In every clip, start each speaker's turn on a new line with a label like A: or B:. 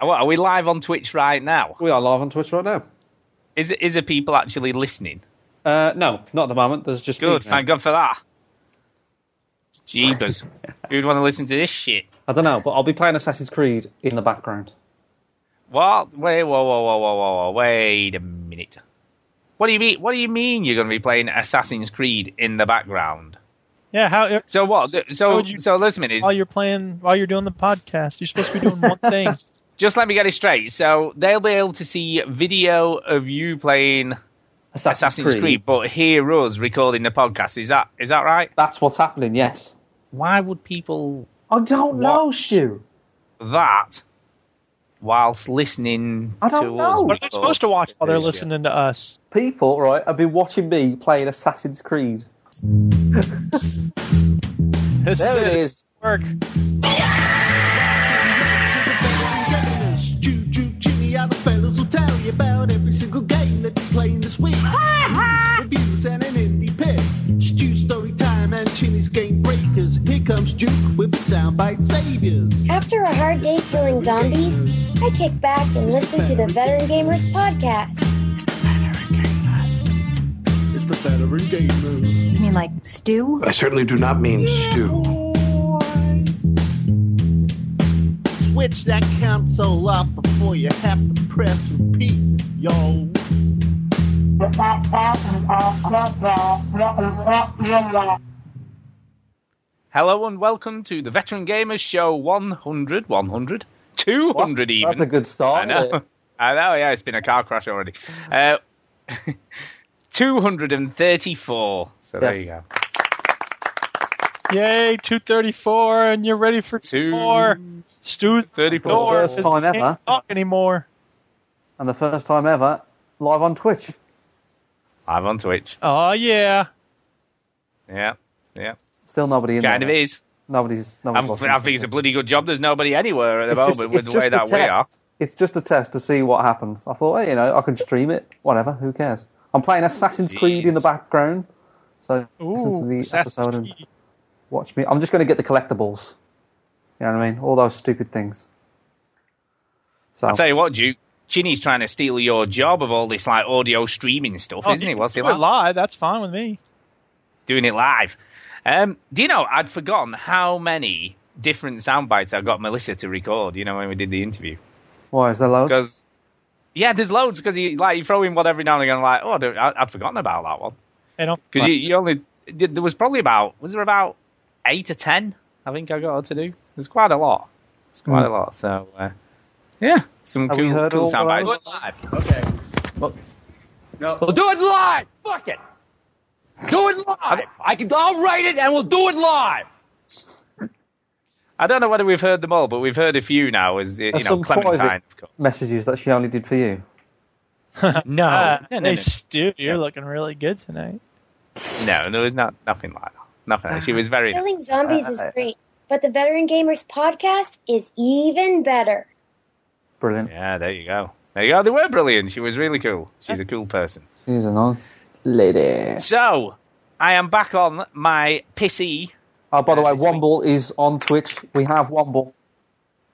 A: Oh, what, are we live on Twitch right now?
B: We are live on Twitch right now.
A: Is it is there people actually listening?
B: Uh, no, not at the moment. There's just
A: Good,
B: me.
A: thank God for that. Jeebus, who'd want to listen to this shit?
B: I don't know, but I'll be playing Assassin's Creed in the background.
A: What? Wait, whoa, whoa, whoa, whoa, whoa, whoa! Wait a minute. What do you mean? What do you mean you're going to be playing Assassin's Creed in the background?
C: Yeah, how
A: So what? So
C: How
A: so,
C: would you-
A: so listen a minute.
C: while you're playing while you're doing the podcast, you're supposed to be doing one thing.
A: Just let me get it straight. So they'll be able to see video of you playing
B: Assassin's,
A: Assassin's Creed, but hear us recording the podcast. Is that is that right?
B: That's what's happening. Yes.
A: Why would people
B: I don't know, Stu.
A: that whilst listening
B: I don't
A: to
B: know.
A: us?
B: What
C: What are they supposed to watch while they're listening to us?
B: People, right, have been watching me playing Assassin's Creed.
C: This
B: There it
C: is
B: is.
C: work.
D: Choo choo Jimmy, other fellas will tell you about every single game that you're playing this week. Reviews and an indie pick. Stu's story time and Chinny's game breakers. Here comes Duke with the soundbite saviors.
E: After a hard day killing zombies, I kick back and listen to the Veteran Gamers podcast.
D: It's the veteran gamers.
F: You mean like stew?
G: I certainly do not mean stew.
D: Switch that console off before you have to press repeat, yo.
A: Hello and welcome to the Veteran Gamers Show 100, 100,
B: What?
A: 200 even.
B: That's a
A: I
B: good start.
A: know.
B: isn't it?
A: I know. Yeah, it's been a car crash already. Uh, 234. So there
B: Yes.
A: you go.
C: Yay, two thirty four and you're ready for
A: Two-
C: two more. Stu's
A: 34.
C: door
B: First
C: is-
B: time
C: can't
B: ever.
C: talk anymore.
B: And the first time ever, live on Twitch.
A: Live on Twitch.
C: Oh yeah.
A: Yeah. Yeah.
B: Still nobody in
A: Kind
B: there.
A: of is.
B: Nobody's.
A: I'm,
B: nobody's watching
A: I think it's a bloody good job. There's nobody anywhere at the
B: It's
A: moment
B: just-
A: with
B: it's
A: the way that
B: just a
A: we are.
B: test. It's just a test to see what happens. I thought, hey, you know, I can stream it. Whatever, who cares? I'm playing Assassin's Creed in the
A: Jeez.
B: background, so listen to
C: Ooh,
B: the
C: Assassin's
B: episode and
C: Creed.
B: watch me. I'm just going to get the collectibles. You know what I mean? All those stupid things. So
A: I'll tell you what, Duke. Chinny's trying to steal your job of all this like audio streaming stuff,
C: Oh,
A: isn't he?
C: you
A: What's he
C: do it
A: like?
C: live, that's fine with me.
A: doing it live. Um, do you know I'd forgotten how many different sound bites I got Melissa to record? You know when we did the interview
B: why is there loads?
A: because yeah, there's loads because you like you throw in one every now and again. Like oh, I don't- I, I'd forgotten about that one
C: And I'm
A: because you, you only there was probably about was there about eight or ten I think I got her to do. There's quite a lot. It's quite
B: Hmm.
A: a lot. So uh, yeah, some
B: Have we
A: cool,
B: heard
A: cool
B: all
A: sound bites.
B: those?
A: Live.
D: Okay.
A: We'll do it live. Fuck it.
H: Do it live. I can. I'll write it, and we'll do it live.
A: I don't know whether we've heard them all, but we've heard a few now. As you
B: There's
A: know,
B: some private
A: Clementine, of course.
B: Messages that she only did for you.
A: No,
C: uh,
A: no, no,
C: hey
A: no.
C: Stu, you're looking really good tonight.
A: No, there was not nothing like that. Nothing. Like that. She was very.
E: Killing zombies is
B: Uh,
E: great, but the Veteran Gamers podcast is even better.
B: Brilliant.
A: Yeah, there you go. There you go. They were brilliant. She was really cool. She's a cool person.
B: She's a nice lady.
A: So, I am back on my pissy.
B: Oh, by the way,
A: Yeah, she's
B: Womble is on Twitch. We have Womble.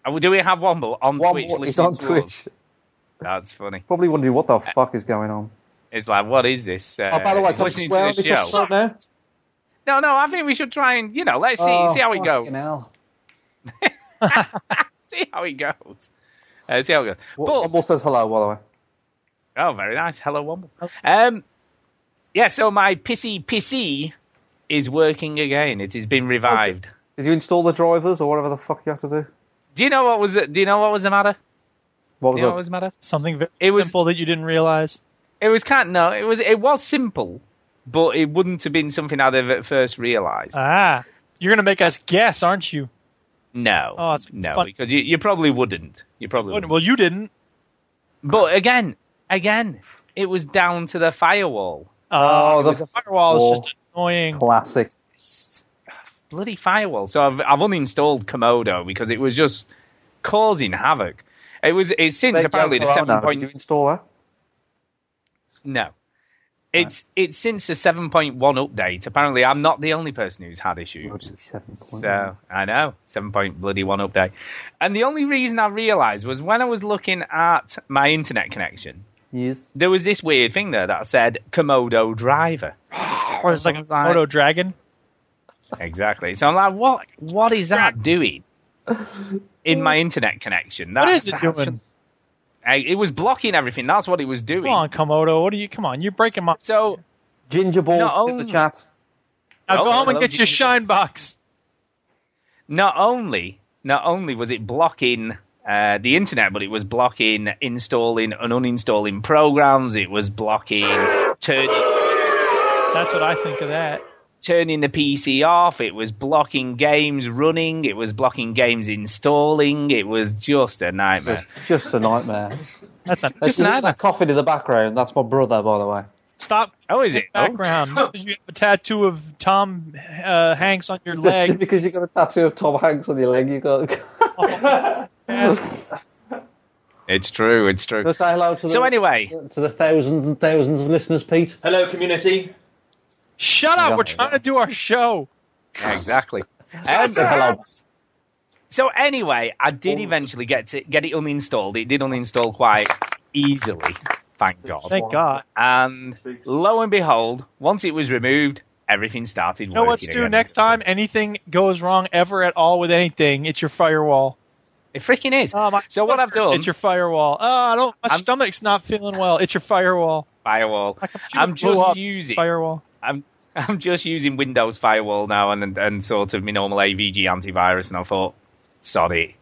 A: Oh, do we have Womble on Twitch?
B: Womble is
A: listening
B: on
A: to us?
B: Twitch.
A: That's funny.
B: Probably wondering what the fuck is going on.
A: It's like, what is this? Uh,
B: Oh, by the way,
A: he's
B: can I
A: listening
B: swear on
A: to the
B: this
A: show.
B: episode now?
A: No, no. I think we should try and you know, let's see,
B: Oh,
A: see how it goes.
B: fucking hell.
A: See how it goes. Uh, see how it goes.
B: Well,
A: But-
B: Womble says hello, by the way.
A: Oh, very nice. Hello, Womble.
B: Oh.
A: Um, yeah, so my pissy pissy is working again. It has
B: Oh,
A: been revived.
B: Did you install the drivers or whatever the fuck you had to do?
A: Do you know what was it? Do you know what was the matter?
B: What
A: Do
B: was
A: you know
B: it?
A: what was the matter?
C: Something very
A: It was-
C: simple that you didn't realize.
A: It was kind of, no, it was it was simple, but it wouldn't have been something I'd have at first realised.
C: Ah. You're gonna make us guess, aren't you?
A: no,
C: Oh, it's
A: no,
C: fun-
A: because you, you probably wouldn't. You probably wouldn't.
C: Well you didn't.
A: But again, again, it was down to the firewall.
C: Uh,
B: Oh,
C: it was
B: the
C: a firewall is
B: firewall.
C: just annoying.
B: Classic.
A: bloody firewall. So I've I've uninstalled Komodo because it was just causing havoc. It was it's since apparently the
B: Corona,
A: seven
B: Did you
A: point
B: install that?
A: no. It's it's since the 7.1 update. Apparently, I'm not the only person who's had issues.
B: Seven point.
A: So I know seven point bloody one update, and the only reason I realised was when I was looking at my internet connection,
B: Yes.
A: there was this weird thing there that said Komodo driver.
C: Or it's like a
A: Right.
C: Moto Dragon.
A: Exactly. So I'm like, what? What is that doing in my internet connection? That,
C: What is it
A: that's-
C: doing?
A: I- it was blocking everything. That's what it was doing.
C: Come on, Komodo. What are you? Come on, you're breaking my.
A: So
B: Ginger balls
A: Not
B: in the
A: only-
B: chat.
C: Now
A: Oh,
C: go home and
A: well,
C: get
A: you-
C: your shine box.
A: not only not only was it blocking uh, the internet, but it was blocking installing and uninstalling programs. It was blocking turning
C: That's what I think of that.
A: turning the PC off. It was blocking games running. It was blocking games installing. It was just a nightmare.
B: It's just a nightmare.
C: That's a
A: Just
B: If you
A: an
B: hear
A: nightmare.
B: that coffee to the background. That's my brother, by the way.
C: stop.
A: Oh, is it? Oh.
C: Background. Just 'cause you have a tattoo of Tom uh, Hanks on your leg.
B: because you got a tattoo of Tom Hanks on your leg, you got.
C: Yes.
A: Oh. It's true. It's true.
B: Go say hello to the,
A: So anyway,
B: to the thousands and thousands of listeners, Pete.
F: Hello, community.
C: Shut up. We're trying to do our show.
A: Yeah, exactly. Um,
B: Say hello.
A: so anyway, I did
C: Oh.
A: eventually get to get it uninstalled. It did uninstall quite easily, thank God.
C: Thank God.
A: And lo and behold, once it was removed, everything started
C: You know
A: working.
C: what's due
A: again.
C: next time? Anything goes wrong ever at all with anything, it's your firewall.
A: It freaking is.
C: Oh, my
A: so what I've
C: stomach hurts.
A: done,
C: It's your firewall. Oh, I don't. My
A: I'm-
C: stomach's not feeling well. It's your firewall.
A: firewall.
C: My computer
A: I'm
C: blew
A: just
C: up.
A: using.
C: firewall.
A: I'm I'm just using Windows firewall now and and, and sort of my normal AVG antivirus. And I thought, sorry,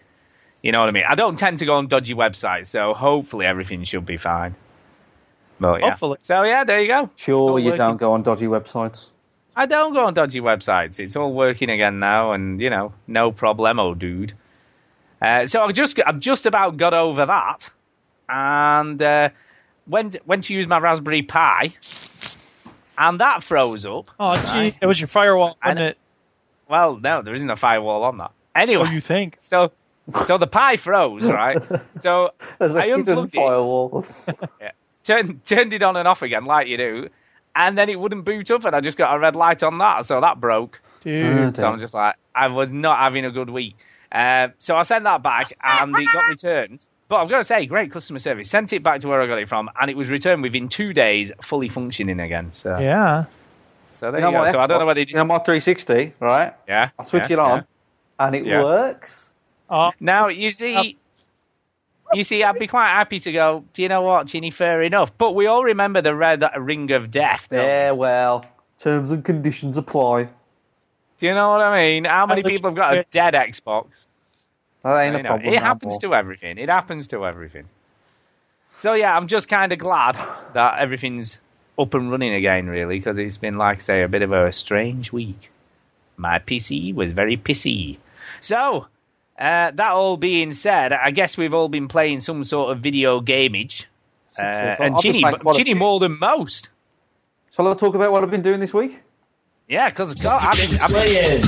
A: you know what I mean. I don't tend to go on dodgy websites, so hopefully everything should be fine. But yeah.
C: Hopefully.
A: So yeah, there you go. It's all
B: Sure, you
A: working.
B: don't go on dodgy websites.
A: I don't go on dodgy websites. It's all working again now, and you know, no problemo, dude. Uh, so I've just I've just about got over that, and uh, went went to use my Raspberry Pi, and that froze up.
C: Oh, gee, it was your firewall,
A: I
C: wasn't
A: know.
C: it?
A: Well, no, there isn't a firewall on that.
C: What
A: Anyway,
B: Oh,
C: do you think?
A: so so the Pi froze, right? So
B: There's a
A: I
B: hidden
A: unplugged it.
B: firewall.
A: turned turned it on and off again, like you do, and then it wouldn't boot up, and I just got a red light on that, so that broke.
B: Mm.
C: Dude,
A: So I'm just like, I was not having a good week. Uh, so I sent that back, and it got returned. But I've got to say, great customer service. Sent it back to where I got it from, and it was returned within two days, fully functioning again. So,
C: yeah.
A: so there
B: You
A: you,
B: know
A: go.
B: my
A: So I don't know
B: Xbox?
A: whether they
B: You know
A: just,
B: my 360, right?
A: yeah,
B: I switch
A: yeah,
B: it on,
A: yeah.
B: and it
A: Yeah.
B: works.
C: Oh,
A: Now you see,
B: uh,
A: you see, I'd be quite happy to go. Do you know what, Ginny? Fair enough. But we all remember the red ring of death. don't we?
B: Yeah, well, terms and conditions apply.
A: Do you know what I mean? How many
C: looks
A: people have got a
C: great.
A: dead Xbox?
B: That ain't
A: You
B: a
A: know,
B: problem.
A: it happens to everything. It happens to everything. So yeah, I'm just kind of glad that everything's up and running again, really, because it's been like I say a bit of a strange week. My PC was very pissy. So uh, that all being said, I guess we've all been playing some sort of video gamage, uh,
B: Successful.
A: and
B: I've been
A: Ginny,
B: playing quite a
A: Ginny
B: few.
A: more than most.
B: Shall I talk about what I've been doing this week?
A: Yeah, because I've been, I've been
F: Playing.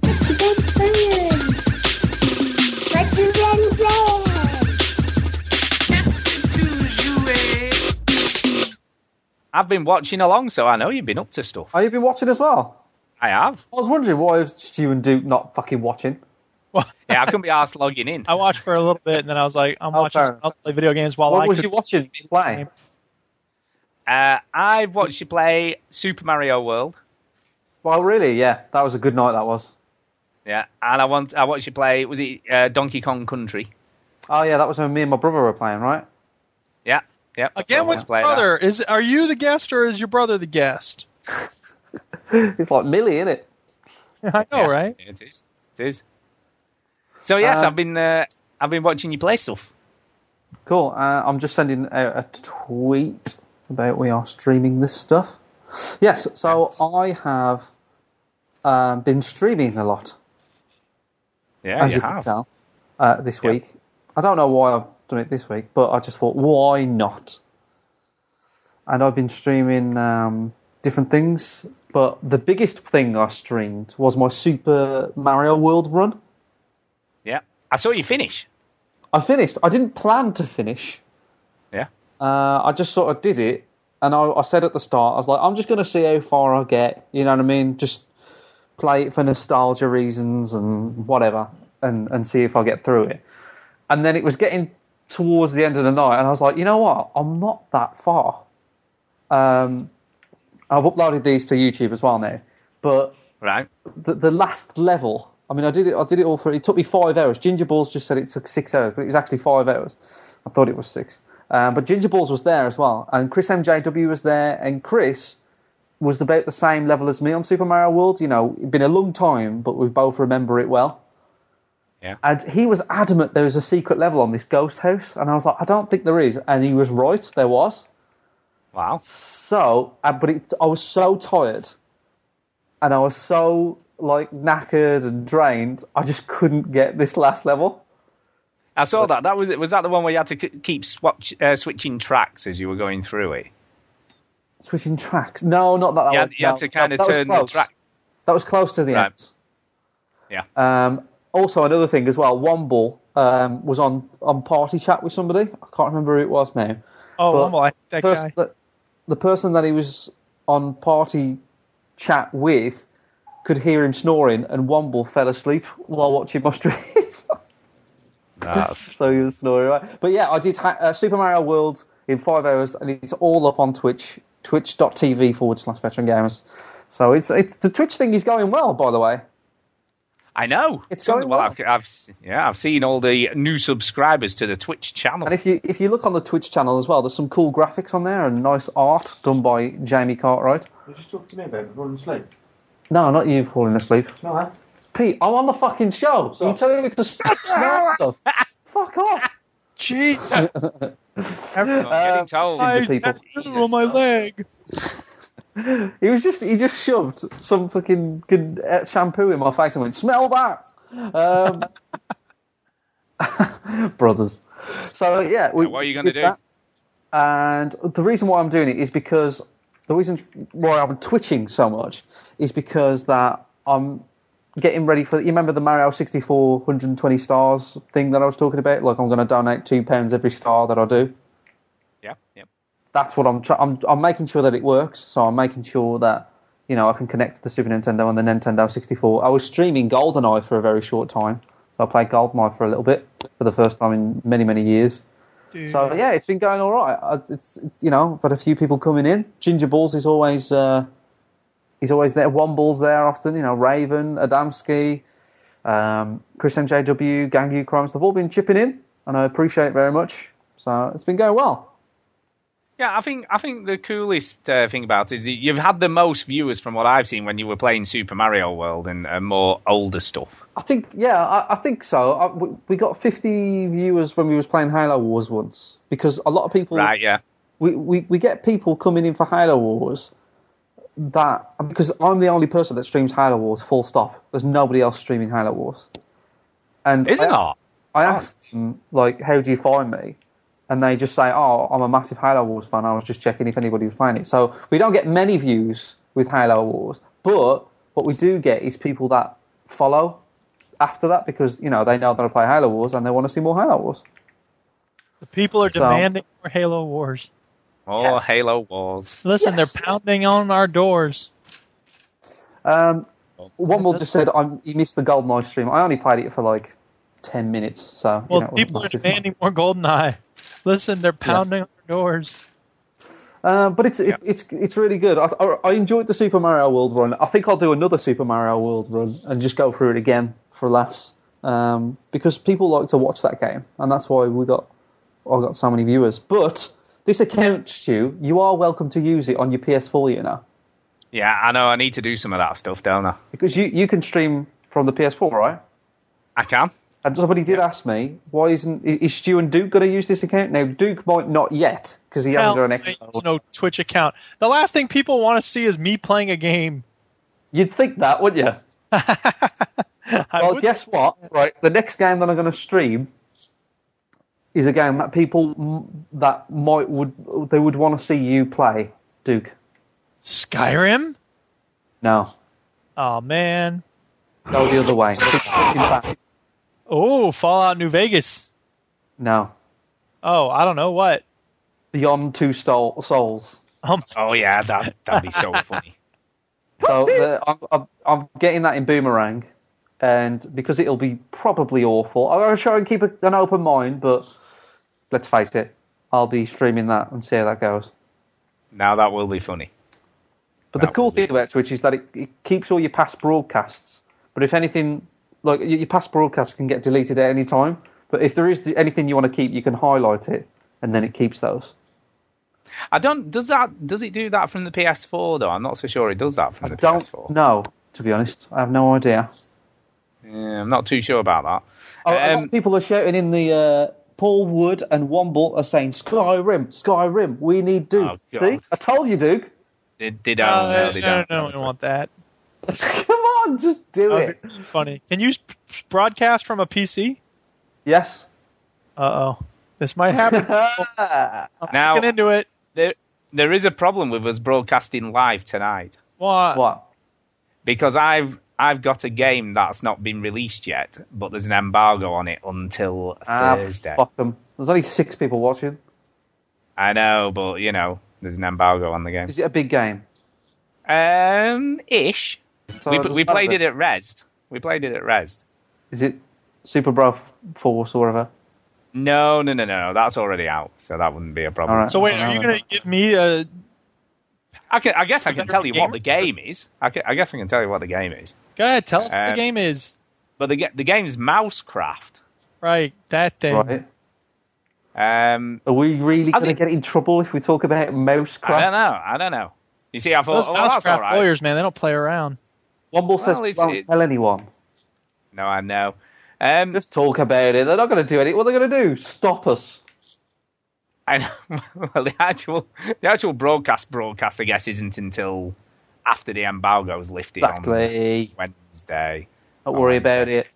E: It's the big plan. Let's do it and
A: I've been watching along, so I know you've been up to stuff.
B: Oh, you've been watching as well?
A: I have.
B: I was wondering why is Stu and Duke not fucking watching?
C: well,
A: Yeah, I couldn't be arsed logging in.
C: I watched for a little bit, and then I was like, I'm
B: Oh,
C: watching
B: fair
C: some
B: enough.
C: other play video games while
B: what
C: I
B: was
C: could
B: you watching? Playing?
A: Uh, I've watched you play Super Mario World.
B: Well, really, yeah, that was a good night. That was.
A: Yeah, and I want I watched you play. Was it uh, Donkey Kong Country?
B: Oh yeah, that was when me and my brother were playing, right?
A: Yeah, yeah. I
C: Again
A: watched
C: with
A: you play that.
C: brother. Is are you the guest or is your brother the guest?
B: It's like Millie, isn't it?
C: I know,
A: Yeah,
C: right?
A: It is. It is. So yes,
B: Um,
A: I've been uh, I've been watching you play stuff.
B: Cool. Uh, I'm just sending out a tweet about we are streaming this stuff. Yes, so I have um, been streaming a lot,
A: Yeah,
B: as
A: you,
B: you can
A: have.
B: tell, uh, this
A: Yeah.
B: week. I don't know why I've done it this week, but I just thought, why not? And I've been streaming um, different things, but the biggest thing I streamed was my Super Mario World run.
A: Yeah, I saw you finish.
B: I finished. I didn't plan to finish.
A: Yeah.
B: Uh, I just sort of did it, And I, I said at the start, I was like, I'm just going to see how far I get. You know what I mean? Just play it for nostalgia reasons and whatever, and and see if I get through it. And then it was getting towards the end of the night, and I was like, you know what? I'm not that far. Um, I've uploaded these to YouTube as well now, but
A: Right.
B: the, the last level. I mean, I did it. I did it all through. It took me five hours. Ginger Balls just said it took six hours, but it was actually five hours. I thought it was six. Um, but Ginger Balls was there as well, and Chris MJW was there, and Chris was about the same level as me on Super Mario World. You know, it'd been a long time, but we both remember it well.
A: Yeah.
B: And he was adamant there was a secret level on this ghost house, and I was like, I don't think there is, and he was right. There was.
A: Wow.
B: So, uh, but it, I was so tired, and I was so like knackered and drained. I just couldn't get this last level.
A: I saw that. That was was that the one where you had to k- keep swatch, uh, switching tracks as you were going through it.
B: Switching tracks? No, not that.
A: You
B: one.
A: had, you had
B: No,
A: to
B: that-
A: kind
B: that
A: of
B: was
A: turn the
B: close.
A: track.
B: That was close to the
A: Right.
B: end.
A: Yeah.
B: Um, also, another thing as well. Womble um, was on on party chat with somebody. I can't remember who it was now.
C: Oh,
B: But
C: Womble, I think that
B: Pers-
C: guy.
B: the, the person that he was on party chat with could hear him snoring, and Womble fell asleep while watching my stream.
A: That's
B: so he was snoring. Right? But yeah, I did ha- uh, Super Mario World in five hours, and it's all up on Twitch, twitch.tv forward slash veteran gamers. So it's, it's the Twitch thing is going well, by the way.
A: I know.
B: It's
A: Some-
B: going
A: well.
B: well.
A: I've, I've s- yeah, I've seen all the new subscribers to the Twitch channel.
B: And if you if you look on the Twitch channel as well, there's some cool graphics on there and nice art done by Jamie Cartwright.
F: Did you talk to me about falling asleep?
B: No, not you falling asleep.
F: No, I.
B: Pete, I'm on the fucking show. So you're telling me to stop smell stuff. Fuck off.
C: Jeez.
A: I'm getting told.
C: I
B: the people.
C: have two on my leg.
B: He was just he just shoved some fucking good uh, shampoo in my face and went, "Smell that." Um, brothers. So yeah, we,
A: Yeah, what are you gonna
B: did
A: do?
B: that. And the reason why I'm doing it is because the reason why I'm twitching so much is because that I'm getting ready for. You remember the Mario 64 120 stars thing that I was talking about? Like I'm going to donate two pounds every star that I do.
A: yeah, yeah.
B: that's what I'm trying. I'm, I'm making sure that it works. So I'm making sure that you know I can connect to the Super Nintendo and the Nintendo 64. I was streaming GoldenEye for a very short time. So I played GoldenEye for a little bit for the first time in many many years.
C: Dude.
B: So yeah, it's been going all right. I- It's you know, but a few people coming in. Ginger Balls is always uh, he's always there. Womball's there often. You know, Raven, Adamski, um, Chris MJW, Gangu Crimes. They've all been chipping in, and I appreciate it very much. So it's been going well.
A: Yeah, I think I think the coolest uh, thing about it is that you've had the most viewers from what I've seen when you were playing Super Mario World and uh, more older stuff.
B: I think, yeah, I, I think so. I, we, we got 50 viewers when we was playing Halo Wars once because a lot of people,
A: Right? Yeah.
B: we, we, we get people coming in for Halo Wars that because I'm the only person that streams Halo Wars. Full stop. There's nobody else streaming Halo Wars. And
A: Isn't
B: I asked, I asked them like, how do you find me? And they just say, oh, I'm a massive Halo Wars fan. I was just checking if anybody was playing it. So we don't get many views with Halo Wars, but what we do get is people that follow after that because you know they know that I play Halo Wars and they want to see more Halo Wars.
C: The people are
B: So-
C: demanding more Halo Wars.
A: Oh,
B: Yes.
A: Halo Wars.
C: Listen,
B: Yes.
C: they're pounding on our doors.
B: Um, one will just said I'm, he missed the GoldenEye stream. I only played it for like ten minutes, so
C: Well,
B: you know, it wasn't
C: people are
B: massive.
C: demanding more GoldenEye. Listen, they're pounding on our doors.
B: Uh, but it's it, it's it's really good. I, I I enjoyed the Super Mario World run. I think I'll do another Super Mario World run and just go through it again for laughs, um, because people like to watch that game, and that's why we got I got so many viewers. But this account, Stu, you are welcome to use it on your PS4, you know,
A: Yeah, I know. I need to do some of that stuff, don't I?
B: because you you can stream from the PS4, right?
A: I can.
B: And somebody did ask me, why isn't i- is Stu and Duke going to use this account? Now Duke might not yet because he hasn't
C: Hell,
B: got an
C: I use
B: Xbox.
C: no Twitch account. The last thing people want to see is me playing a game.
B: You'd think that, wouldn't you?
C: I
B: Well,
C: would-
B: guess what? Right, the next game that I'm going to stream is a game that people m- that might would they would want to see you play, Duke.
C: Skyrim?
B: No,
C: Oh man.
B: go the other way. Keep thinking back.
C: Oh, Fallout New Vegas.
B: No,
C: Oh, I don't know what.
B: Beyond Two Soul- Souls.
C: Um,
A: Oh yeah, that that'd be so funny.
B: So uh, I'm, I'm, I'm getting that in Boomerang, and because it'll be probably awful, I'll try and keep a, an open mind, but let's face it, I'll be streaming that and see how that goes.
A: Now that will be funny.
B: But the
A: That
B: cool
A: would be-
B: thing about Twitch is that it, it keeps all your past broadcasts. But if anything, like y- your past broadcasts can get deleted at any time. But if there is anything you want to keep, you can highlight it, and then it keeps those.
A: I don't. Does that? Does it do that from the PS4 though? I'm not so sure it does that from the
B: Don't
A: PS4.
B: know, to be honest. I have no idea.
A: Yeah, I'm not too sure about that.
B: Oh, a lot
A: Um,
B: of people are shouting in the uh, Paul Wood and Womble are saying Skyrim, Skyrim. We need Duke.
A: Oh, God.
B: See, I told you, Duke.
A: they, they don't.
C: no,
A: no, they
C: no,
A: don't.
C: no, I
A: obviously.
C: don't want that.
B: Come on, just do
C: That
B: it.
C: would be funny. Can you s- broadcast from a PC?
B: Yes.
C: Uh oh, this might happen. I'm
A: Now-
C: looking into it.
A: There, there is a problem with us broadcasting live tonight
C: What?
B: what?
A: because I've I've got a game that's not been released yet, but there's an embargo on it until
B: Ah,
A: Thursday.
B: fuck them. There's only six people watching.
A: I know, but you know, there's an embargo on the game.
B: Is it a big game?
A: Um, ish.
B: So
A: we
B: it
A: put-
B: doesn't
A: we played
B: matter.
A: it at Rest. We played it at Rest.
B: Is it Super Bro Force or whatever?
A: No, no, no, no. That's already out, so that wouldn't be a problem.
B: All right.
C: So wait, are
B: Well,
C: you
B: no,
C: gonna give me a?
A: I, can, I guess I can
C: Better
A: tell you what
C: gamer?
A: the game is. I, ca- I guess I can tell you what the game is.
C: Go ahead, tell us what
A: Uh,
C: the game is.
A: But the ga- the game's Mousecraft.
C: Right, that thing.
B: Right.
A: Um,
B: Are we really
A: How's
B: going to
A: it-
B: get in trouble if we talk about
A: I don't
B: Mousecraft?
A: know. I don't know. You see, I thought,
C: Those
A: oh, well, that's all
C: housecraft
A: right.
C: lawyers, man, they don't play around.
B: Womble says
A: Well, it's-
B: don't
A: it's-
B: tell anyone.
A: No, I know. Um,
B: Just talk about it. They're not going to do anything. What are they going to do? Stop us.
A: I know. well, the actual the actual broadcast broadcast, I guess, isn't until after the embargo's lifted
B: Exactly.
A: on Wednesday.
B: Don't worry about it.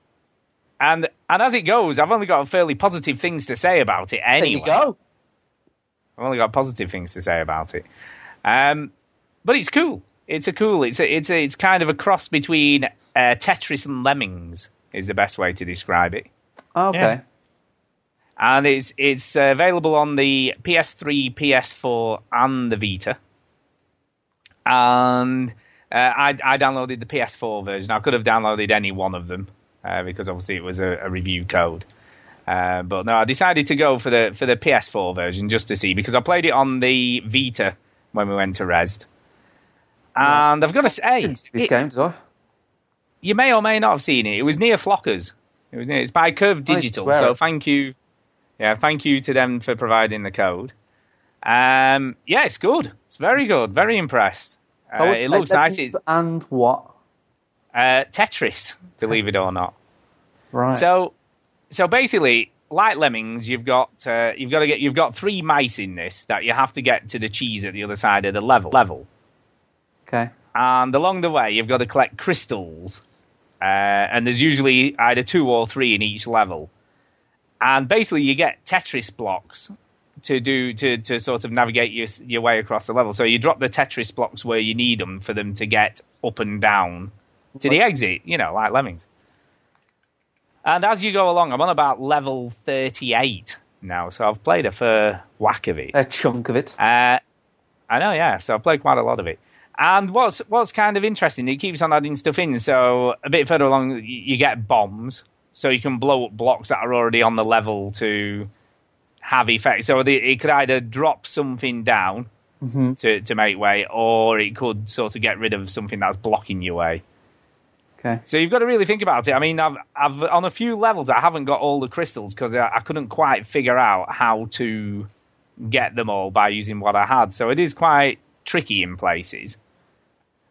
A: And and as it goes, I've only got fairly positive things to say about it.
B: There
A: Anyway,
B: you go.
A: I've only got positive things to say about it. Um, but it's cool. It's a cool. It's a, it's a, it's kind of a cross between uh, Tetris and Lemmings is the best way to describe it.
B: Oh, Okay.
C: Yeah.
A: And it's it's uh, available on the PS3, PS4, and the Vita. And uh, I I downloaded the PS4 version. I could have downloaded any one of them uh, because obviously it was a, a review code. Uh, but no, I decided to go for the for the PS4 version just to see because I played it on the Vita when we went to Rest. And I've got to say,
B: Didn't see This
A: it-
B: game, did I?
A: you may or may not have seen it. It was near Flockers. It was near, it's by Curve
B: Nice,
A: Digital.
B: swear
A: so
B: it.
A: thank you, yeah, thank you to them for providing the code. Um, yeah, it's good. It's very good. Very impressed. Uh,
B: I would
A: it
B: say
A: looks nice.
B: Legends
A: It's
B: And what?
A: uh, Tetris, believe it or not.
B: Right.
A: So, so basically, like lemmings, you've got uh, you've got to get you've got three mice in this that you have to get to the cheese at the other side of the level. Level.
B: okay.
A: And along the way, you've got to collect crystals. Uh, and there's usually either two or three in each level. And basically, you get Tetris blocks to do to, to sort of navigate your, your way across the level. So you drop the Tetris blocks where you need them for them to get up and down to the exit, you know, like lemmings. And as you go along, I'm on about level 38 now, so I've played a fair whack of it.
B: A chunk of it.
A: Uh, I know, yeah. So I played quite a lot of it. And what's what's kind of interesting, it keeps on adding stuff in. So a bit further along, y- you get bombs, so you can blow up blocks that are already on the level to have effect. So the, it could either drop something down to to make way, or it could sort of get rid of something that's blocking your way.
B: Okay.
A: So you've got to really think about it. I mean, I've, I've on a few levels I haven't got all the crystals because I, I couldn't quite figure out how to get them all by using what I had. So it is quite tricky in places.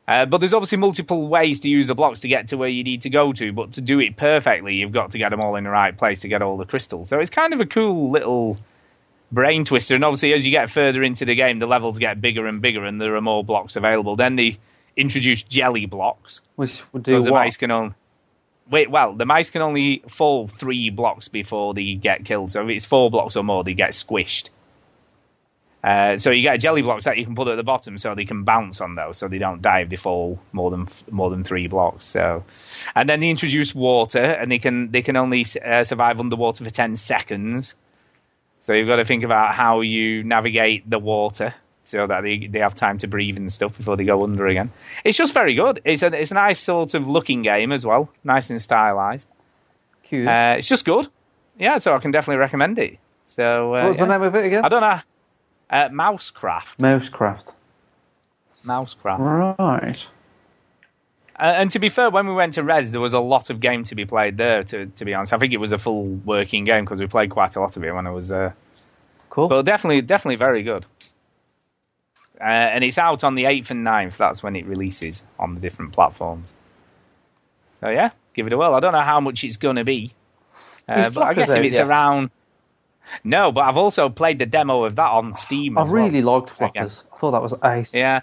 A: Uh, but there's obviously multiple ways to use the blocks to get to where you need to go to. But to do it perfectly, you've got to get them all in the right place to get all the crystals. So it's kind of a cool little brain twister. And obviously, as you get further into the game, the levels get bigger and bigger, and there are more blocks available. Then they introduce jelly blocks.
B: Which would do
A: Because the
B: what?
A: mice can only wait. Well, the mice can only fall three blocks before they get killed. So if it's four blocks or more, they get squished. Uh, so you get jelly blocks that you can put at the bottom, so they can bounce on those, so they don't die if they fall more than f- more than three blocks. So, and then they introduce water, and they can they can only uh, survive underwater for ten seconds. So you've got to think about how you navigate the water so that they, they have time to breathe and stuff before they go under again. It's just very good. It's a it's a nice sort of looking game as well, nice and stylized.
B: Cute.
A: Uh, it's just good. Yeah, so I can definitely recommend it. So uh,
B: what was
A: yeah.
B: the name of it again?
A: I don't know. Uh, Mousecraft.
B: Mousecraft.
A: Mousecraft.
B: Uh-huh. Right.
A: Uh, and to be fair, when we went to Res, there was a lot of game to be played there. To to be honest, I think it was a full working game because we played quite a lot of it when I was there.
B: Cool.
A: But definitely, definitely very good. Uh, and it's out on the 8th and 9th. That's when it releases on the different platforms. So, yeah, give it a whirl. I don't know how much it's going to be. Uh,
B: Is
A: but I
B: Flappy
A: guess
B: there
A: if it's
B: yet?
A: around. No, but I've also played the demo of that on Steam.
B: I
A: as well.
B: really liked Flappers. I thought that was ace.
A: Yeah.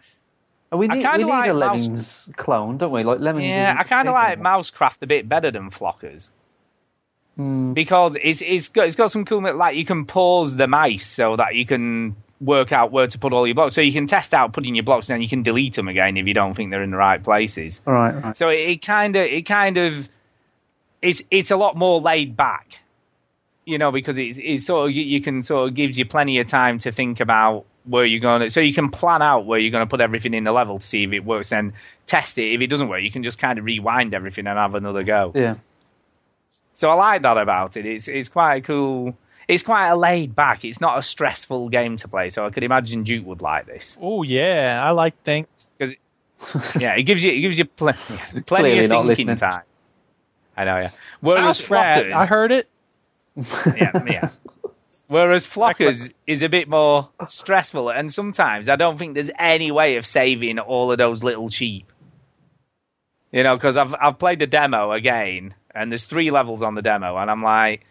B: And We
A: I
B: need, we
A: kinda
B: need
A: like
B: a
A: Mouse-
B: Lemmings clone, don't we? Like Lemmings.
A: Yeah,
B: isn't
A: I kind
B: big
A: of like
B: anymore.
A: Mousecraft a bit better than Flockers
B: Mm.
A: because it's it's got it's got some cool like you can pause the mice so that you can work out where to put all your blocks. So you can test out putting your blocks and then you can delete them again if you don't think they're in the right places.
B: All right, right.
A: So it- it kind of it kind of it's it's a lot more laid back, you know, because it's, it's sort of you, you can sort of gives you plenty of time to think about where you're going. to So you can plan out where you're going to put everything in the level to see if it works, then test it. If it doesn't work, you can just kind of rewind everything and have another go.
B: Yeah.
A: So I like that about it. It's it's quite a cool. It's quite a laid back. It's not a stressful game to play. So I could imagine Duke would like this.
C: Oh yeah, I like things.
A: Yeah, it gives you it gives you pl- plenty
B: Clearly
A: of
B: not
A: thinking
B: listening.
A: time. I know, yeah. Whereas
C: Mousecraft,
A: Flockers,
C: I heard it.
A: yeah, yeah. Whereas Flockers is a bit more stressful, and sometimes I don't think there's any way of saving all of those little sheep. You know, because I've I've played the demo again, and there's three levels on the demo, and I'm like,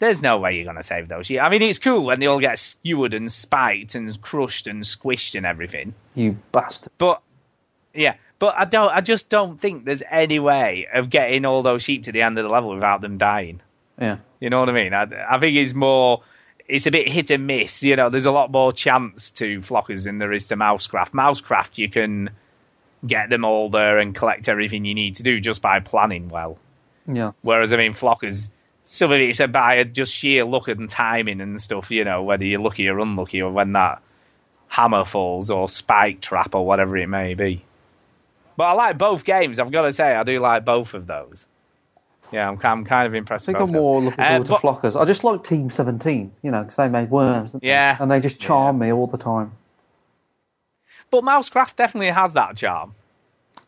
A: there's no way you're gonna save those sheep. I mean, it's cool when they all get skewered and spiked and crushed and squished and everything,
B: You bastard.
A: but yeah, but I don't. I just don't think there's any way of getting all those sheep to the end of the level without them dying.
B: Yeah.
A: You know what I mean? I, I think it's more, it's a bit hit and miss. You know, there's a lot more chance to Flockers than there is to Mousecraft. Mousecraft, you can get them all there and collect everything you need to do just by planning well.
B: Yeah.
A: Whereas, I mean, Flockers, some of it's about just sheer luck and timing and stuff, you know, whether you're lucky or unlucky or when that hammer falls or spike trap or whatever it may be. But I like both games. I've got to say, I do like both of those. Yeah, I'm, I'm kind of impressed.
B: I think
A: with
B: I'm
A: both of
B: more
A: those.
B: looking
A: Uh,
B: forward to
A: but-
B: Flockers. I just like Team 17, you know, because they made worms. didn't they?
A: Yeah.
B: And they just charm me all the time.
A: But Mousecraft definitely has that charm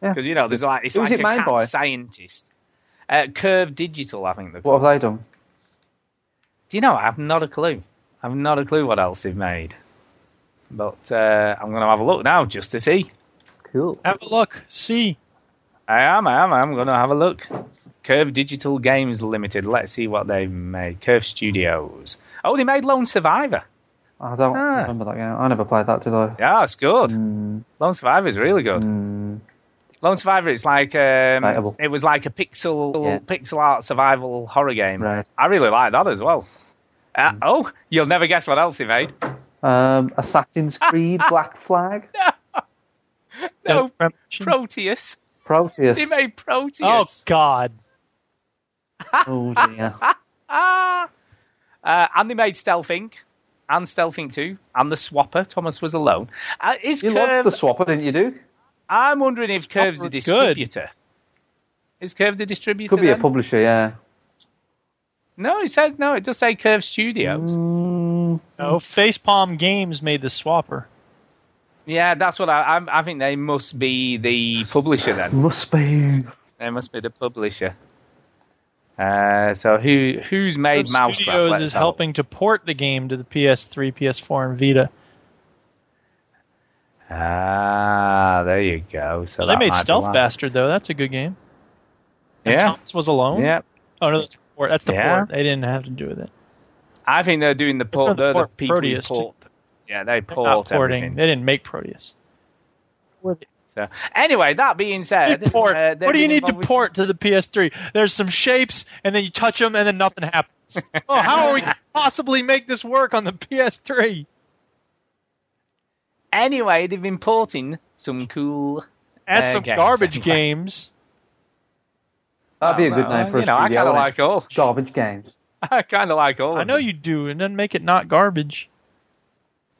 B: Yeah.
A: because you know there's like it's
B: Who was
A: like
B: it
A: a
B: made
A: cat
B: by?
A: scientist. Uh, Curve Digital, I think. they're
B: What
A: called.
B: have they done?
A: Do you know? I've not a clue. I've not a clue what else they've made. But uh, I'm going to have a look now just to see.
B: Cool.
C: Have a look. See.
A: I am. I am. I'm going to have a look. Curve Digital Games Limited. Let's see what they've made. Curve Studios. Oh, they made Lone Survivor.
B: I don't
A: Ah.
B: remember that game. I never played that, did I?
A: Yeah, it's good.
B: Mm,
A: Lone Survivor is really good.
B: mm,
A: Lone Survivor, it's like um,
B: Debatable.
A: it was like a pixel
B: Yeah.
A: pixel art survival horror game.
B: Right. Mm.
A: I really like that as well. Uh, oh, you'll never guess what else he made.
B: um, Assassin's Creed, Black Flag,
A: No,
C: Don't-
A: Proteus.
B: Proteus.
A: He made
C: Oh
A: Proteus.
C: God.
B: Oh, dear.
A: Ah. Uh, and they made Stealth Inc. And Stealth Inc. 2. And the Swapper. Thomas was alone. Uh, is
B: You
A: Curve,
B: liked the swapper, didn't you, Duke?
A: I'm wondering if Curve's the
C: Swapper's good.
A: distributor. Is Curve the distributor?
B: Could be a
A: then?
B: publisher, yeah.
A: No, it says no. It does say Curve Studios.
B: Mm,
C: No, Facepalm Games made the swapper.
A: Yeah, that's what I, I. I think they must be the publisher then.
B: must be.
A: They must be the publisher. Uh, so who who's made
C: Curve
A: Mouse
C: Studios is helping to port the game to the PS3, PS4, and Vita.
A: Ah, there you go. So
C: Well, they
A: that
C: made
A: might be
C: Stealth
A: why.
C: Bastard though. That's a good game. And
A: Yeah,
C: Thomas was alone.
A: yeah.
C: Oh no, that's the port. That's the
A: Yeah.
C: port. They didn't have to do with it.
A: I think they're doing the port. They're the
C: port
A: people who
C: Proteus, too.
A: port. Yeah, they
C: They're not
A: port
C: porting.
A: everything.
C: They didn't make Proteus.
A: So anyway, that being said,
C: You port.
A: uh, they've
C: what do you
A: been
C: need to
A: involved with-
C: port to the PS3? There's some shapes, and then you touch them, and then nothing happens. oh, how are we gonna possibly make this work on the PS3?
A: Anyway, they've been porting some cool.
C: Add
A: Uh,
C: some
A: games,
C: garbage
A: anyway.
C: games.
B: That'd be a good
A: Well,
B: name for a
A: Oh, Uh, you know, I
B: studio.
A: kind of
B: wouldn't it?
A: like all.
B: Garbage Games.
A: I kind of like all.
C: I
A: of
C: know
A: them.
C: you do, and then make it not garbage.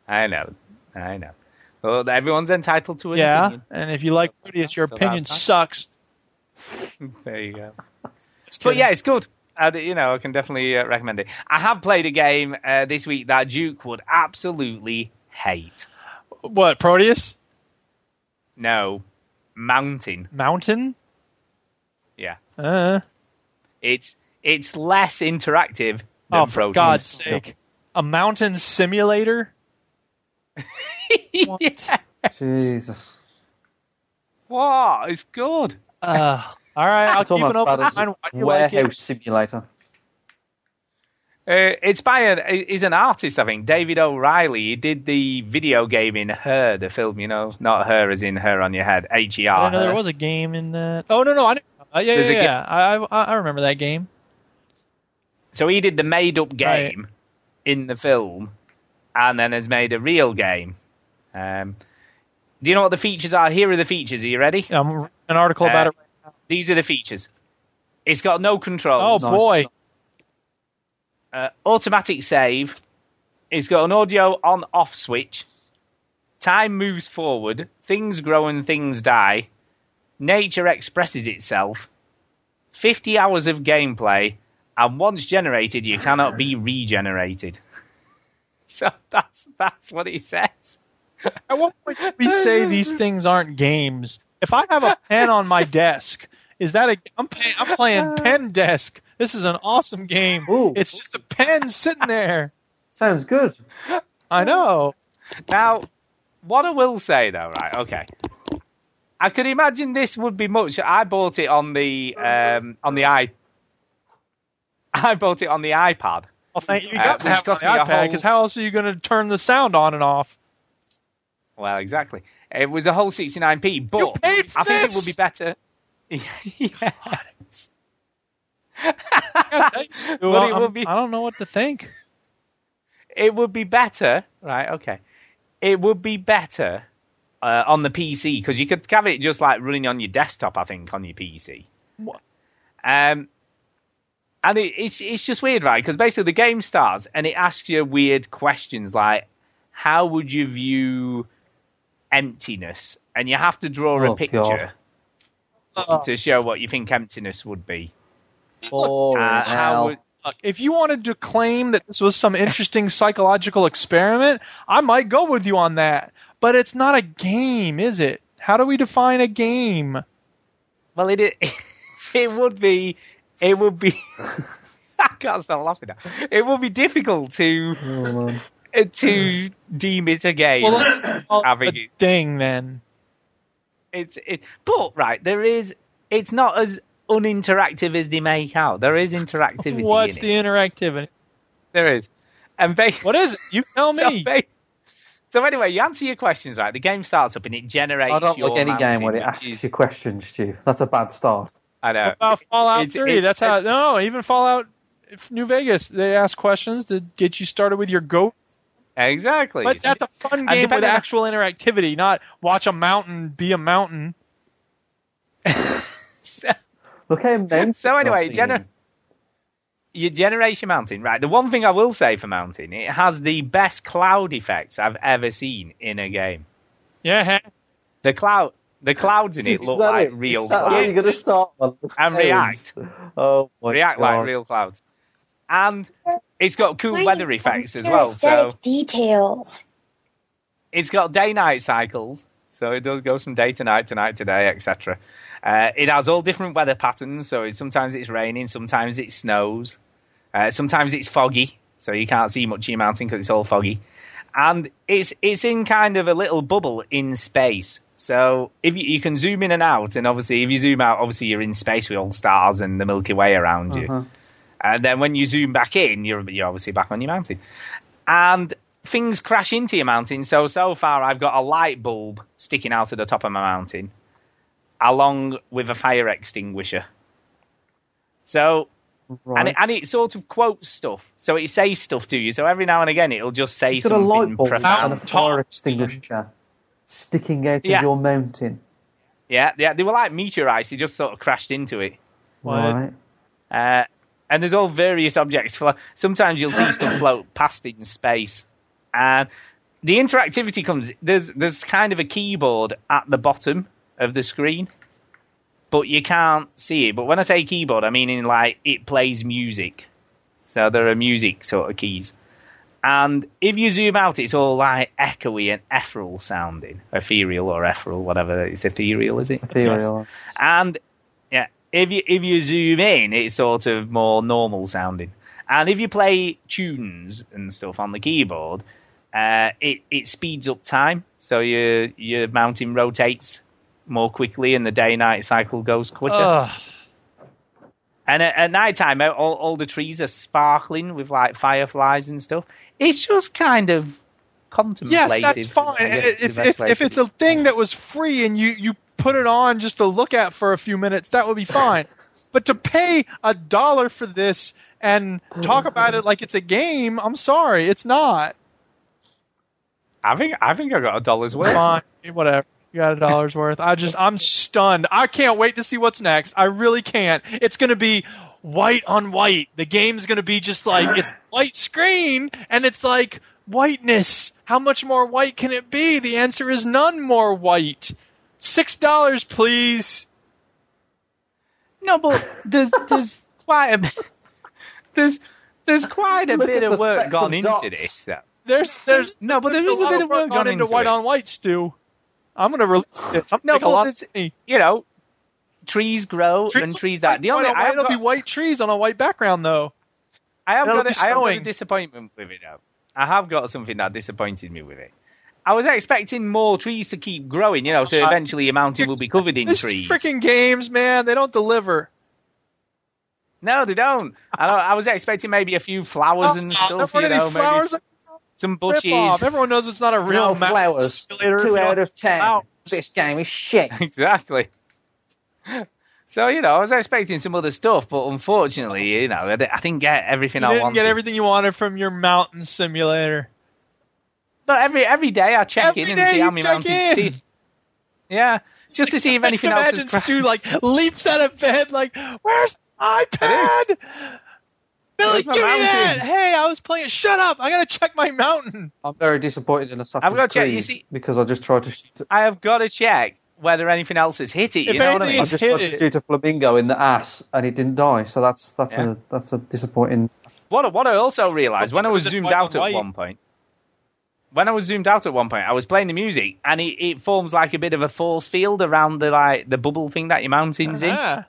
A: I know. I know. So everyone's entitled to an
C: Yeah,
A: opinion.
C: and if you like Proteus, your
A: So
C: opinion
A: that's-
C: sucks.
A: There you go.
C: Just
A: But
C: kidding.
A: yeah, it's good. I, you know, I can definitely uh, recommend it. I have played a game uh, this week that Duke would absolutely hate.
C: what Proteus
A: No, Mountain.
C: Mountain?
A: Yeah,
C: Uh,
A: it's it's less interactive. Than
C: oh, for
A: Proton.
C: God's sake! A mountain simulator?
A: Yeah.
B: Jesus.
A: What? It's good.
C: Uh, all right, I'll
B: It's
C: keep
B: almost
C: an open
B: bad as
C: mind. Why do you like
B: warehouse
C: it?
B: simulator.
A: Uh, inspired is an artist, I think. David O'Reilly. He did the video game in Her, the film, you know, not her as in her on your head. H E
C: I
A: R.
C: didn't know there
A: Her.
C: was a game in that. Oh no, no, I didn't. Uh, yeah,
A: There's a
C: yeah,
A: ga-
C: yeah. I, I, I remember that game.
A: So he did the made up
C: Right.
A: game in the film and then has made a real game. Um, do you know what the features are? Here are the features. Are you ready?
C: I'm reading an article about
A: Uh,
C: it.
A: These are the features. It's got no
C: Oh
A: controls,
C: boy,
A: uh, automatic save. It's got an audio on off switch. Time moves forward. Things grow and things die. Nature expresses itself. 50 hours of gameplay. And once generated, you cannot be regenerated. So that's that's what it says.
C: at what point do we say these things aren't games? If I have a pen on my desk, is that a? I'm, pay, I'm playing Pen Desk. This is an awesome game.
B: Ooh.
C: It's just a pen sitting there.
B: Sounds good.
C: I know.
A: Now, what I will say though, right? Okay, I could imagine this would be much. I bought it on the um, on the i. I bought it on the iPad.
C: Well, thank you. You
A: Uh,
C: got
A: which
C: to have it on
A: cost
C: the
A: me a
C: iPad
A: whole-
C: because how else are you going to turn the sound on and off?
A: Well, exactly. It was a whole 69p, but
C: paid for
A: I think
C: this!
A: it would be better. yes.
C: Well,
A: but it
C: I'm-
A: would be
C: I don't know what to think.
A: it would be better, right? Okay, it would be better uh, on the PC because you could have it just like running on your desktop, I think, on your PC.
C: What?
A: Um, and it, it's it's just weird, right? Because basically the game starts and it asks you weird questions like, how would you view emptiness? And you have to draw
B: Oh,
A: a
B: God.
A: picture
C: Uh,
A: to show what you think emptiness would be.
B: Boring
A: Uh,
B: hell.
A: how would
C: Look, if you wanted to claim that this was some interesting psychological experiment, I might go with you on that. But it's not a game, is it? How do we define a game?
A: Well, it i- it would be it would be. I can't stop laughing now. It would be difficult to
B: Oh, man.
A: uh, to deem it a game.
C: Well, let's just call
A: I
C: it
A: think
C: a
A: it-
C: thing then.
A: it's it, but right there is. It's not as uninteractive as they make out. There is interactivity.
C: What's
A: in
C: the
A: it.
C: interactivity?
A: There is, and ba-
C: What is it? You tell
A: so,
C: me.
A: ba- so anyway, you answer your questions right. The game starts up and it generates.
B: I don't
A: your
B: like any game
A: mountain,
B: where
A: which
B: it asks
A: is-
B: you questions, Stu. That's a bad start.
A: I know.
C: About Fallout
A: It's-
C: Three.
A: it's-
C: That's how. No, even Fallout if New Vegas. They ask questions to get you started with your goat.
A: Exactly.
C: But that's a fun
A: And
C: game with
A: Uh, depending on-
C: actual interactivity, not watch a mountain be a mountain.
A: So-
B: Look how men.
A: So anyway, gener- your generation mountain right the one thing i will say for mountain it has the best cloud effects i've ever seen in a game
C: Yeah. huh?
A: the cloud the clouds in it look like real
B: You're gonna
A: clouds
B: start. on?
A: And react.
B: Oh my
A: react
B: God.
A: like real clouds and it's got cool
E: Finding
A: weather effects as
E: other
A: well
E: aesthetic
A: so
E: details.
A: it's got day night cycles so it does go from day to night to night to day etc uh, it has all different weather patterns so it, sometimes it's raining sometimes it snows uh, sometimes it's foggy so you can't see much of your mountain because it's all foggy and it's it's in kind of a little bubble in space so if you, you can zoom in and out and obviously if you zoom out obviously you're in space with all stars and the milky way around you
B: Uh-huh.
A: and then when you zoom back in, you're, you're obviously back on your mountain. And things crash into your mountain. So, so far, I've got a light bulb sticking out of the top of my mountain, along with a fire extinguisher. So,
B: Right.
A: and, it, and it sort of quotes stuff. So it says stuff to you. So every now and again, it'll just say
B: You've got a light
A: something
B: bulb and a
A: profound.
B: fire extinguisher sticking out
A: Yeah.
B: of your mountain.
A: Yeah, yeah, they were like meteorites. They just sort of crashed into it.
C: What?
B: Right.
A: Uh, and there's all various objects. flo- Sometimes you'll see stuff float past in space. And the interactivity comes there's there's kind of a keyboard at the bottom of the screen but you can't see it but when i say keyboard i mean in like it plays music so there are music sort of keys and if you zoom out it's all like echoey and ethereal sounding ethereal or ethereal whatever it's ethereal is it
B: Ethereal.
A: and yeah, if you if you zoom in, it's sort of more normal sounding. And if you play tunes and stuff on the keyboard, uh, it it speeds up time, so your your mountain rotates more quickly, and the day night cycle goes quicker.
C: Ugh.
A: And at, at night time, uh, all, all the trees are sparkling with like fireflies and stuff. It's just kind of contemplative.
C: Yes, that's fine.
A: I guess, is
C: If,
A: the best
C: if,
A: way
C: if
A: to
C: it's a thing that was free and you, you put it on just to look at for a few minutes, that would be fine. but to pay a dollar for this and talk about it like it's a game, I'm sorry, it's not.
A: I think I think I got a dollar's worth.
C: Fine, whatever. You got a dollar's worth. I just, I'm stunned. I can't wait to see what's next. I really can't. It's going to be white on white. The game's going to be just like, it's white screen, and it's like, whiteness. How much more white can it be? The answer is none more white. Six dollars, please.
A: No, but there's there's quite a bit- there's there's quite a
B: Look
A: bit
B: at the
A: of work
B: specks
A: gone
B: of
A: into
B: dots.
A: this. though.
C: There's, there's,
A: No, but there is a
C: lot
A: bit
C: of
A: of work gone into,
C: white
A: it.
C: on white, Stu. I'm going to release this. I'm
A: No,
C: going
A: but
C: to a lot
A: there's-
C: of money.
A: You know, trees grow and trees die. The only
C: Why don't- why
A: I have
C: don't
A: got,
C: be white trees on a white background, though.
A: I have
C: it'll
A: got
C: be
A: a, I have got a
C: snowing.
A: disappointment with it though. I have got something that disappointed me with it. I was expecting more trees to keep growing, you know, so
C: Uh,
A: eventually your mountain will be covered in
C: These
A: trees.
C: freaking games, man, they don't deliver.
A: No, they don't. I, don't, I was expecting maybe a few flowers and
C: Oh, there
A: stuff,
C: weren't
A: you
C: any
A: know, maybe
C: flowers.
A: some
C: Rip off.
A: bushes.
C: Everyone knows it's not a
B: No
C: real mountain
B: flowers.
C: simulator if
B: Two
C: you don't
B: out of
C: have
B: ten.
C: flowers.
B: This game is shit.
A: exactly. So you know, I was expecting some other stuff, but unfortunately, you know, I di- I didn't get everything
C: You
A: I
C: didn't
A: wanted.
C: get everything you wanted from your mountain simulator.
A: but every every day I check
C: Every
A: in and
C: day
A: see
C: you
A: how many
C: check
A: mountains.
C: in.
A: See, yeah, just to see if
C: I just
A: anything else
C: imagine
A: is crap.
C: Stu like leaps out of bed, like, "Where's my iPad? Billy,
A: Where's
C: give
A: my
C: me
A: mountain?"
C: that! Hey, I was playing. Shut up! I gotta check my mountain.
B: I'm very disappointed in Assassin's
A: I've got to check,
B: Creed
A: you see-
B: because I just tried to shoot.
A: I have got to check whether anything else has hit it. You
C: If
A: know what I
C: anything
A: mean?
B: I
C: is-
B: just
C: hit
B: tried to
C: it.
B: shoot a flamingo in the ass and it didn't die. So that's that's
A: Yeah.
B: a that's a disappointing.
A: What I- what I also realised when I was
C: Is it
A: zoomed
C: white
A: out
C: on
A: at
C: white?
A: one point. When I was zoomed out at one point, I was playing the music, and it, it forms like a bit of a force field around the like the bubble thing that your mountain's in.
C: Ah.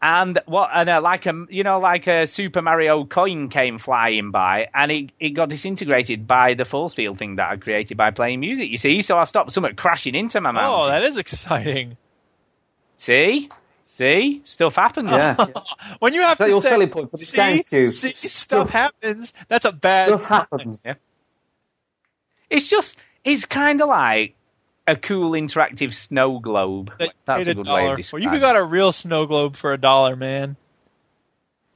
A: And what and uh, like a you know like a Super Mario coin came flying by, and it, it got disintegrated by the force field thing that I created by playing music. You see, so I stopped something crashing into my
C: Oh,
A: mountain.
C: that is exciting.
A: See, see, stuff happened.
B: Yeah.
C: when you have
B: that
C: to
B: your
C: say,
B: selling point for this
C: see,
B: game, Stu?
C: see, stuff happens. That's a bad.
B: Stuff
C: sign.
B: happens.
A: Yeah. it's just it's kind of like a cool interactive snow globe.
C: That you
A: That's
C: paid
A: a
C: a
A: good way
C: dollar
A: of
C: for.
A: describing.
C: You could got a real snow globe for a dollar, man.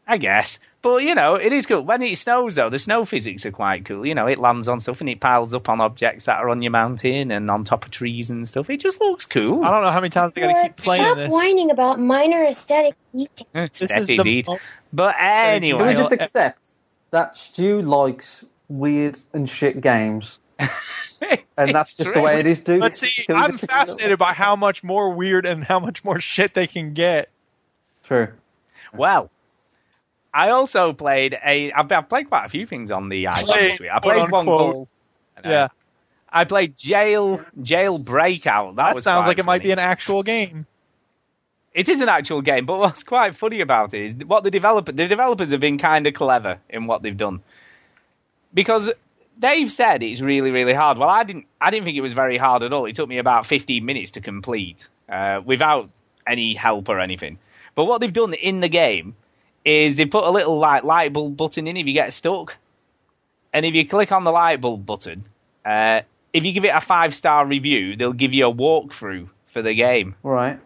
A: I guess. But you know, it is cool. When it snows though, the snow physics are quite cool. You know, it lands on stuff and it piles up on objects that are on your mountain and on top of trees and stuff. It just looks cool.
C: I don't know how many times I gotta keep
E: Look,
C: playing
E: stop
C: this.
E: whining about minor aesthetic details.
C: This
A: Step
C: is the
A: indeed.
C: most-
A: But
B: Can we
A: anyway,
C: Well,
B: just accept that Stu likes weird and shit games, and that's
A: it's
B: just the
A: true.
B: way it is, dude?
C: But see,
B: Can we
C: I'm
B: just-
C: fascinated by how much more weird and how much more shit they can get.
B: True.
A: Well, I also played a. I've, I've played quite a few things on the iPhone
C: Played,
A: Suite. I played one
C: quote-unquote.
A: called. I know.
C: Yeah,
A: I played Jail Jail Breakout. That,
C: that
A: was
C: sounds
A: quite
C: like it might
A: funny.
C: be an actual game.
A: it is an actual game, but what's quite funny about it is what the developer the developers have been kind of clever in what they've done because they've said it's really really hard. Well, I didn't I didn't think it was very hard at all. It took me about 15 minutes to complete uh, without any help or anything. But what they've done in the game is they put a little light light bulb button in if you get stuck, and if you click on the light bulb button, uh, if you give it a five star review, they'll give you a walkthrough for the game.
B: Right.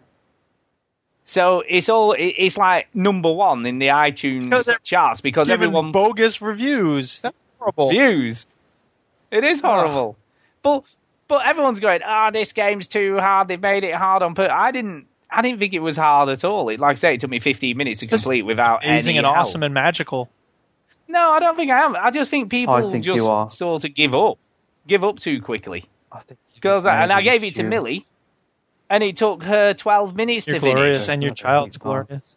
A: So it's all it- it's like number one in the iTunes
C: Because they're
A: charts because
C: Given
A: everyone
C: bogus reviews. That's horrible.
A: views. It is horrible, but but everyone's going, ah, this game's too hard. They made it hard on purpose. I didn't I didn't think it was hard at all. It like I say, it took me 15 minutes to
C: just
A: complete without any
C: Amazing and
A: help.
C: awesome and magical.
A: No, I don't think I am. I just think people
B: I think
A: just
B: you are.
A: sort of give up. give up too quickly.
B: I think you
A: Girls,
B: can
A: and I
B: manage
A: gave it to
B: you.
A: Millie, and it took her 12 minutes
C: You're
A: to finish.
C: glorious, and your
B: Nothing
C: child's
B: you can't.
C: glorious.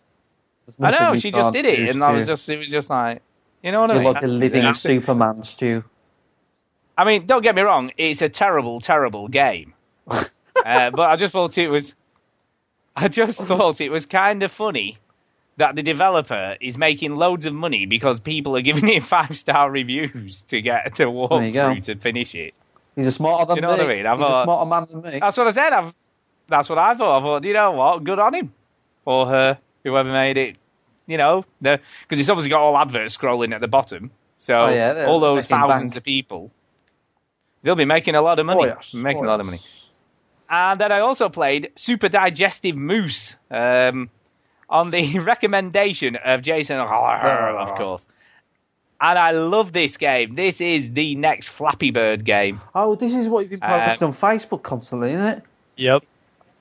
B: There's
A: I know
B: nothing
A: she
B: you
A: just
B: can't
A: did it,
B: do,
A: and I was
B: Stu.
A: just it was just like, you know what I
B: You're
A: mean?
B: like a living
A: I-
B: Superman, Stu.
A: I mean, don't get me wrong, it's a terrible, terrible game, uh, but I just thought it was, I just thought it was kind of funny that the developer is making loads of money because people are giving it five star reviews to get to walk
B: There you go.
A: through to finish it.
B: He's a smarter than
A: You know what
B: me.
A: I mean? I'm
B: He's a
A: a-
B: smarter man than me.
A: That's what I said. I've, that's what I thought. I thought, you know what? Good on him or her, whoever made it. You know, because it's obviously got all adverts scrolling at the bottom. So
B: Oh, yeah, they're
A: all those
B: making
A: thousands
B: bank.
A: of people, they'll be making a lot of money.
B: Oh, yes.
A: Making
B: Oh,
A: a lot of money. And then I also played Super Digestive Moose um, on the recommendation of Jason, of course. And I love this game. This is the next Flappy Bird game.
B: Oh, this is what you've been
A: Uh,
B: posting on Facebook constantly, isn't it?
C: Yep.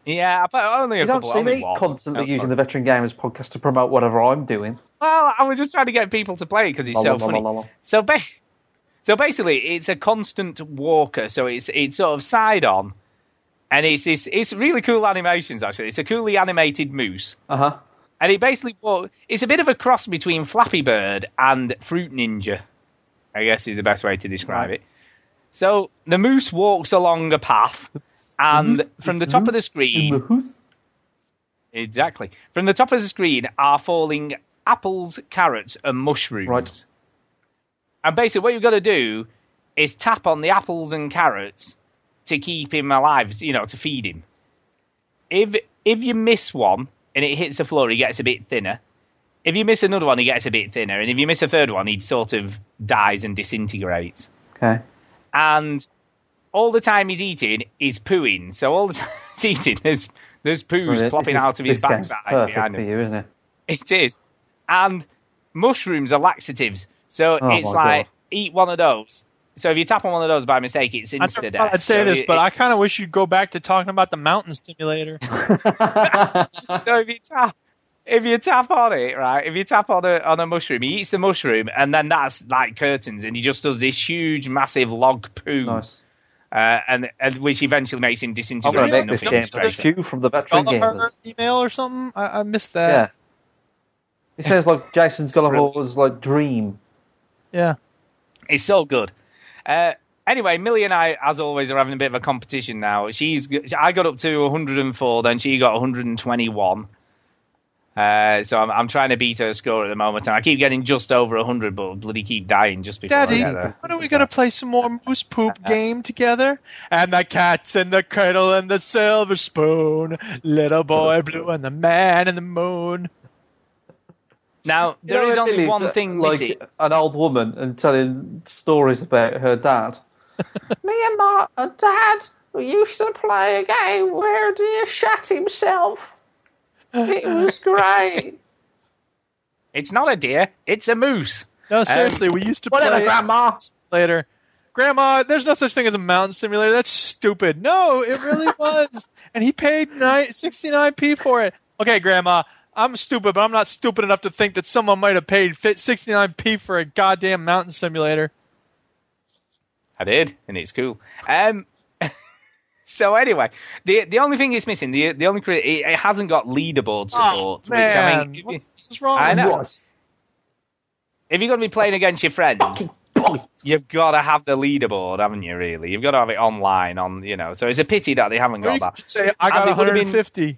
A: Yeah, I play only a
B: You don't
A: couple.
B: see
A: only
B: me
A: one.
B: constantly
A: Not
B: using
A: lots.
B: the Veteran Gamers podcast to promote whatever I'm doing.
A: Well, I was just trying to get people to play it because it's
B: La,
A: so
B: la, la,
A: funny.
B: la, la.
A: So, ba- so basically, it's a constant walker. So it's it's sort of side on, and it's it's, it's really cool animations. Actually, it's a coolly animated moose,
B: Uh huh.
A: and it basically wa- it's a bit of a cross between Flappy Bird and Fruit Ninja. I guess is the best way to describe
B: Right.
A: it. So the moose walks along a path, and from the top of the screen,
B: Mm-hmm.
A: Exactly. From the top of the screen are falling apples, carrots, and mushrooms.
B: Right.
A: And basically, what you've got to do is tap on the apples and carrots to keep him alive. You know, to feed him. If if you miss one and it hits the floor, he gets a bit thinner. If you miss another one, he gets a bit thinner, and if you miss a third one, he sort of dies and disintegrates
B: Okay.
A: and all the time he's eating is pooing. So all the time he's eating, there's there's poos
B: Brilliant.
A: plopping
B: This is-
A: out of his
B: this game's
A: backside
B: Perfect
A: behind
B: for
A: him.
B: you, isn't it?
A: It is, and mushrooms are laxatives. So
B: Oh
A: it's
B: my
A: like
B: God.
A: eat one of those. So if you tap on one of those by mistake, it's
C: I
A: insta
C: never
A: death.
C: thought I'd say
A: so
C: this,
A: it-
C: but
A: it-
C: I kind of wish you'd go back to talking about the mountain simulator.
A: so if you tap if you tap on it, right? If you tap on a on a mushroom, he eats the mushroom, and then that's like curtains, and he just does this huge, massive log poo,
B: Nice.
A: uh, and, and which eventually makes him
B: I'm
A: disintegrate.
B: going to
A: and
B: make Oh, this
A: nothing
B: game
A: straight.
B: for Stu from the Veteran
C: Her
B: Gamers.
C: email or something? I, I missed
B: Yeah.
C: that.
B: It sounds like Jason Gullahor's like dream.
C: Yeah.
A: It's so good. Uh, anyway, Millie and I, as always, are having a bit of a competition now. She's I got up to 104, then she got 121. Uh, so I'm, I'm trying to beat her score at the moment, and I keep getting just over 100, but bloody keep dying just before I
C: Daddy,
A: get there.
C: when are we gonna play some more moose poop game together? And the cats in the cradle and the silver spoon, little boy blue and the man in the moon.
A: Now there
B: You
A: is
B: know,
A: only
B: Billy's,
A: one
B: uh,
A: thing
B: like
A: missing.
B: an old woman and telling stories about her dad. Me and my uh, dad we used to play a game where he shat himself. It was great.
A: It's not a deer, it's a moose.
C: No, seriously, we used to
B: Whatever,
C: play
B: Grandma.
C: later. Grandma, there's no such thing as a mountain simulator. That's stupid. No, it really was. And he paid nine, 69p for it. Okay, Grandma, I'm stupid, but I'm not stupid enough to think that someone might have paid fit 69p for a goddamn mountain simulator.
A: I did, and it's cool. Um, so anyway, the the only thing it's missing, the the only cri- it, it hasn't got leaderboard support. which, I mean,
C: Oh, Man, what's wrong?
A: I know.
B: What?
A: if you're going to be playing against your friends, you've got to have the leaderboard, haven't you? Really, you've got to have it online on you know. So it's a pity that they haven't
C: Or you
A: got that.
C: could just say, I
A: And
C: got
A: it would've been-
C: 150.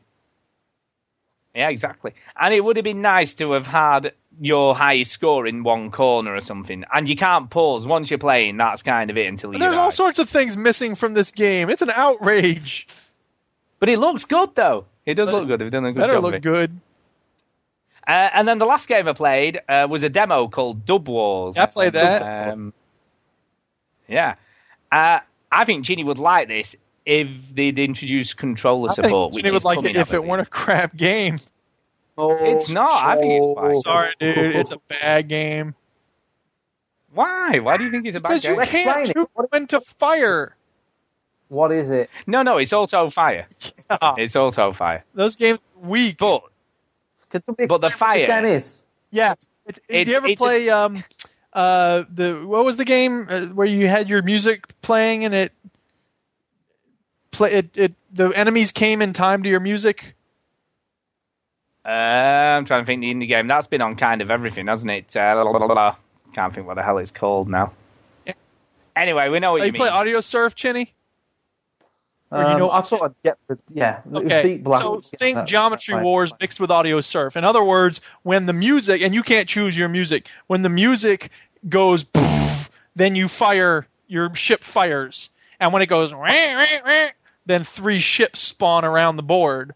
A: Yeah, exactly. And it would have been nice to have had your highest score in one corner or something. And you can't pause once you're playing. That's kind of it until you.
C: There's
A: die.
C: all sorts of things missing from this game. It's an outrage.
A: But it looks good though. It does look good. They've done a good
C: Better
A: job. of
C: look
A: it.
C: good.
A: Uh, and then the last game I played uh, was a demo called Dub Wars.
C: Yeah, I played that.
A: Um, yeah. Uh, I think Ginny would like this if they'd introduced controller
C: I think
A: support.
C: Ginny
A: which
C: would
A: is
C: like it
A: coming,
C: if
A: I
C: it
A: believe.
C: weren't a crap game.
A: It's not. I think
B: Oh.
A: it's fine.
C: Sorry, dude. It's a bad game.
A: Why? Why do you think it's a bad
C: Because you
A: game?
C: can't
B: Explain it.
C: shoot when to fire.
B: What is it?
A: No, no, it's auto fire.
C: Ah.
A: It's auto fire.
C: Those games are weak.
A: But
B: Can somebody
A: But the
B: explain what this
A: fire-
B: game is?
C: Yes. Did
A: It's-
C: you ever
A: it's a-
C: play um, uh, the what was the game uh, where you had your music playing and it play it, it the enemies came in time to your music?
A: Uh, I'm trying to think the indie game. That's been on kind of everything, hasn't it? Uh, la, la, la, la, la. Can't think what the hell it's called now. Anyway, we know what
C: Oh,
A: you,
C: you
A: mean.
C: play Audio Surf, Chinny? Or you
B: Um,
C: know-
B: I sort of get the yeah.
C: Okay.
B: Deep Black,
C: so
B: yeah,
C: think
B: that-
C: Geometry
B: that-
C: Wars mixed with Audio Surf. In other words, when the music and you can't choose your music, when the music goes, poof, then you fire your ship fires, and when it goes, wah, wah, wah, then three ships spawn around the board.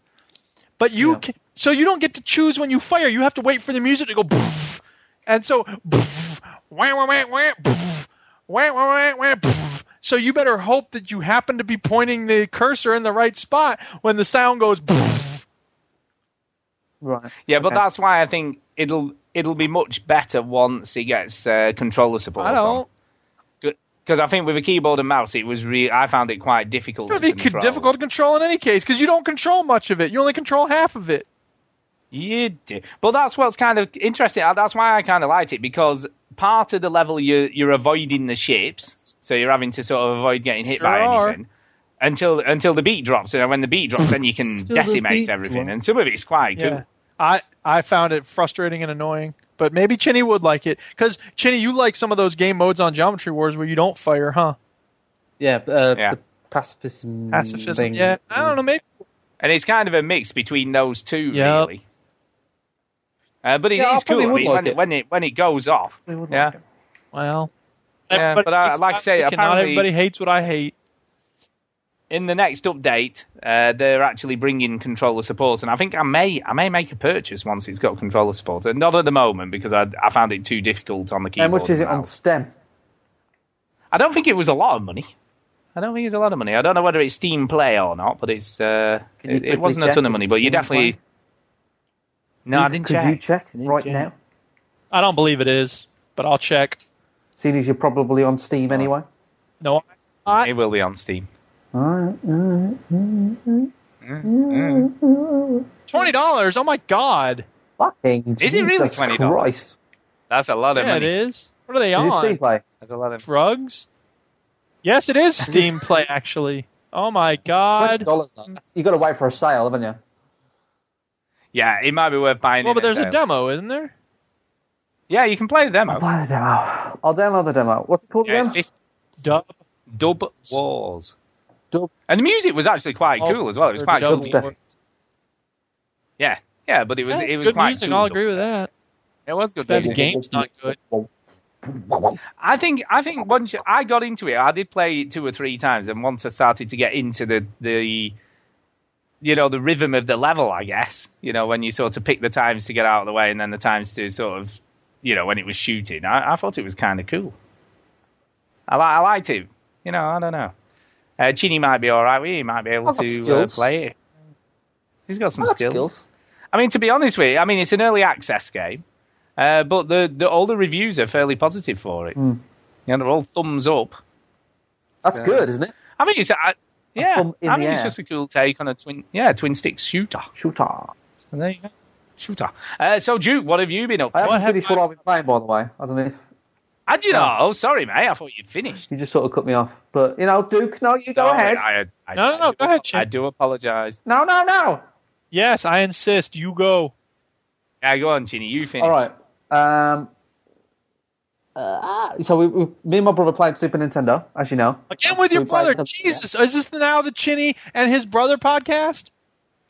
C: But you
B: Yeah.
C: can, so you don't get to choose when you fire. You have to wait for the music to go, poof. and so poof, wah, wah, wah, wah, poof, wah, wah, wah, wah, poof. So you better hope that you happen to be pointing the cursor in the right spot when the sound goes. poof.
B: Right.
A: Yeah, but
B: Okay.
A: that's why I think it'll it'll be much better once he gets uh, controller support.
C: I don't.
A: because I think with a keyboard and mouse, it was re- I found it quite difficult.
C: It's going
A: to
C: to be
A: control.
C: difficult to control in any case because you don't control much of it. You only control half of it.
A: You do, but that's what's kind of interesting. Uh, That's why I kind of liked it because part of the level you you're avoiding the ships, so you're having to sort of avoid getting hit
C: Sure
A: by
C: are.
A: anything until until the beat drops. And when the beat drops, then you can
B: Till the
A: decimate
B: beat
A: everything.
B: drops.
A: And some of it's quite
C: Yeah.
A: good.
C: I I found it frustrating and annoying, but maybe Chinny would like it because Chinny, you like some of those game modes on Geometry Wars where you don't fire, huh?
B: Yeah. Uh,
A: Yeah. Oh.
B: The
C: Mm,
B: pacifism.
C: Pacifism.
B: Thing.
C: Yeah. I don't know. Maybe
A: And it's kind of a mix between those two,
B: Yeah.
A: really. Uh, but it is
B: Yeah, I
A: cool.
B: probably
A: I
B: would
A: mean,
B: like
A: when,
B: it.
A: it, when it when it goes off,
B: They would like
A: yeah,
B: it.
C: Well,
A: Yeah, but I- like I say,
C: not
A: apparently-
C: everybody hates what I hate.
A: in the next update, uh, they're actually bringing controller support, and I think I may I may make a purchase once it's got controller support. And not at the moment because I, I found it too difficult on the
B: How
A: keyboard.
B: much is
A: and
B: it on
A: mouse.
B: STEM?
A: I don't think it was a lot of money. I don't think it's a lot of money. I don't know whether it's Steam Play or not, but it's uh,
B: Can
A: it,
B: you
A: it
B: quickly
A: wasn't a
B: check
A: ton of
B: if
A: money.
B: it's
A: But you
B: Steam
A: definitely
B: Play?
A: no, I didn't
B: Could
A: check.
B: you check
A: Didn't
B: right
A: check.
B: now?
C: I don't believe it is, but I'll check.
B: Seeing as you're probably on Steam anyway.
C: No,
A: It will be on Steam.
B: Alright, alright.
C: twenty dollars. Oh my god!
B: Fucking
A: Is it really
B: Jesus
A: $20?
B: Christ.
A: That's a lot of
C: Yeah, it
A: money.
C: is. What are they
B: Is
C: on?
B: it Steam Play?
A: That's a lot of
C: drugs? Yes, it is Steam Play actually. Oh my god. Well,
B: $20 though. you got to wait for a sale, haven't you?
A: yeah. It might be worth buying. it
C: but there's a
A: itself.
C: demo, isn't there?
A: Yeah, you can play the demo.
B: Buy the demo. I'll download the demo. What's it called
A: Yeah, it's
B: again?
A: 50
C: Dub.
A: Dub Wars.
B: Dub.
A: And the music was actually quite
C: Oh,
A: cool as well. It was
C: Or
A: quite
C: Dub
A: cool.
B: dubstep.
C: War.
A: Yeah, yeah, but it was
C: Yeah,
A: it
C: it's
A: was
C: good
A: quite
C: music.
A: cool
C: I'll agree with
A: dubstep.
C: that.
A: It was good
C: Bad
A: music.
C: game. game's not good.
B: Ah,
A: I think I think once you- I got into it, I did play it two or three times, and once I started to get into the the you know the rhythm of the level, I guess you know when you sort of pick the times to get out of the way, and then the times to sort of you know when it was shooting. I, I thought it was kind of cool. I, li- I liked it. You know, I don't know. Uh, Chini might be all right. We might be able
B: I've got
A: to uh,
B: skills.
A: play it. He's got some
B: I've got
A: skills.
B: skills.
A: I mean, to be honest with you, I mean it's an early access game, uh, but the, the all the reviews are fairly positive for it.
B: Mm.
A: You know, they're all thumbs up.
B: That's good, isn't it?
A: I think it's I, yeah.
B: thumb in
A: I
B: the
A: think it's
B: air.
A: just a cool take on a twin yeah twin stick shooter.
B: Shooter.
A: So there you go, shooter. Uh, so Duke, what have you been up
B: I
A: to?
B: haven't
C: have
B: finished
C: I-
B: what I've been playing, by the way. I don't know if
A: I do know. Oh, sorry, mate. I thought you'd finished.
B: you just sort of cut me off. But, you know, Duke, no, you go
A: Sorry,
B: ahead.
A: I, I,
C: No, no, no,
A: I do
C: go ahead,
A: apo-
C: Shane.
A: I do apologise.
B: No, no, no.
C: Yes, I insist. You go.
A: Yeah, go on, Ginny. You finish.
B: All right. Um, uh, so we, we, me and my brother played Super Nintendo, as you know.
C: Again with your
B: We played
C: brother.
B: the-
C: Jesus, is this now the Chinny and his brother podcast?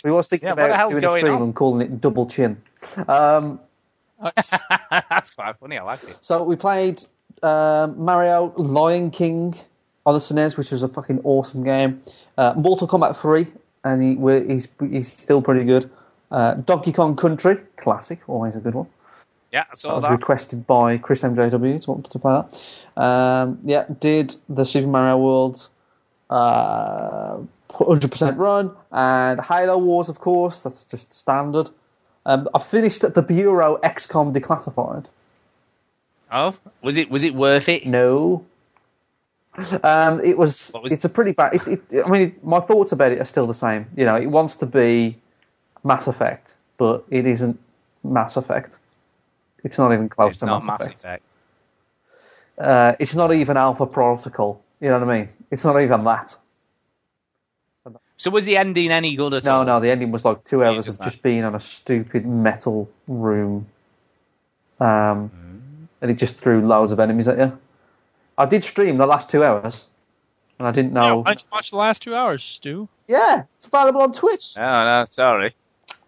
B: We was thinking
A: Yeah, what the
B: about
A: hell's
B: doing a
A: going
B: stream
A: on?
B: and calling it Double Chin. Um,
A: That's quite funny. I like it.
B: so we played um, Mario Lion King on the SNES, which was a fucking awesome game. Uh, Mortal Kombat 3, and he, we're, he's, he's still pretty good. Uh, Donkey Kong Country, classic, always a good one.
A: Yeah, I saw
B: was
A: that.
B: requested by Chris MJW to want to play that. Um, yeah, did the Super Mario World uh, 100% run and Halo Wars, of course. That's just standard. Um, I finished at the Bureau XCOM Declassified.
A: Oh, was it was it worth it?
B: No. Um, it was,
A: What was-
B: It's a pretty bad. It's. It, I mean, it, my thoughts about it are still the same. You know, it wants to be Mass Effect, but it isn't Mass Effect. It's not even close
A: It's
B: to
A: not
B: Mass
A: Mass
B: Effect.
A: Effect.
B: Uh, it's not even Alpha Protocol. You know what I mean? It's not even that.
A: So was the ending any good at
B: No,
A: all?
B: no, the ending was like two hours
A: just
B: of
A: that.
B: just being on a stupid metal room. Um, And it just threw loads of enemies at you. I did stream the last two hours, and I didn't
C: Yeah,
B: know.
C: why don't you watch the last two hours, Stu?
B: Yeah, it's available on Twitch.
A: No, Oh, no, sorry,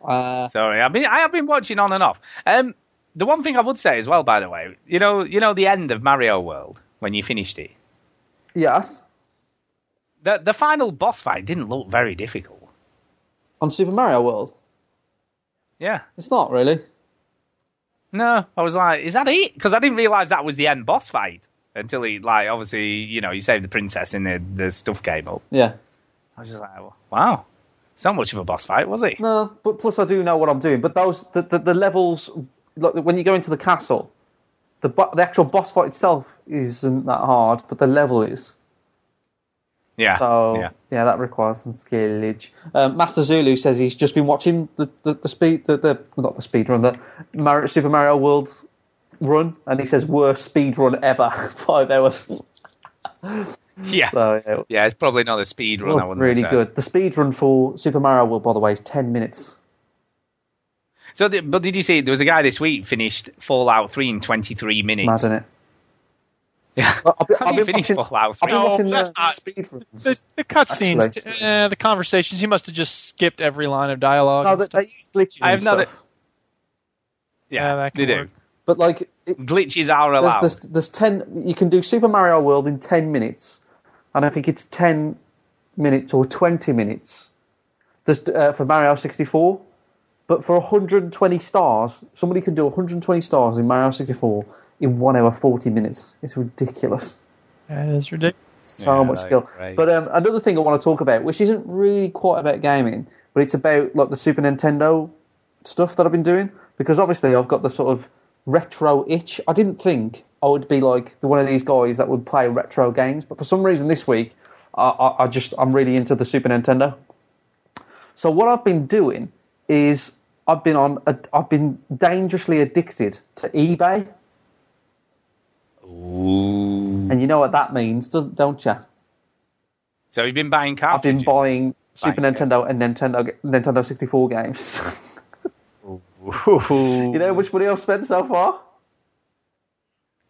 B: Uh,
A: sorry. I've been I have been watching on and off. Um, the one thing I would say as well, by the way, you know, you know the end of Mario World when you finished it.
B: yes,
A: The the final boss fight didn't look very difficult.
B: on Super Mario World.
A: Yeah.
B: It's not really.
A: No, I was like, is that it? Because I didn't realize that was the end boss fight until he like obviously you know you saved the princess and the the stuff came up.
B: Yeah.
A: I was just like, wow, it's not much of a boss fight, was it?
B: No, but plus I do know what I'm doing. But those the, the, the levels, like when you go into the castle, the bo- the actual boss fight itself isn't that hard, but the level is.
A: Yeah.
B: So
A: yeah.
B: yeah, that requires some skillage. Um, Master Zulu says he's just been watching the, the, the speed the, the not the speed run the Mario, Super Mario World run, and he says worst speed run ever, five hours. So
A: Yeah.
B: yeah, it
A: Yeah, it's probably not a speed run. I
B: was
A: wouldn't
B: Oh, really
A: say.
B: good. The speed run for Super Mario World, by the way, is ten minutes.
A: So, the, but did you see there was a guy this week finished Fallout 3 in 23 minutes?
B: Mad, isn't it?
A: Yeah.
B: I've been-
A: How
B: I've
A: do you
B: been
A: finish
B: watching-
A: Fallout
B: I've
A: 3?
B: been
C: No,
B: watching
C: that's
B: the
C: not-
B: speed runs.
C: The, the cutscenes,
B: Actually.
C: uh, the conversations. He must have just skipped every line of dialogue.
B: No,
C: and
B: they,
C: stuff.
B: they use glitches.
A: I have
B: and
A: not-
B: stuff.
A: yeah,
C: yeah, that
A: they
C: can work.
A: do.
B: But like, it,
A: Glitches are
B: there's,
A: allowed.
B: there's there's ten. You can do Super Mario World in ten minutes, and I think it's ten minutes or twenty minutes. There's uh, for Mario 64, but for 120 stars, somebody can do 120 stars in Mario 64 in one hour 40 minutes. It's ridiculous.
C: That is ridiculous.
B: so
A: Yeah,
B: much
A: like,
B: skill.
A: right.
B: But um, another thing I want to talk about, which isn't really quite about gaming, but it's about like the Super Nintendo stuff that I've been doing because obviously I've got the sort of retro itch. I didn't think I would be like the, one of these guys that would play retro games, but for some reason this week I, I, I just I'm really into the Super Nintendo. So what I've been doing is I've been on a, I've been dangerously addicted to eBay,
A: Ooh.
B: and you know what that means, doesn't don't you?
A: So you've been buying
B: I've been
A: cartridges?
B: buying Super
A: Buying
B: Nintendo and Nintendo ga- Nintendo 64 games.
A: Ooh.
B: you know how much money I've spent so far?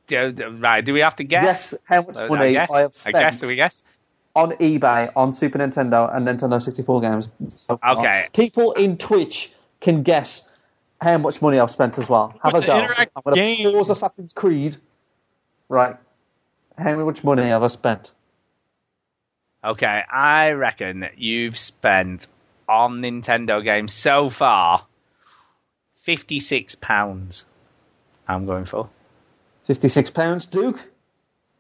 A: Do- do- right, do we have to guess?
B: Yes, how much
A: Uh, I
B: money
A: guess.
B: I have
A: I
B: spent
A: guess. Do we guess?
B: on eBay on Super Nintendo and Nintendo 64 games so far.
A: Okay.
B: People in Twitch can guess how much money I've spent as well. Have
C: What's
B: a go.
C: an interactive
B: I'm gonna
C: game?
B: pause Assassin's Creed. Right. How much money have I spent?
A: Okay, I reckon that you've spent on Nintendo games so far £56. I'm going for.
B: Fifty-six pounds, Duke.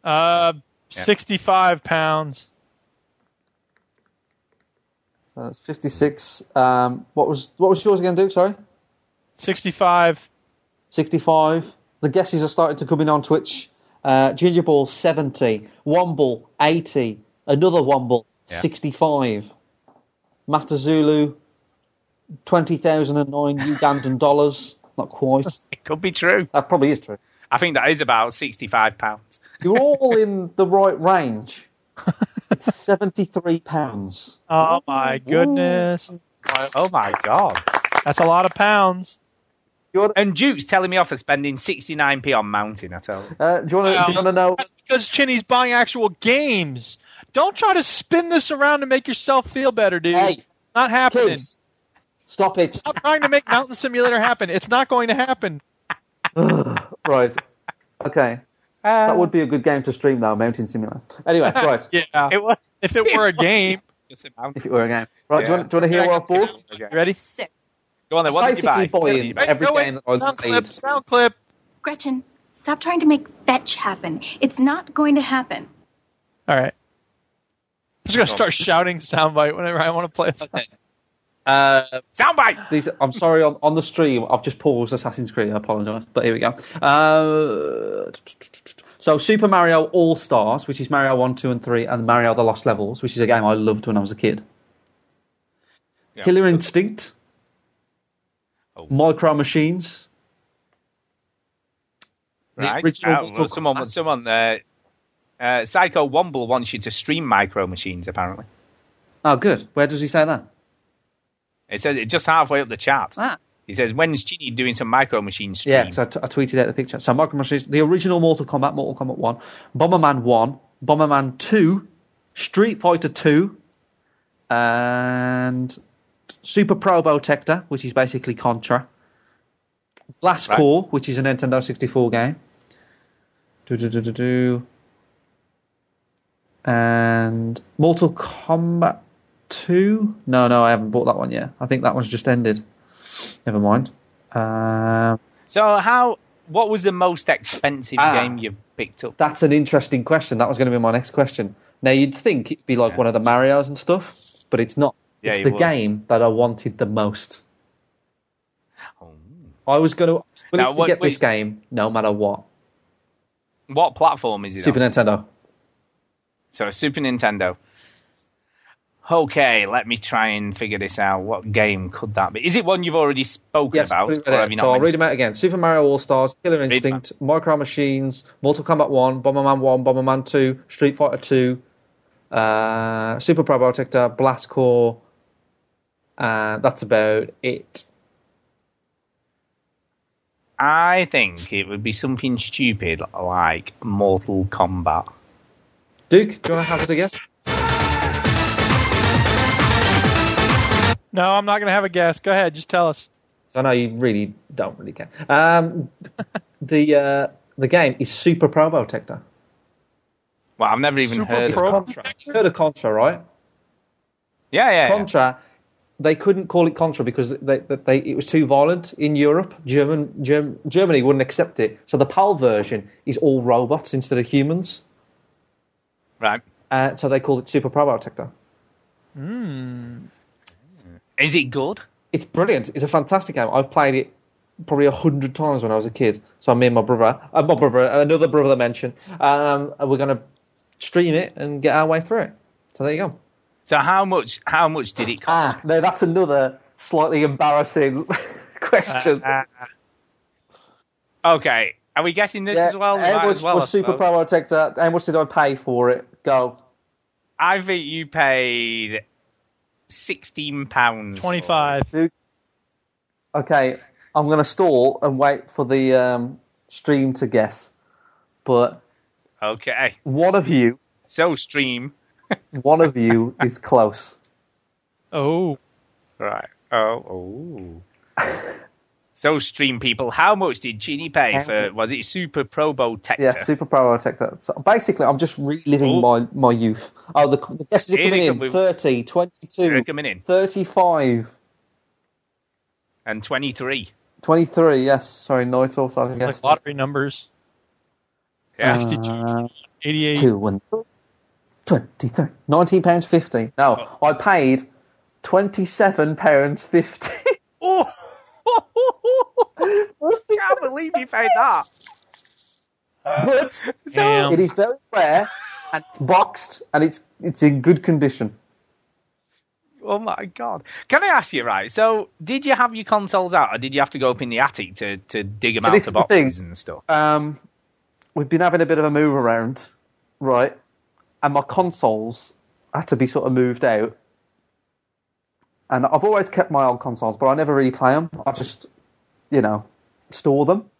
C: Uh, sixty-five pounds.
B: So that's fifty-six. Um, what was what was yours again, Duke? Sorry.
C: Sixty-five.
B: 65. The guesses are starting to come in on Twitch. Uh, Ginger Ball, 70. Womble, 80. Another Womble,
A: Yeah.
B: 65. Master Zulu, 20,009 Ugandan dollars. Not quite.
A: It could be true.
B: That probably is true.
A: I think that is about sixty-five pounds.
B: You're all in the right range. It's 73 pounds.
C: Oh my goodness,
A: Oh my god!
C: that's a lot of pounds.
A: And Duke's telling me off for spending sixty-nine p on Mountain. I tell you.
B: Uh, do you want to know?
C: That's because Chinny's buying actual games. Don't try to spin this around to make yourself feel better, dude.
B: Hey,
C: not happening.
B: kids, stop it.
C: Stop trying to make Mountain Simulator happen. It's not going to happen.
B: Right. Okay. That would be a good game to stream, though, Mountain Simulator. Anyway, right.
C: Yeah.
A: It was
C: if it were a game,
A: just a mountain.
B: if it were a game. Right, do, you want, do you want to hear what I've bought?
A: Okay.
C: you ready?
I: Sick.
A: Go on then. What did you buy?
B: Basically
A: What did
B: buying
A: you buy?
B: every
C: Hey, no,
B: game
C: wait.
B: that I've
C: sound clip.
B: played.
C: Sound clip.
I: Gretchen, stop trying to make fetch happen. It's not going to happen.
C: All right. I'm just gonna start shouting soundbite whenever I want to play. it.
B: Uh,
A: Soundbite.
B: these, I'm sorry, on, on the stream, I've just paused Assassin's Creed, I apologise, but here we go. Uh, so, Super Mario All Stars, which is Mario 1, 2, and 3, and Mario The Lost Levels, which is a game I loved when I was a kid.
A: Yeah.
B: Killer Instinct,
A: Oh.
B: Micro Machines,
A: right?
B: original
A: Uh,
B: Mortal
A: well, someone,
B: Kombat.
A: someone, uh, uh, Psycho Womble wants you to stream Micro Machines. Apparently,
B: Oh, good. Where does he say that?
A: it says it just halfway up the chart.
B: Ah.
A: He says, "When's Chini doing some Micro Machine stream?"
B: Yeah, so I, t- I tweeted out the picture. So Micro Machines, the original Mortal Kombat, Mortal Kombat 1, Bomberman 1, Bomberman 2, Street Fighter 2, and Super Pro Protector, which is basically Contra, Glass
A: Right.
B: Core, which is a Nintendo 64 game, Do-do-do-do-do. and Mortal Kombat 2. No, no, I haven't bought that one yet. I think that one's just ended. Never mind. Um,
A: So how? What was the most expensive
B: Ah.
A: game you've picked up?
B: That's an interesting question. That was going to be my next question. Now you'd think it'd be like
A: Yeah.
B: one of the Mario's and stuff, but it's not.
A: Yeah,
B: it's
A: you
B: the
A: would.
B: game that I wanted the most. I was going to, willing
A: Oh. Now,
B: to
A: what-
B: get this
A: wait.
B: game no matter what.
A: What platform is it
B: Super
A: on?
B: Nintendo.
A: So Super Nintendo. Okay, let me try and figure this out. What game could that be? Is it one you've already spoken
B: Yes,
A: about?
B: put
A: Or
B: it right
A: have you
B: there.
A: not
B: so I'll read
A: mentioned-
B: them out again. Super Mario All Stars, Killer
A: them.
B: Instinct, Micro Machines, Mortal Kombat 1, Bomberman 1, Bomberman 2, Street Fighter 2, uh, Super Pro Protector, Blast Core. Uh, that's about it.
A: I think it would be something stupid like Mortal Kombat.
B: Duke, do you want to have it a guess?
C: No, I'm not going to have a guess. Go ahead, just tell us.
B: So I know you really don't really care. Um, the uh, the game is Super Pro Protector.
A: Well, I've never even
C: Super
A: heard
C: Pro
A: of it.
B: Contra. You heard of Contra, right?
A: Yeah, yeah. yeah.
B: Contra. They couldn't call it Contra because they, they, they, it was too violent in Europe. German, Germ, Germany wouldn't accept it. So the PAL version is all robots instead of humans.
A: Right.
B: Uh, so they called it Super Pro Protector.
A: Is it good?
B: it's brilliant. It's a fantastic game. I've played it probably a hundred times when I was a kid. So me and my brother, uh, my brother, another brother that I mentioned, um, we're gonna stream it and get our way through it. So there you go.
A: So how much? How much did it cost?
B: Ah, no, that's another slightly embarrassing question.
A: Uh, okay. Are we guessing this as well? We
B: how
A: might
B: much
A: as well, I
B: was Super
A: suppose.
B: Pro Protector? How much did I pay for it? Go.
A: I think you paid sixteen pounds.
C: 25.
B: Okay, I'm gonna stall and wait for the um, stream to guess. But
A: Okay.
B: one of you,
A: So stream.
B: one of you is close.
C: Oh,
A: Right. Oh. oh. so, stream people, how much did Chini pay for? Was it Super Probo Tector?
B: Yeah, super power protector. So basically, I'm just reliving
A: Ooh.
B: my, my youth. Oh, the, the guesses are
A: Here
B: coming
A: they
B: in.
A: come with-
B: 30, 22,
A: They're coming in
B: 35,
A: and twenty three.
B: 23. Yes, sorry, night off. I guess.
C: like lottery numbers.
A: Yeah.
C: 62, 88.
B: Two and 23. 19 pounds 50. No, I paid 27 pounds 50.
A: Oh, I can't believe you paid that.
B: but
C: Damn.
B: it is very rare and it's boxed and it's it's in good condition.
A: Oh my god! Can I ask you right? So, did you have your consoles out, or did you have to go up in the attic to to dig them
B: So
A: out
B: this
A: of
B: is the thing.
A: boxes and stuff?
B: um, we've been having a bit of a move around, right? And my consoles had to be sort of moved out. And I've always kept my old consoles, but I never really play them. I just, you know, store them.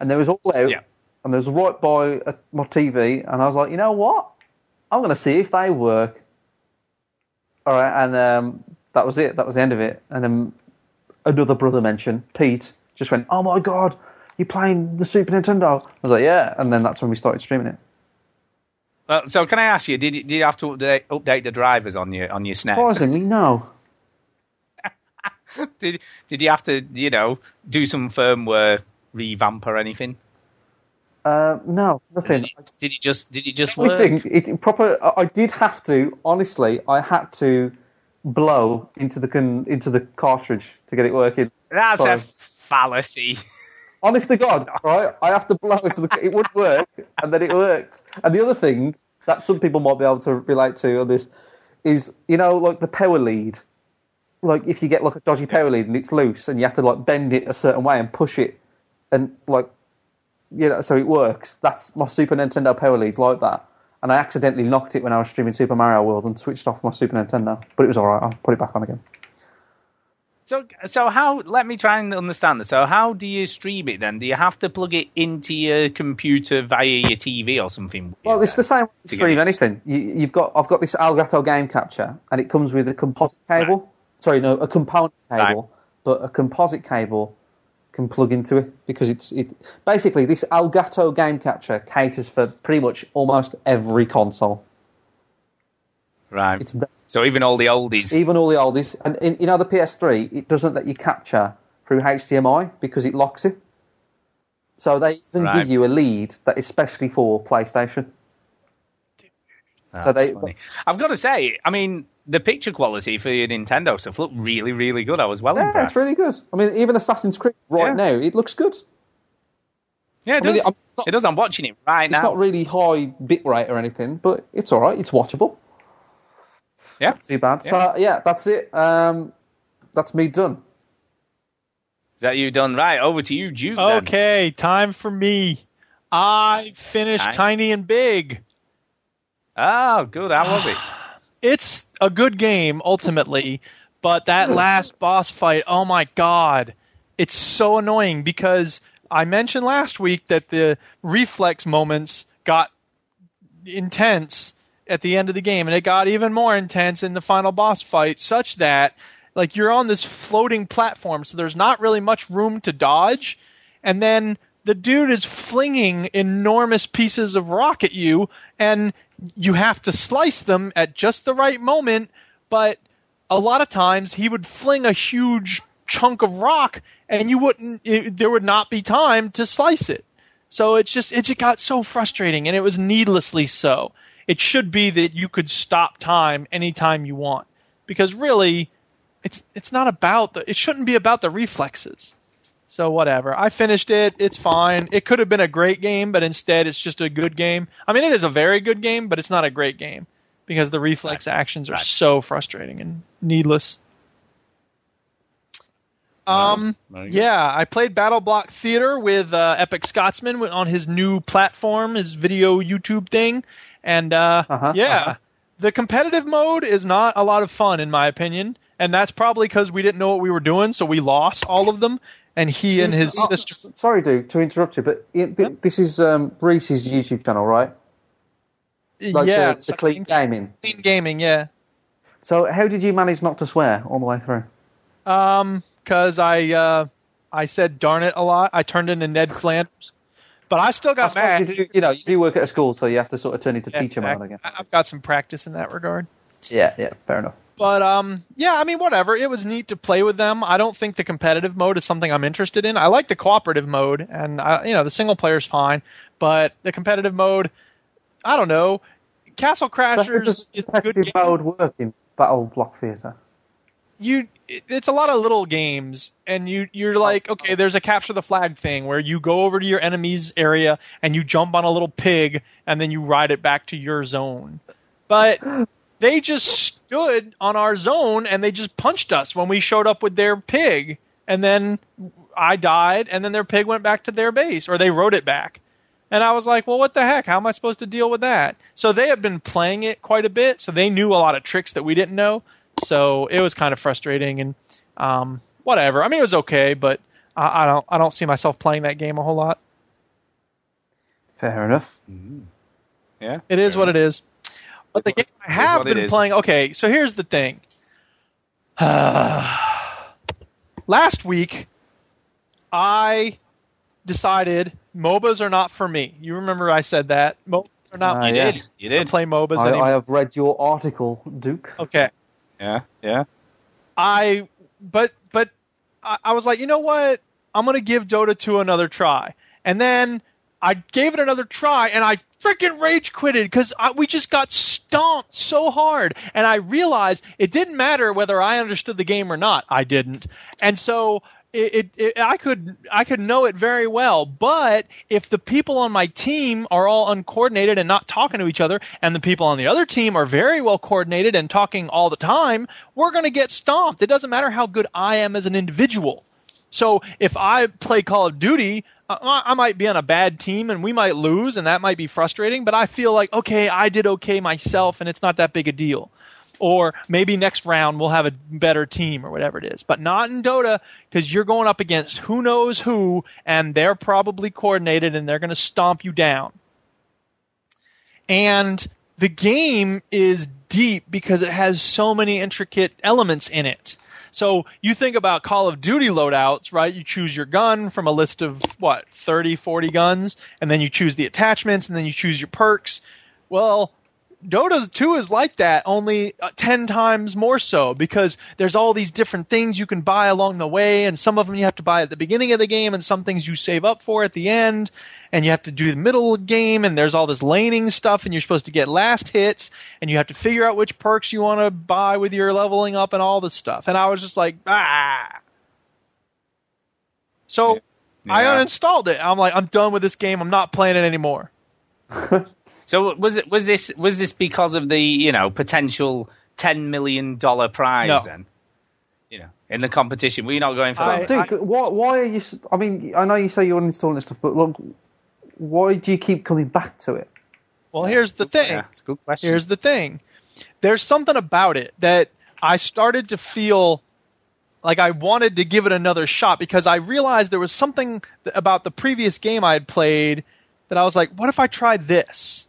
B: And there was all out,
A: Yeah.
B: and there was right by uh, my TV, and I was like, you know what? I'm going to see if they work. All right, and um, that was it. That was the end of it. And then another brother mentioned, Pete, just went, "Oh my god, you're playing the Super Nintendo." I was like, "Yeah," and then that's when we started streaming it.
A: Well, Uh, so, can I ask you? Did you, did you have to update, update the drivers on your on your E SNES?
B: Surprisingly, no.
A: did did you have to you know do some firmware revamp or anything?
B: Uh, no,
A: Did
B: nothing.
A: it, did it just did it just work?
B: Nothing. It, it proper. I- I did have to. Honestly, I had to blow into the con, into the cartridge to get it working.
A: That's
B: Sorry.
A: a fallacy.
B: Honest to God, right? I have to blow into the. It would work, and then it worked. And the other thing that some people might be able to relate to on this is, you know, like the power lead. Like if you get like a dodgy power lead and it's loose, and you have to like bend it a certain way and push it, and like you know, so it works. That's my Super Nintendo Power Lead's like that. And I accidentally locked it when I was streaming Super Mario World and switched off my Super Nintendo. But it was alright, I'll put it back on again.
A: So, so how? Let me try and understand this. So, how do you stream it then? Do you have to plug it into your computer via your TV or something?
B: Well, it's the same with the
A: To get
B: stream
A: it.
B: anything. You, you've got I've got this Elgato game capture, and it comes with a composite cable. Sorry, no, a component
A: Right.
B: cable, but a composite cable can plug into it because it's it. Basically, this Elgato game capture caters for pretty much almost every console.
A: right.
B: It's
A: so even all the oldies.
B: even all the oldies, and in, in other PS3, it doesn't let you capture through HDMI because it locks it. So they even
A: Right.
B: give you a lead that is specially for PlayStation.
A: That's
B: So they-
A: funny. I've got to say, I mean, the picture quality for your Nintendo stuff looked really, really good. I was well
B: Yeah,
A: impressed.
B: it's really good. I mean, even Assassin's Creed right
A: Yeah.
B: now, it looks good. It's
A: yeah, it
B: I mean,
A: does.
B: I'm- it's not-
A: it does. I'm watching it right now.
B: not really high bit rate or anything, but it's all right. It's watchable.
A: yeah. Is
B: Too bad. So yeah, that's it. Um, that's me done.
A: that you done right? Over to you, Jude. then.
C: Okay, time for me. I finished
A: Time.
C: Tiny and Big.
A: Oh, good. How was it?
C: It's a good game ultimately, but that last boss fight, oh my god, it's so annoying because I mentioned last week that the reflex moments got intense at the end of the game, and it got even more intense in the final boss fight, such that like you're on this floating platform, so there's not really much room to dodge, and then the dude is flinging enormous pieces of rock at you, and you have to slice them at just the right moment, but a lot of times he would fling a huge chunk of rock and you wouldn't it, there would not be time to slice it so it's just it just got so frustrating and it was needlessly so it should be that you could stop time anytime you want because really it's it's not about the it shouldn't be about the reflexes so whatever. I finished it. It's fine. It could have been a great game, but instead it's just a good game. I mean, it is a very good game, but it's not a great game because the reflex actions are
A: Right.
C: so frustrating and needless. Um,
A: Very good.
C: yeah, I played Battle Block Theater with uh, Epic Scotsman wi- on his new platform, his video YouTube thing, and uh,
B: Uh-huh,
C: yeah,
B: uh-huh.
C: the competitive mode is not a lot of fun in my opinion, and that's probably because we didn't know what we were doing, so we lost all of them. And he and his
B: Oh,
C: sister.
B: s- Sorry, dude, to interrupt you, but it, th- this is um, Reese's YouTube channel, right? Like
C: yeah,
B: the,
C: it's
B: the
C: like
B: clean gaming.
C: clean gaming. Yeah.
B: So how did you manage not to swear all the way through?
C: Um, cause I uh, I said darn it a lot. I turned into Ned Flanders, but I still
B: I
C: got
B: suppose
C: mad.
B: You, do, you know, you do work at a school, so you have to sort of turn into
C: Yeah,
B: teacher mode
C: exactly.
B: again.
C: I- I've got some practice in that regard.
B: Yeah, yeah, fair enough.
C: But um, yeah, I mean, whatever. It was neat to play with them. I don't think the competitive mode is something I'm interested in. I like the cooperative mode, and I, you know, the single player's fine, but the competitive mode, I don't know. Castle
B: So how
C: Crashers
B: does
C: is a good
B: competitive
C: game.
B: mode work in Battle Block Theatre?
C: you it- it's a lot of little games and you you're like okay there's a capture the flag thing where you go over to your enemy's area and you jump on a little pig and then you ride it back to your zone but they just stood on our zone and they just punched us when we showed up with their pig and then i died and then their pig went back to their base or they rode it back and I was like, well, what the heck? How am I supposed to deal with that? So they have been playing it quite a bit, so they knew a lot of tricks that we didn't know. So it was kind of frustrating and um, whatever. I mean, it was okay, but I, I don't I don't see myself playing that game a whole lot.
B: Fair enough.
A: Yeah.
C: It is what it is. But the game I have
A: what it
C: been
A: is.
C: playing. Okay, so here's the thing. Last week, I decided MOBAs are not for me. You remember I said that MOBAs are not.
B: Ah,
C: for
B: You
C: me.
B: yes. did.
A: You
C: I don't
A: did.
C: play MOBAs
B: I,
C: anymore.
B: I have read your article, Duke.
C: okay.
A: Yeah. Yeah.
C: I but but I, I was like, you know what? I'm gonna give Dota 2 another try. And then I gave it another try, and I freaking rage quitted because we just got stomped so hard. And I realized it didn't matter whether I understood the game or not. I didn't, and so. It, it, it, I could I could know it very well, but if the people on my team are all uncoordinated and not talking to each other, and the people on the other team are very well coordinated and talking all the time, we're going to get stomped. It doesn't matter how good I am as an individual. So if I play Call of Duty, I- I might be on a bad team and we might lose and that might be frustrating, but I feel like okay, I did okay myself and it's not that big a deal. Or maybe next round we'll have a better team or whatever it is. But not in Dota because you're going up against who knows who and they're probably coordinated and they're going to stomp you down. And the game is deep because it has so many intricate elements in it. So you think about Call of Duty loadouts, right? You choose your gun from a list of what, 30, 40 guns, and then you choose the attachments, and then you choose your perks. Well, Dota 2 is like that, only uh, 10 times more so because there's all these different things you can buy along the way, and some of them you have to buy at the beginning of the game, and some things you save up for at the end, and you have to do the middle game, and there's all this laning stuff, and you're supposed to get last hits, and you have to figure out which perks you want to buy with your leveling up and all this stuff. And I was just like, ah. So I
A: Yeah.
C: uninstalled it. I'm like, I'm done with this game. I'm not playing it anymore.
A: So was it was this was this because of the you know potential ten million dollar prize
C: No.
A: then? You know, in the competition, were you not going for
C: I-
A: that?
B: Duke, why, why are you? s- I mean, I know you say you're uninstalling stuff, but look, why do you keep coming back to it?
C: Well, here's the thing.
A: Yeah, it's a good question.
C: Here's the thing. There's something about it that I started to feel like I wanted to give it another shot because I realized there was something th- about the previous game I had played that I was like, what if I tried this?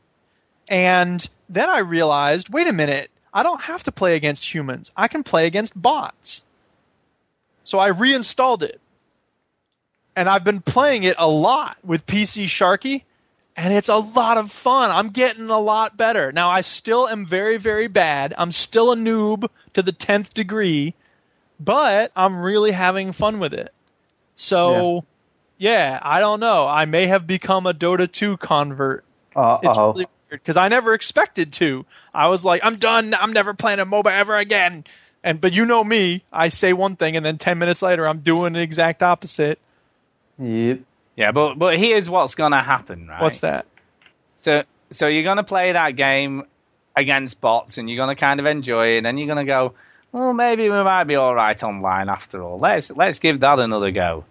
C: And then I realized, wait a minute, I don't have to play against humans. I can play against bots. So I reinstalled it. And I've been playing it a lot with PC Sharky and it's a lot of fun. I'm getting a lot better. Now I still am very very bad. I'm still a noob to the 10th degree, but I'm really having fun with it. So yeah, I don't know. I may have become a Dota 2 convert.
B: Uh
C: It's
B: oh.
C: really weird cuz I never expected to. I was like, I'm done. I'm never playing a MOBA ever again. And but you know me, I say one thing and then 10 minutes later I'm doing the exact opposite.
B: Yep.
A: yeah, but but here's what's gonna happen, right?
C: What's that?
A: So so you're gonna play that game against bots, and you're gonna kind of enjoy it, and then you're gonna go, well, maybe we might be all right online after all. Let's let's give that another go.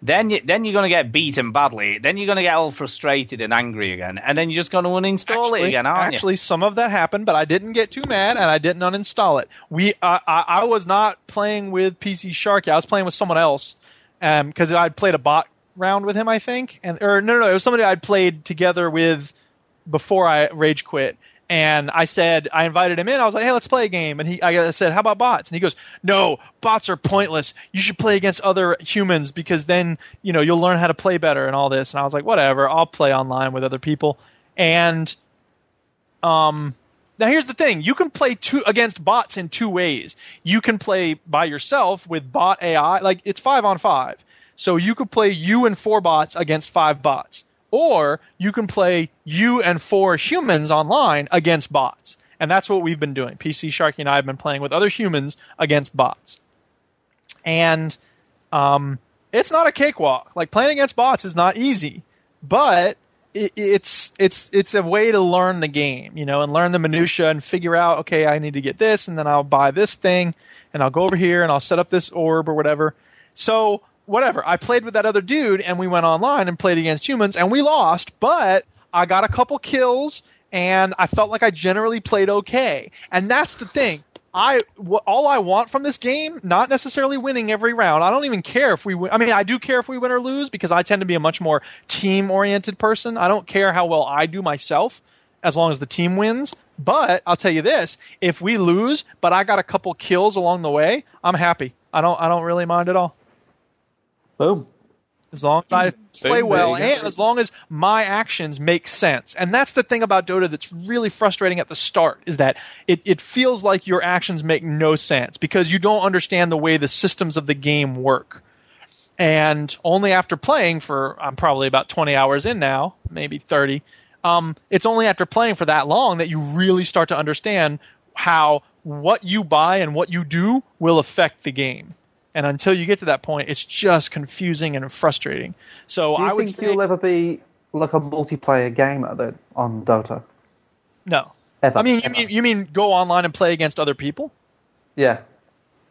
A: Then you, then you're gonna get beaten badly. Then you're gonna get all frustrated and angry again, and then you're just gonna uninstall it again, aren't you?
C: actually, some of that happened, but I didn't get too mad and I didn't uninstall it. We, I I, I was not playing with PC Sharky. I was playing with someone else because I'd played a bot round with him, I think, and or no, no, no, it was somebody I'd played together with before I rage quit. And I said, I invited him in. I was like, hey, let's play a game. And he, I said, how about bots? And he goes, no, bots are pointless. You should play against other humans because then, you know, you'll learn how to play better and all this. And I was like, whatever, I'll play online with other people. And um, now here's the thing: you can play two against bots in two ways. You can play by yourself with bot AI, like it's five on five. So you could play you and four bots against five bots, or you can play you and four humans online against bots. And that's what we've been doing. PC Sharky and I have been playing with other humans against bots, and um, it's not a cakewalk. Like playing against bots is not easy, but it, it's it's it's a way to learn the game, you know, and learn the minutia and figure out, okay, I need to get this, and then I'll buy this thing, and I'll go over here and I'll set up this orb or whatever. So whatever, I played with that other dude, and we went online and played against humans, and we lost, but I got a couple kills, and I felt like I generally played okay, and that's the thing. I wh- all I want from this game, not necessarily winning every round. I don't even care if we win. I mean, I do care if we win or lose because I tend to be a much more team-oriented person. I don't care how well I do myself as long as the team wins. But I'll tell you this, if we lose, but I got a couple kills along the way, I'm happy. I don't I don't really mind at all.
B: Boom.
C: As long as I play
A: there
C: well
A: you go.
C: and as long as my actions make sense. And that's the thing about Dota that's really frustrating at the start is that it, it feels like your actions make no sense because you don't understand the way the systems of the game work. And only after playing for I'm probably about 20 hours in now, maybe 30. Um, it's only after playing for that long that you really start to understand how what you buy and what you do will affect the game. And until you get to that point, it's just confusing and frustrating. So
B: Do you
C: I would
B: think
C: say
B: you'll ever be like a multiplayer gamer then on Dota?
C: no.
B: Ever?
C: I mean, you
B: Ever?
C: mean you mean go online and play against other people?
B: yeah.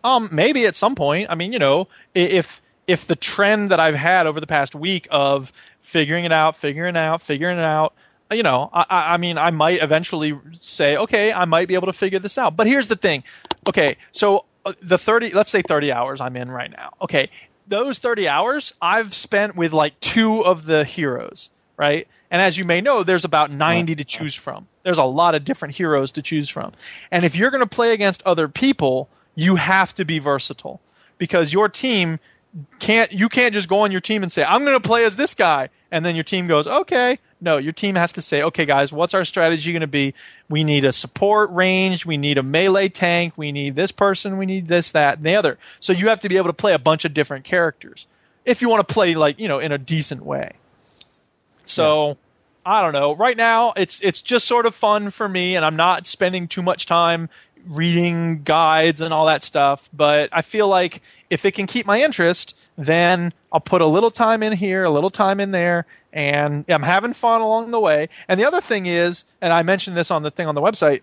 C: Um, maybe at some point. I mean, you know, i- if if the trend that I've had over the past week of figuring it out, figuring it out, figuring it out, uh, you know, I- I, I mean, I might eventually say, okay, I might be able to figure this out. But here's the thing, okay, so uh, the 30, let's say 30 hours I'm in right now, okay, those 30 hours I've spent with like two of the heroes, right? And as you may know, there's about 90 to choose from. There's a lot of different heroes to choose from. And if you're going to play against other people, you have to be versatile because your team can't you can't just go on your team and say I'm going to play as this guy and then your team goes okay no your team has to say okay guys what's our strategy going to be we need a support range we need a melee tank we need this person we need this that and the other so you have to be able to play a bunch of different characters if you want to play like you know in a decent way so I don't know. Right now, it's it's just sort of fun for me, and I'm not spending too much time reading guides and all that stuff. But I feel like if it can keep my interest, then I'll put a little time in here, a little time in there, and I'm having fun along the way. And the other thing is, and I mentioned this on the thing on the website,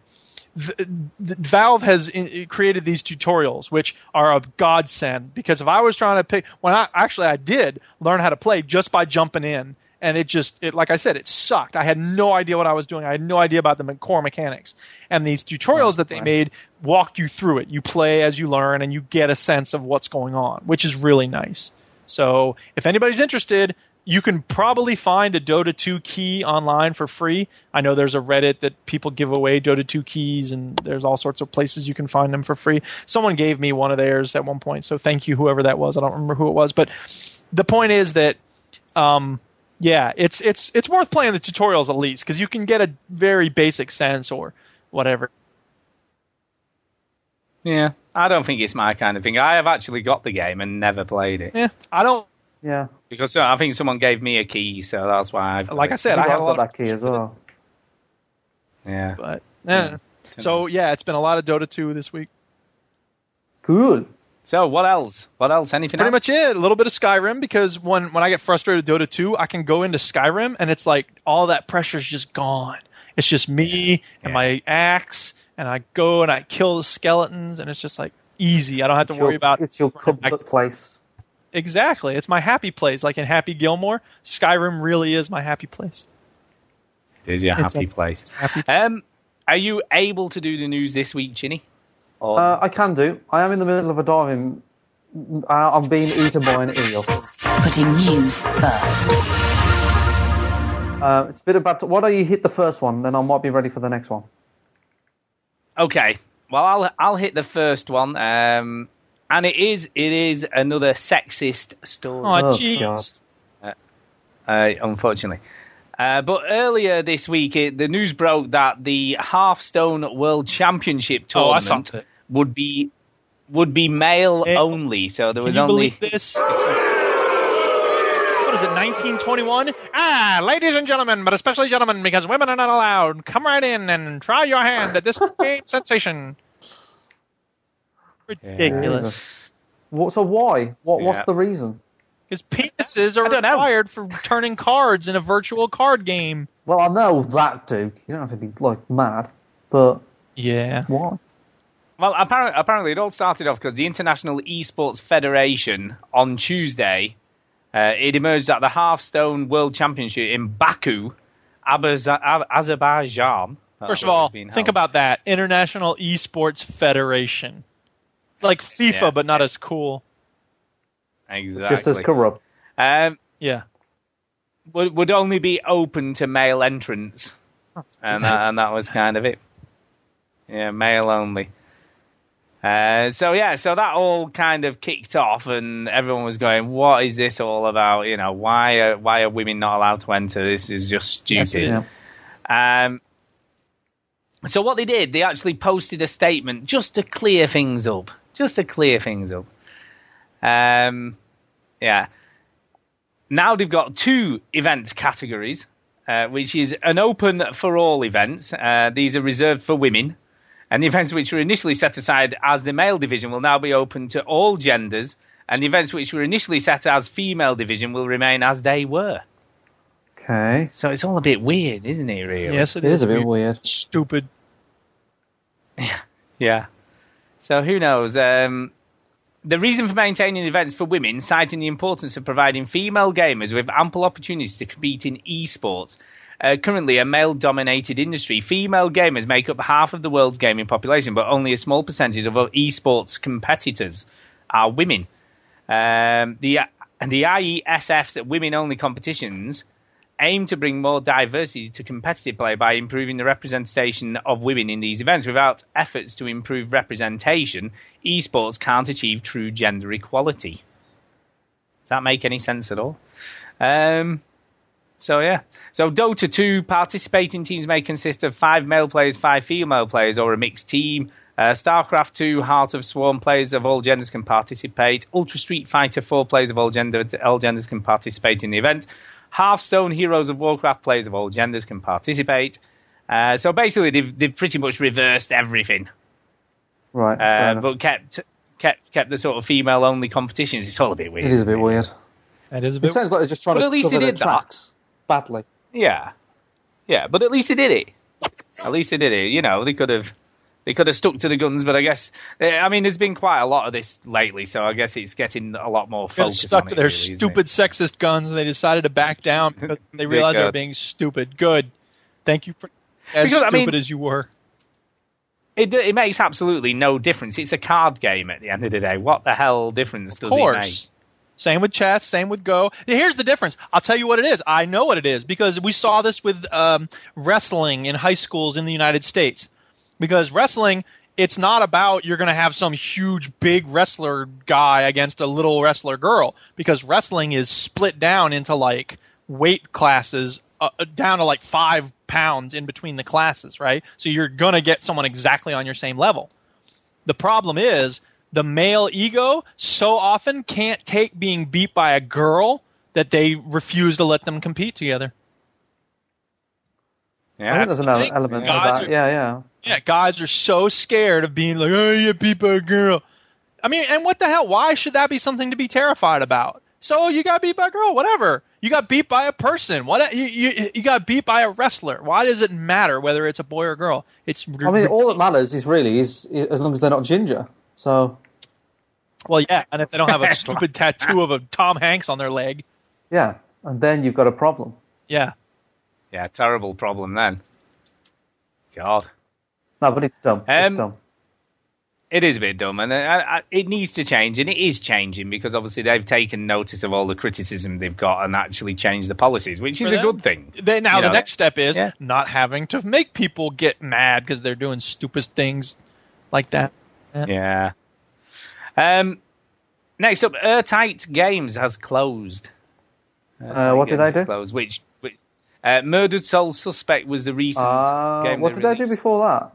C: th- th- Valve has in, created these tutorials, which are a godsend. Because if I was trying to pick, when I actually I did learn how to play just by jumping in, and it just, it, like I said, it sucked. I had no idea what I was doing. I had no idea about the me- core mechanics. And these tutorials that they made walked you through it. You play as you learn, and you get a sense of what's going on, which is really nice. So if anybody's interested, you can probably find a Dota 2 key online for free. I know there's a Reddit that people give away Dota 2 keys, and there's all sorts of places you can find them for free. Someone gave me one of theirs at one point, so thank you, whoever that was. I don't remember who it was, but the point is that, um, yeah, it's it's it's worth playing the tutorials at least because you can get a very basic sense or whatever.
A: Yeah, I don't think it's my kind of thing. I have actually got the game and never played it
C: Yeah, Eh, I don't
B: Yeah.
A: because uh, I think someone gave me a key, so that's why I've
C: like I said, I
B: I've
C: had a
B: got
C: lot of
B: that key as well.
A: yeah.
C: but eh. so yeah, it's been a lot of Dota 2 this week.
B: Cool.
A: So what else? What else? Anything?
C: pretty
A: else?
C: much it. A little bit of Skyrim because when when I get frustrated with Dota 2, I can go into Skyrim and it's like all that pressure's just gone. It's just me
A: Yeah.
C: and my axe, and I go and I kill the skeletons, and it's just like easy. I don't have to
B: It's
C: worry
B: your-
C: about
B: It's your
C: running back
B: comfort place.
C: Exactly. It's my happy place. Like in Happy Gilmore, Skyrim really is my happy place.
A: Is your
C: It's
A: happy
C: a-
A: place?
C: Happy
A: Um, are you able to do the news this week, Ginny? Or
B: Uh, I can do. I am in the middle of a dive in. Uh, I'm being eaten by an eel.
J: Putting news first.
B: Uh, it's a bit about. Why don't you hit the first one, then I might be ready for the next one.
A: Okay. Well, I'll I'll hit the first one. Um, and it is it is another sexist story.
B: Oh,
C: Oh, jeez.
A: uh, unfortunately. Uh, but earlier this week, it, the news broke that the Hearthstone World Championship
C: Oh, I saw
A: tournament
C: this.
A: would be would be male
C: Eh,
A: only. So there
C: Can
A: was
C: you
A: only
C: believe this? What is it, 1921? Ah, ladies and gentlemen, but especially gentlemen, because women are not allowed. Come right in and try your hand at this game sensation. Ridiculous.
B: What, so why? What, What's
A: Yeah.
B: the reason?
C: Because penises are
A: don't know.
C: required for turning cards in a virtual card game.
B: Well, I know that, Duke. You don't have to be like mad, but
C: Yeah.
B: why?
A: Well, apparently, apparently it all started off because the International Esports Federation on Tuesday, uh, it emerged that the Hearthstone World Championship in Baku, Abaza- Ab- Azerbaijan. that's
C: First of
A: where
C: all,
A: it's been
C: think
A: held.
C: about that. International Esports Federation. It's like FIFA,
A: Yeah.
C: but not as cool.
A: exactly.
B: Just as corrupt.
A: um,
C: Yeah.
A: would, would only be open to male entrants, and that, and that was kind of it. Yeah, male only. Uh, so yeah, so that all kind of kicked off, and everyone was going, "What is this all about? You know, why are why are women not allowed to enter? This is just stupid."
B: Yeah.
A: Um, so what they did, they actually posted a statement just to clear things up, just to clear things up. Um, yeah. Now they've got two event categories, uh, which is an open for all events. Uh, these are reserved for women. And the events which were initially set aside as the male division will now be open to all genders. And the events which were initially set as female division will remain as they were.
B: Okay.
A: So it's all a bit weird, isn't it, really?
C: Yes,
B: It is a bit weird.
C: Stupid.
A: Yeah. So who knows? Um, The reason for maintaining events for women, citing the importance of providing female gamers with ample opportunities to compete in esports. Uh, currently, a male dominated industry, female gamers make up half of the world's gaming population, but only a small percentage of all esports competitors are women. Um, the, and the E IESF's women only competitions aim to bring more diversity to competitive play by improving the representation of women in these events. Without efforts to improve representation, esports can't achieve true gender equality. Does that make any sense at all? Um, so yeah. So Dota 2 participating teams may consist of five male players, five female players, or a mixed team. Uh, StarCraft 2, Heart of Swarm players of all genders can participate. Ultra Street Fighter 4 players of all, gender, all genders can participate in the event. Hearthstone Heroes of Warcraft players of all genders can participate. Uh, so basically, they've, they've pretty much reversed everything,
B: Right. fair
A: uh,
B: enough.
A: but kept kept kept the sort of female only competitions. It's all a bit weird.
B: it is a bit
A: isn't
B: weird.
C: That is a bit.
B: It sounds like they're just trying
A: But
B: to
A: at least
B: cover
A: they
B: their
A: did that.
B: tracks badly.
A: Yeah, yeah. But at least they did it. At least they did it. You know, they could have they could have stuck to the guns, but I guess eh, I mean, there's been quite a lot of this lately, so I guess it's getting a lot more
C: Got
A: focus.
C: stuck
A: on
C: to
A: it,
C: their
A: really, isn't it?
C: stupid sexist guns, and they decided to back down because they realized they were
A: God.
C: being stupid. Good. Thank you for as
A: Because, I
C: stupid
A: mean-
C: as you were.
A: It, d- it makes absolutely no difference. It's a card game at the end of the day. What the hell difference does
C: of
A: it make?
C: course. Same with chess, same with Go. Here's the difference. I'll tell you what it is. I know what it is because we saw this with um, wrestling in high schools in the United States. Because wrestling, it's not about you're going to have some huge big wrestler guy against a little wrestler girl because wrestling is split down into like weight classes uh, uh, down to like five pounds in between the classes, right? So you're going to get someone exactly on your same level. The problem is the male ego so often can't take being beat by a girl that they refuse to let them compete together.
B: I
A: Yeah,
B: think there's another
C: thing.
B: element of
C: Guys
B: that.
C: are-
B: Yeah, yeah.
C: Yeah, guys are so scared of being like, oh, you beat by a girl. I mean, and what the hell? Why should that be something to be terrified about? So you got beat by a girl, whatever. You got beat by a person. What e-, you, you you got beat by a wrestler. Why does it matter whether it's a boy or a girl? It's
B: I mean, all that matters is really is, is as long as they're not ginger. So
C: well, yeah, and if they don't have a stupid tattoo of a Tom Hanks on their leg,
B: yeah, and then you've got a problem.
C: yeah.
A: yeah, terrible problem then. God.
B: No, but it's dumb.
A: Um,
B: it's dumb.
A: It is a bit dumb, and uh, I, I, it needs to change, and it is changing because obviously they've taken notice of all the criticism they've got and actually changed the policies, which is
C: For
A: a
C: them.
A: good thing.
C: Then now
A: You
C: the
A: know?
C: next step is
A: Yeah.
C: not having to make people get mad because they're doing stupid things like that.
A: Yeah. Um. Next up, Airtight Games has closed.
B: Uh, what did
A: Games
B: I
A: has
B: do?
A: Closed, which, which uh, Murdered Soul Suspect was the recent
B: Uh,
A: game.
B: what
A: they
B: did I do
A: released.
B: before that?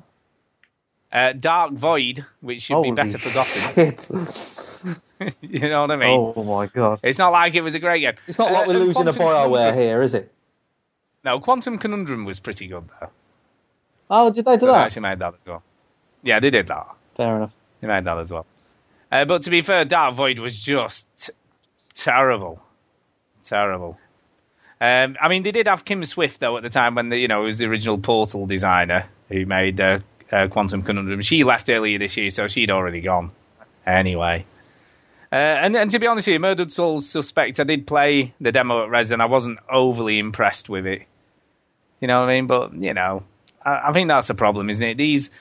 A: Uh, Dark Void, which should
B: Holy
A: be better forgotten.
B: shit.
A: you know what I mean?
B: oh my god!
A: It's not like it was a great game.
B: It's not
A: Uh,
B: like we're
A: and
B: losing a
A: Quantum
B: Bioware
A: Conundrum-
B: here, is it?
A: No, Quantum Conundrum was pretty good though.
B: Oh, did they do
A: They
B: that?
A: actually made that as well. Yeah, they did that.
B: Fair enough.
A: They made that as well. Uh, but to be fair, Dark Void was just t- terrible, terrible. Um, I mean, they did have Kim Swift though at the time when the, you know it was the original Portal designer who made uh, uh, Quantum Conundrum. She left earlier this year, so she'd already gone anyway. Uh, and, and to be honest with you, Murdered Souls Suspect, I did play the demo at Res, and I wasn't overly impressed with it. You know what I mean? But you know, I, I think that's a problem, isn't it? These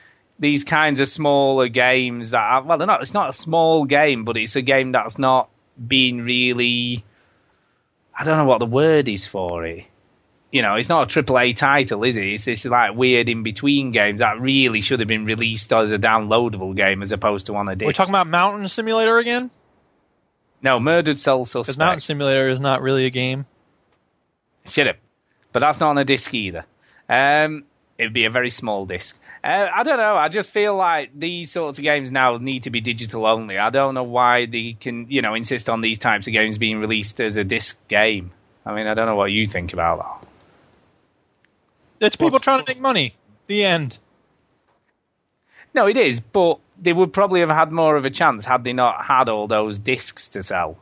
A: these kinds of smaller games that are, well, they're not. It's not a small game, but it's a game that's not being really. I don't know what the word is for it. You know, it's not a AAA title, is it? It's this like weird in between games that really should have been released as a downloadable game as opposed to on a disc.
C: We're talking about Mountain Simulator again
A: no murdered soul
C: because
A: suspect.
C: Mountain Simulator is not really a game.
A: Shut up. But that's not on a disc either. Um, it'd be a very small disc. Uh, I don't know. I just feel like these sorts of games now need to be digital only. I don't know why they can, you know, insist on these types of games being released as a disc game. I mean, I don't know what you think about that.
C: It's people trying to make money. The end.
A: No, it is, but they would probably have had more of a chance had they not had all those discs to sell.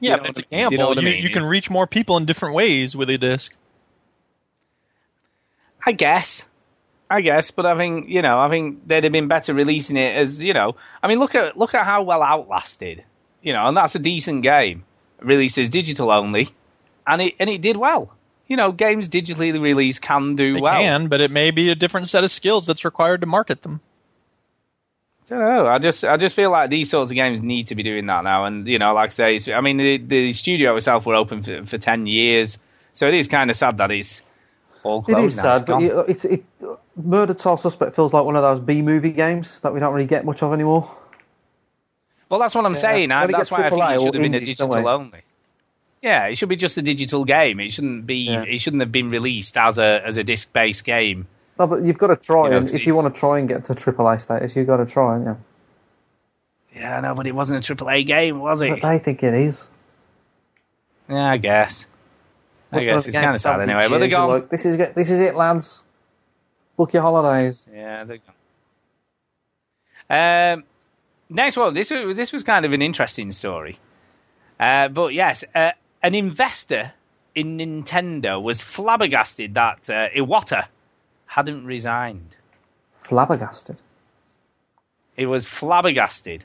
C: Yeah,
A: You know
C: but it's
A: what I
C: a
A: mean. You
C: gamble. You,
A: know what I
C: you,
A: mean.
C: can reach more people in different ways with a disc.
A: I guess. I guess, but I think you know, I think they'd have been better releasing it as you know. I mean, look at look at how well Outlast did, you know, and that's a decent game. Releases digital only, and it and it did well. You know, games digitally released can do
C: They
A: well.
C: can, but it may be a different set of skills that's required to market them.
A: I don't know. I just I just feel like these sorts of games need to be doing that now. And you know, like I say, it's, I mean, the, the studio itself were open for, for ten years, so it is kind of sad that it's all
B: It
A: closed
B: is
A: now. It's
B: sad, but
A: gone.
B: it, it, it, Murder Trial Suspect feels like one of those B movie games that we don't really get much of anymore.
A: Well, that's what I'm saying. I,
B: Well, it
A: that's
B: gets
A: why I think
B: AAA
A: it
B: or
A: should have been a
B: indies, don't
A: digital
B: they?
A: only. Yeah, it should be just a digital game. It shouldn't be.
B: Yeah.
A: It shouldn't have been released as a as a disc based game.
B: No, but you've got to try,
A: You know,
B: and
A: 'cause
B: if
A: it-
B: you want to try and get to AAA status, you've got to try, yeah.
A: Yeah, no, but it wasn't a AAA game, was it?
B: But they think it is.
A: Yeah, I guess. I
B: What
A: guess
B: other
A: it's kind of
B: games
A: sad
B: have
A: anyway. But they're
B: years, you're
A: gone.
B: like, this is it. This is it, lads. Book your holidays.
A: Yeah, they're gone. Um, next one. This was this was kind of an interesting story. Uh, but yes, uh, an investor in Nintendo was flabbergasted that uh, Iwata hadn't resigned.
B: Flabbergasted.
A: It was flabbergasted.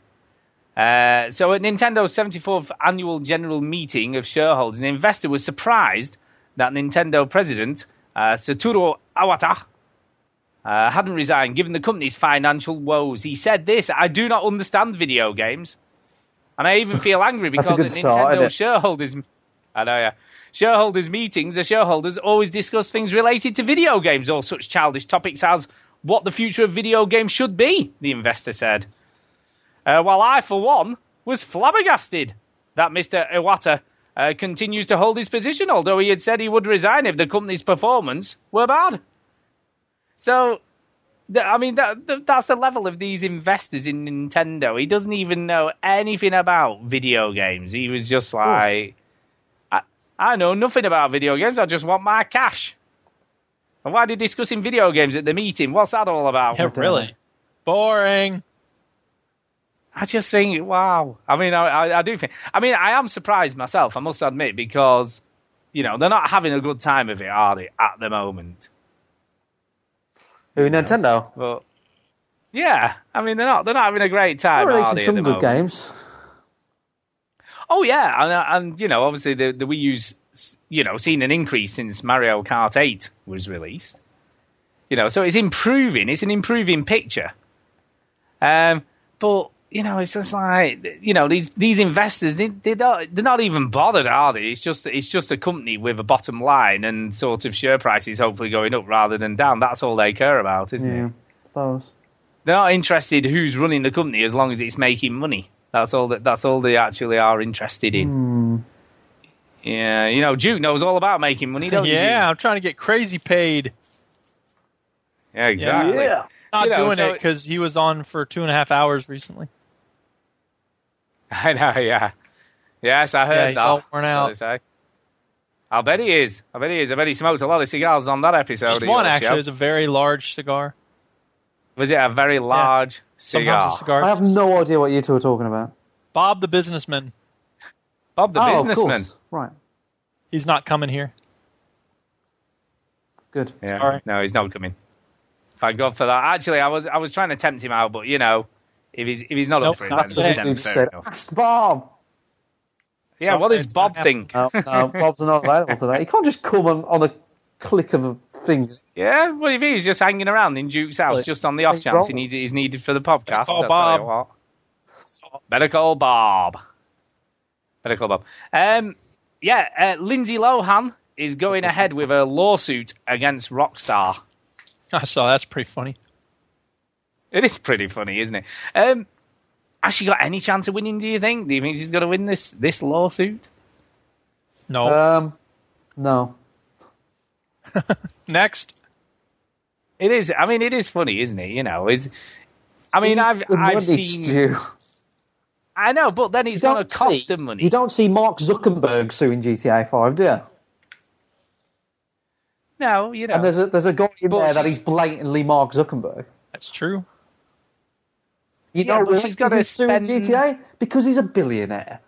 A: Uh, so at Nintendo's 74th annual general meeting of shareholders, an investor was surprised that Nintendo president uh, Satoru Iwata uh, hadn't resigned, given the company's financial woes. He said this: "I do not understand video games, and I even feel angry
B: That's a
A: because at
B: good start,
A: Nintendo
B: isn't it?
A: shareholders, I know, yeah, shareholders meetings, the shareholders always discuss things related to video games or such childish topics as what the future of video games should be." The investor said. Uh, while I, for one, was flabbergasted that Mr. Iwata uh, continues to hold his position, although he had said he would resign if the company's performance were bad. So, th- I mean, that, th- that's the level of these investors in Nintendo. He doesn't even know anything about video games. He was just like, I, I know nothing about video games. I just want my cash. And why are they discussing video games at the meeting? What's that all about?
C: Yeah, really. Boring.
A: I just think, wow. I mean, I, I, I do think. I mean, I am surprised myself. I must admit because, you know, they're not having a good time of it, are they, at the moment?
B: Who Nintendo?
A: But yeah, I mean, they're not. They're not having a great time.
B: They're
A: are
B: releasing
A: they, at
B: some
A: the
B: good
A: moment?
B: games.
A: Oh yeah, and, and you know, obviously the the Wii U's you know seen an increase since Mario Kart 8 was released. You know, so it's improving. It's an improving picture. Um, but you know, it's just like you know these these investors they they don't, they're not even bothered, are they? It's just it's just a company with a bottom line and sort of share prices hopefully going up rather than down. That's all they care about, isn't
B: Yeah,
A: it?
B: those.
A: They're not interested who's running the company as long as it's making money. That's all that that's all they actually are interested in.
B: Hmm.
A: Yeah, you know, Duke knows all about making money, don't you?
C: yeah, I'm trying to get crazy paid.
A: Duke? Yeah, exactly.
C: Yeah. Not
A: You know,
C: doing it
A: so-
C: 'cause it because he was on for two and a half hours recently.
A: I know, yeah. Yes, I heard
C: Yeah, he's
A: that.
C: all worn out.
A: What they say. I bet he is. I bet he is. I bet he smoked a lot of cigars on that episode.
C: Just
A: of
C: one
A: your
C: actually.
A: show.
C: It was a very large cigar.
A: Was it a very large cigar?
C: Sometimes a cigar.
B: I have no idea what you two are talking about.
C: Bob the businessman.
A: Bob the
B: oh, of
A: businessman.
B: course. Right.
C: He's not coming here.
B: Good.
A: Yeah.
C: Sorry.
A: No, he's not coming. Thank God for that. Actually, I was I was trying to tempt him out, but you know, if he's if he's not
C: Nope,
A: up for it,
C: that's
A: then,
C: the head
A: then
B: Who
A: fair
B: said,
A: enough.
B: Ask Bob.
A: Yeah, what does
C: It's gonna
A: Bob
C: happen.
A: think?
B: No, no, Bob's not available today. He can't just come on, on a click of a thing.
A: Yeah, well, if he's just hanging around in Duke's house,
B: Like,
A: just on the off
B: like
A: chance he
B: Ronald.
A: needs, he's needed for the podcast. I'll tell
C: call
A: you
C: Bob.
A: what. Better call Bob. Better call Bob. Um, yeah, uh, Lindsay Lohan is going ahead with a lawsuit against Rockstar.
C: I saw that's pretty funny.
A: It is pretty funny, isn't it? Um, has she got any chance of winning? Do you think? Do you think she's going to win this this lawsuit?
C: No.
A: Oh.
B: Um, no.
C: Next.
A: It is. I mean, it is funny, isn't it? You know, is. I mean,
B: Eat
A: I've
B: the money,
A: I've seen.
B: Stu.
A: I know, but then it's going to cost
B: see,
A: them money.
B: You don't see Mark Zuckerberg suing GTA 5, do you?
A: no, you know.
B: And there's a, there's a guy in
A: But
B: there that
A: she's-
B: is blatantly Mark Zuckerberg.
C: That's true.
B: You
A: Yeah,
B: know
A: but
B: why
A: she's gotta
B: he's suing
A: spend-
B: GTA because he's a billionaire.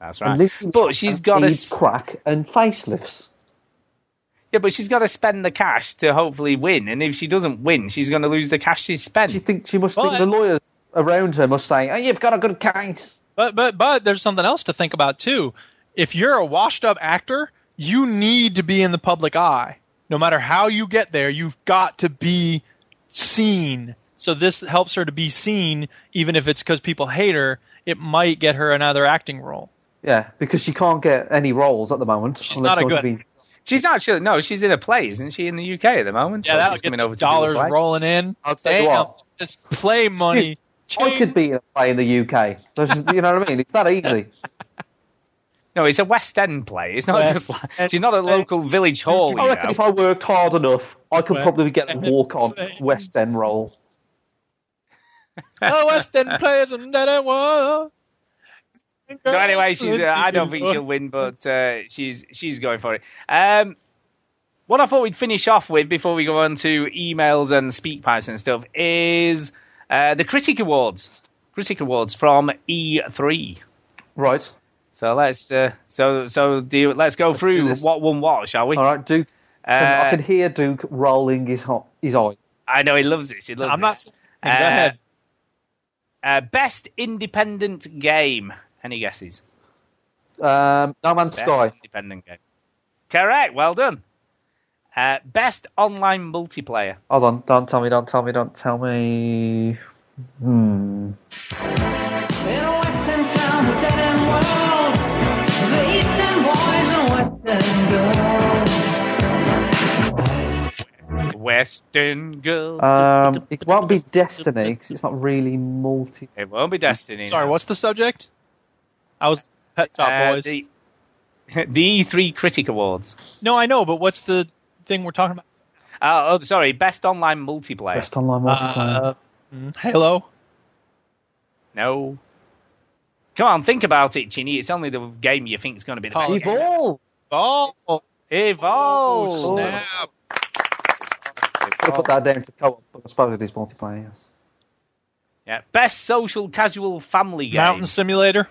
A: That's
B: And
A: right.
B: Lindsay
A: But
B: Lohan
A: she's got
B: needs
A: to.
B: crack and facelifts.
A: Yeah, but she's got to spend the cash to hopefully win, and if she doesn't win, she's going to lose the cash she's spent.
B: She think she must think
C: But-
B: the lawyers around her must say, "Oh, you've got a good case."
C: But but but there's something else to think about too. If you're a washed up actor, you need to be in the public eye. No matter how you get there, you've got to be seen. So this helps her to be seen, even if it's because people hate her. It might get her another acting role.
B: Yeah, because she can't get any roles at the moment. She's
C: not a good-
A: She's actually no, she's in a play, isn't she? In the UK at the moment.
C: Yeah,
A: Or
C: that'll
A: she's
C: get
A: coming over to do a
C: dollars
A: play?
C: rolling in.
B: I'll tell you
C: Damn,
B: what.
C: it's play money.
B: I could
C: Change-
B: be in a play in the UK. There's just- you know what I mean? It's that easy.
A: No, it's a West End play. It's not
C: West
A: just like
C: End Oh,
A: she's not a local village hall.
B: I
A: you
B: reckon
A: know.
B: if I worked hard enough, I could
C: Well,
B: probably get a
C: and-
B: walk on West End role.
C: oh, West End players and that I was.
A: So anyway, she's. Uh, I don't think she'll win, but uh, she's she's going for it. Um, what I thought we'd finish off with before we go on to emails and speak pipes and stuff is uh, the critic awards. Critic awards from E3.
B: Right.
A: So let's uh, so so do you, let's go
B: do
A: through
B: this.
A: what one what, shall we?
B: All right, Duke. I
A: Uh,
B: can hear Duke rolling his ho- his eye.
A: I know he loves this. He loves
C: I'm not.
A: this.
C: Go ahead.
A: Uh, best independent game. Any guesses?
B: Um, no Man's
A: Best
B: Sky.
A: independent game. Correct. Well done. Uh, best online multiplayer.
B: Hold on. Don't tell me. Don't tell me. Don't tell me. Hmm.
A: Western Girl.
B: Um, it won't be Destiny because it's not really multi.
A: it won't be Destiny.
C: Sorry,
A: no.
C: what's the subject? I was Pet Shop
A: Uh,
C: Boys.
A: The, the E3 Critic Awards.
C: No, I know, but what's the thing we're talking about?
A: Uh, oh, sorry. Best online multiplayer.
B: Best online multiplayer.
C: Uh, mm, Halo.
A: No. Come on, think about it, Chinny. It's only the game you think is going to be the
C: Call
A: best.
C: it.
A: game.
B: Evolve.
C: Oh,
A: Evolve.
C: snap!
B: Could have put that down to co-op, but I suppose it is multiplayer. Yes.
A: Yeah. Best social casual family game.
C: Mountain Simulator.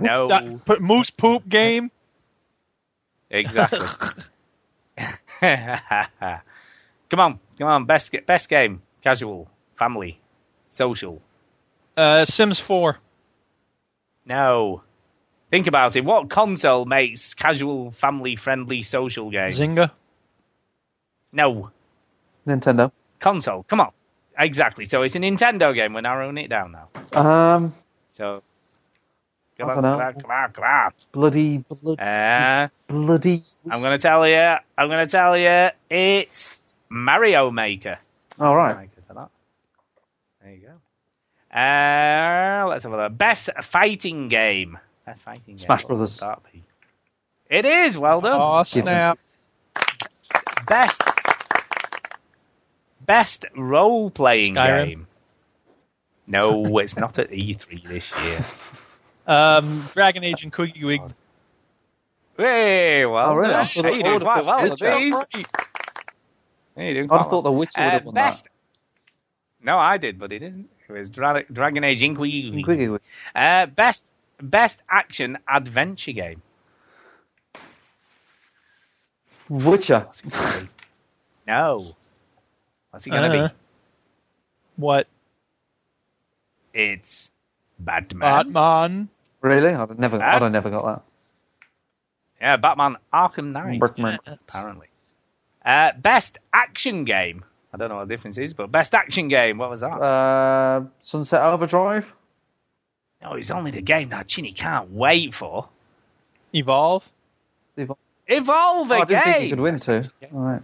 A: No.
C: That, put Moose Poop game.
A: Exactly. come on, come on, best ga- best game, casual, family, social.
C: Uh, Sims 4.
A: No, think about it. What console makes casual, family-friendly social games?
C: Zynga.
A: No
B: Nintendo.
A: console. Come on, exactly. So it's a Nintendo game. We're narrowing it down now.
B: Um,
A: So come
B: I
A: on, come
B: dunno.
A: on, come on, come on.
B: bloody, bloody,
A: Uh,
B: bloody.
A: I'm gonna tell you. I'm gonna tell you. It's Mario Maker.
B: All right.
A: Thank you for that. There you go. Uh, let's have a look. Best fighting game. Best fighting game.
B: Smash
A: What
B: Brothers.
A: would that be? It is. Well done.
C: Oh, snap.
A: Best. Best role playing
C: Skyrim.
A: game. No, it's not at E3 this year.
C: Um, Dragon Age and Cookie Week.
A: Hey, well,
B: Oh, really?
A: done.
B: I thought-
A: Hey, you
B: I
A: doing
B: would've
A: quite well
B: thought-
A: with these.
C: Right.
A: Hey, you doing
B: I
A: quite
B: thought
A: well.
B: the Witcher would
A: Uh,
B: have won
A: best. No, I did, but it isn't. It was Dra- Dragon Age
B: that.
A: Inquisition.
B: Quickie.
A: Uh, best best action adventure game.
B: Witcher.
A: What's it gonna be? no. What's it gonna
C: Uh, What?
A: be? It's Batman.
C: Batman.
B: Really? I'd have never. I'd have never got
A: yeah, Batman Arkham
B: that.
A: Knight.
B: Brickman.
A: Apparently. Uh, best action game. I don't know what the difference is, but best action game. What was that?
B: Uh, Sunset Overdrive.
A: no, Oh, it's only the game that Chinny can't wait for.
C: Evolve.
B: Evolve.
A: Evolve
B: Oh, I
A: again.
B: didn't think you could win two. All right.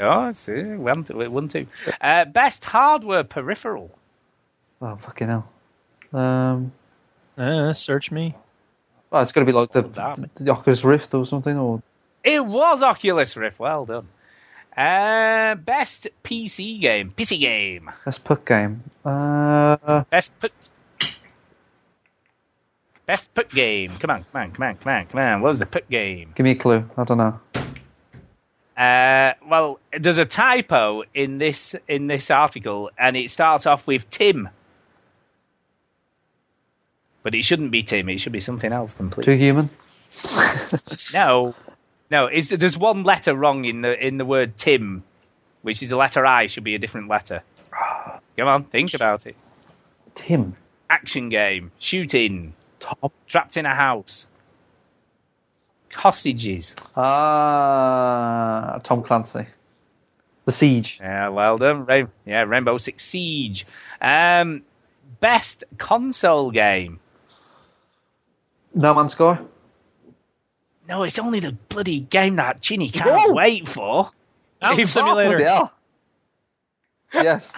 A: Oh, see, one, two, one, two. Uh, best hardware peripheral.
B: Oh fucking hell. Um,
C: Uh, search me.
B: well, it's got to be like the,
A: damn.
B: the Oculus Rift or something, or
A: It was Oculus Rift. Well done. Uh, best PC game. PC game.
B: that's Puck game. Uh,
A: Best put. Best put game. Come on, come on, come on, come on, come on. What was the put game?
B: give me a clue. I don't know.
A: Uh, well, there's a typo in this in this article, and it starts off with Tim, but it shouldn't be Tim. It should be something else
B: Too
A: completely.
B: human.
A: No, No, is there's one letter wrong in the in the word Tim, which is a letter I should be a different letter. Come on, think about it.
B: Tim.
A: Action game, shooting,
B: Tom.
A: trapped in a house, hostages.
B: Ah, Tom Clancy. The Siege.
A: Yeah, well done. Rain- yeah, Rainbow Six Siege. Um, best console game.
B: No Man's Sky.
A: No, it's only the bloody game that Chinny can't
B: Whoa.
A: wait for.
C: Mountain
A: Evolve.
C: Simulator.
B: Bloody hell. yes.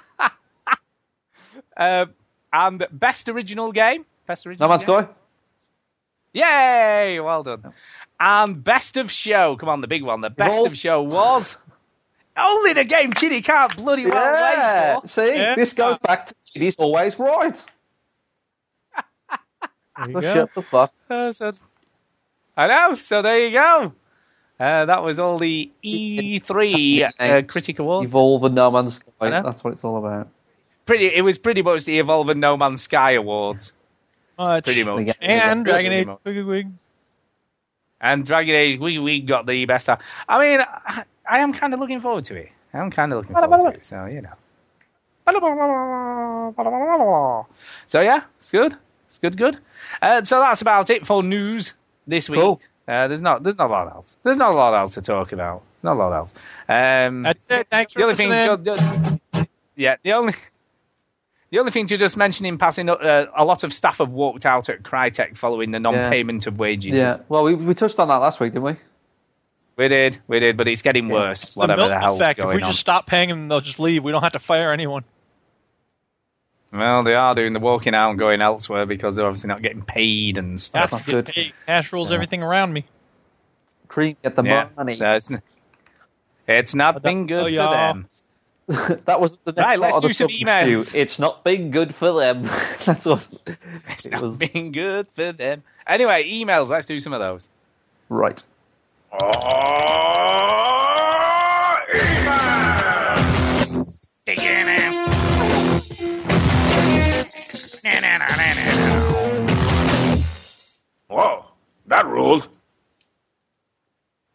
A: Uh, and best original game. Best original.
B: No Man's
A: game?
B: Sky.
A: Yay! Well done. And best of show. Come on, the big one. The best
B: Evolve.
A: of show was only the game Chinny can't bloody well
B: yeah.
A: wait for.
B: See,
C: Yeah.
B: this goes back to he's always right. So
C: There you go.
B: shut the fuck.
A: So, Uh, so- I know. So there you go. Uh, that was all the E3 uh, Critic Awards.
B: Evolve and No Man's Sky.
A: know.
B: That's what it's all about.
A: Pretty. It was pretty much the Evolve and No Man's Sky Awards.
C: Much.
A: Pretty much.
B: Yeah.
C: And Dragon
A: Pretty
C: Age
A: much.
C: Boogie Wig.
A: And Dragon Age, we we got the best. Time. I mean, I, I am kind of looking forward to it. I'm kind of looking forward to it. So you know. So yeah, it's good. It's good, good. Uh, so that's about it for news this week.
B: Cool.
A: Uh, there's not there's not a lot else. There's not a lot else to talk about. Not a lot else. Um,
C: That's it. Thanks
A: the
C: for
A: only thing,
C: listening.
A: the- yeah, the only. The only thing to just mention in passing, uh, a lot of staff have walked out at Crytek following the non-payment of wages.
B: Yeah. Well, we, we touched on that last week, didn't we?
A: We did, we did, but it's getting worse.
C: It's the
A: whatever the,
C: Milton
A: hell's
C: effect. If
A: going
C: we
A: on.
C: just stop paying them, they'll just leave. We don't have to fire anyone.
A: Well, they are doing the walking out and going elsewhere because they're obviously not getting paid and stuff.
C: That's
B: not
C: good.
B: good.
C: Hey, cash rules everything around me.
B: Cream, get the
A: yeah,
B: money.
A: so it's, n- it's not been
C: Oh,
A: good for
C: yeah.
A: them.
B: that was the next
A: Right, let's
B: part of
A: do
B: the
A: some
B: sub-
A: emails.
B: It's not been good for them. That's what.
A: It's
B: it
A: not
B: was
A: been good for them. Anyway, emails. Let's do some of those.
B: right.
G: Whoa, that ruled.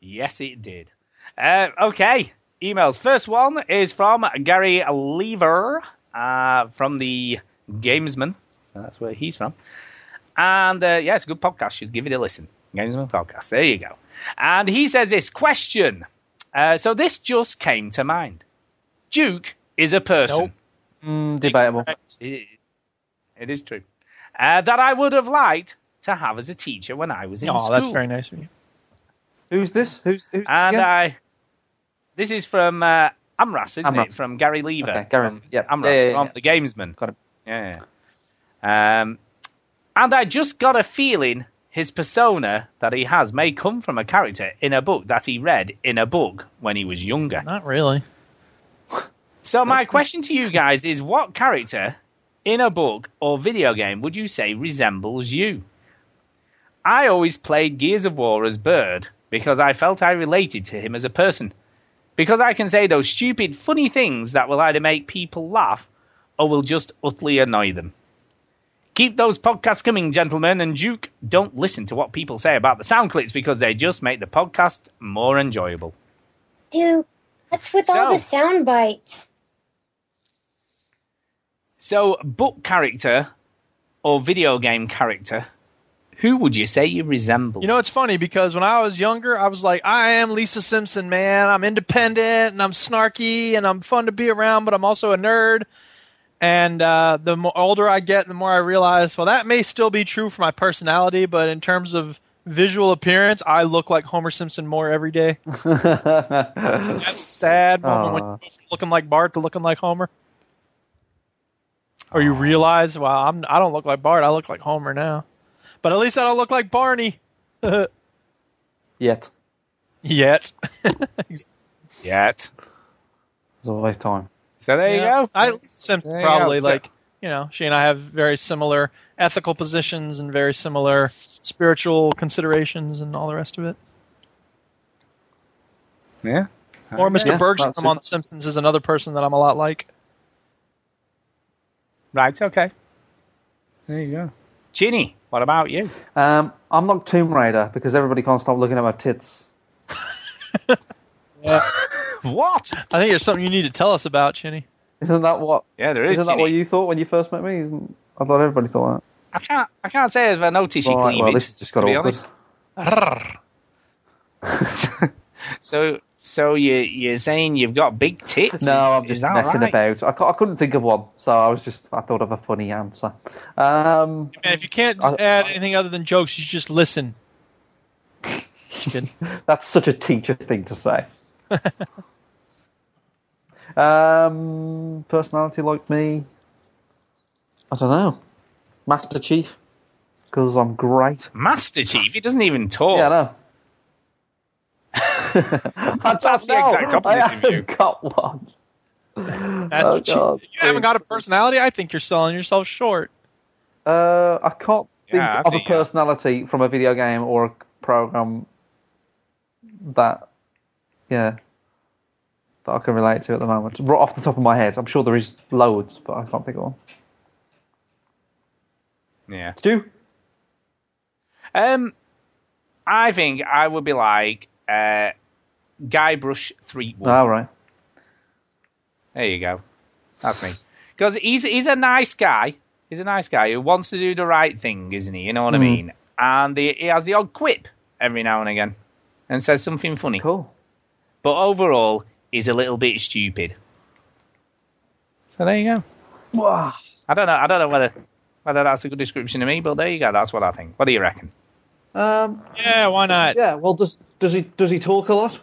A: Yes, it did. Uh, okay, emails. First one is from Gary Lever uh, from the Gamesman. So that's where he's from. And uh, yeah, it's a good podcast. You should give it a listen. Gamesman podcast. There you go. And he says this question. Uh, so this just came to mind. Duke is a person.
C: Nope.
B: Mm, debatable.
A: It- it is true. Uh, that I would have liked to have as a teacher when I was in
C: Oh,
A: school.
C: that's very nice of you.
B: Who's this? Who's who's this
A: And
B: again?
A: I. This is from uh, Amras, isn't
B: Amras.
A: it? From Gary Lever.
B: Okay, Gary,
A: From,
B: yeah.
A: Amras
B: Yeah, yeah,
A: from
B: yeah.
A: The Gamesman.
B: Got it.
A: Yeah. yeah. Um, and I just got a feeling his persona that he has may come from a character in a book that he read in a book when he was younger.
C: Not really.
A: So my question to you guys is what character in a book or video game would you say resembles you? I always played Gears of War as Bird because I felt I related to him as a person. Because I can say those stupid, funny things that will either make people laugh or will just utterly annoy them. Keep those podcasts coming, gentlemen, and Duke, don't listen to what people say about the sound clips because they just make the podcast more enjoyable.
E: Dude, what's with all the
A: So-
E: sound bites?
A: So, book character or video game character, who would you say you resemble?
C: You know, it's funny because when I was younger, I was like, I am Lisa Simpson, man. I'm independent and I'm snarky and I'm fun to be around, but I'm also a nerd. And uh, the mo- older I get, the more I realize, well, that may still be true for my personality, but in terms of visual appearance, I look like Homer Simpson more every day. That's a sad moment when you
B: Aw.
C: go from looking like Bart to looking like Homer. Or you realize, well, I'm, I don't look like Bart. I look like Homer now. But at least I don't look like Barney.
B: Yet,
C: Yet.
A: yet.
B: there's always time.
A: So there
C: Yeah.
A: you go.
C: I Sim-
A: There you
C: probably
A: go. So-
C: like you know, she and I have very similar ethical positions and very similar spiritual considerations and all the rest of it.
A: yeah.
C: Or Mr.
B: Yeah, that's
C: Bergstrom
B: it.
C: on The Simpsons is another person that I'm a lot like.
A: Right. Okay. There you go. Ginny, what about you?
B: Um, I'm not Tomb Raider because everybody can't stop looking at my tits.
A: what?
C: I think there's something you need to tell us about, Chinny.
B: Isn't that what?
A: Yeah, there is.
B: Isn't that what
A: Ginny.
B: you thought when you first met me? Isn't, I thought everybody thought
A: I can't. I can't say I've noticed your
B: Right,
A: cleavage.
B: well, this has just got
A: to be
B: awkward.
A: honest. so, so you you're saying you've got big tits?
B: that. No, I'm
A: Is
B: just
A: that
B: messing
A: right?
B: about. I, cou- I couldn't think of one, so I was just I thought of a funny answer. Um,
C: Man, if you can't
B: I-
C: add anything other than jokes, you just listen. Just kidding.
B: that's such a teacher thing to say. um, personality like me. I don't know. Master Chief, because I'm great.
A: Master Chief. He doesn't even talk.
B: Yeah, I know. I
A: That's the
B: don't know.
A: exact opposite
B: I
A: of you.
B: haven't got one.
C: That's
B: Oh,
C: what you-
B: God.
C: you, haven't got a personality. I think you're selling yourself short.
B: Uh, I can't think
A: Yeah, I
B: of
A: think-
B: a personality from a video game or a program that, yeah, that I can relate to at the moment. Right off the top of my head, I'm sure there is loads, but I can't think of one.
A: Yeah.
B: Stu?
A: Um, I think I would be like uh, Guybrush Threepwood.
B: All right.
A: There you go. That's me. Because he's he's a nice guy. He's a nice guy who wants to do the right thing, isn't he? You know what I mean? And the, he has the odd quip every now and again, and says something funny.
B: Cool.
A: But overall, he's a little bit stupid. So there you go.
B: Wow.
A: I don't know. I don't know whether whether that's a good description of me, but there you go. That's what I think. What do you reckon?
B: Um,
C: Yeah, why not?
B: yeah. Well, does does he does he talk a lot?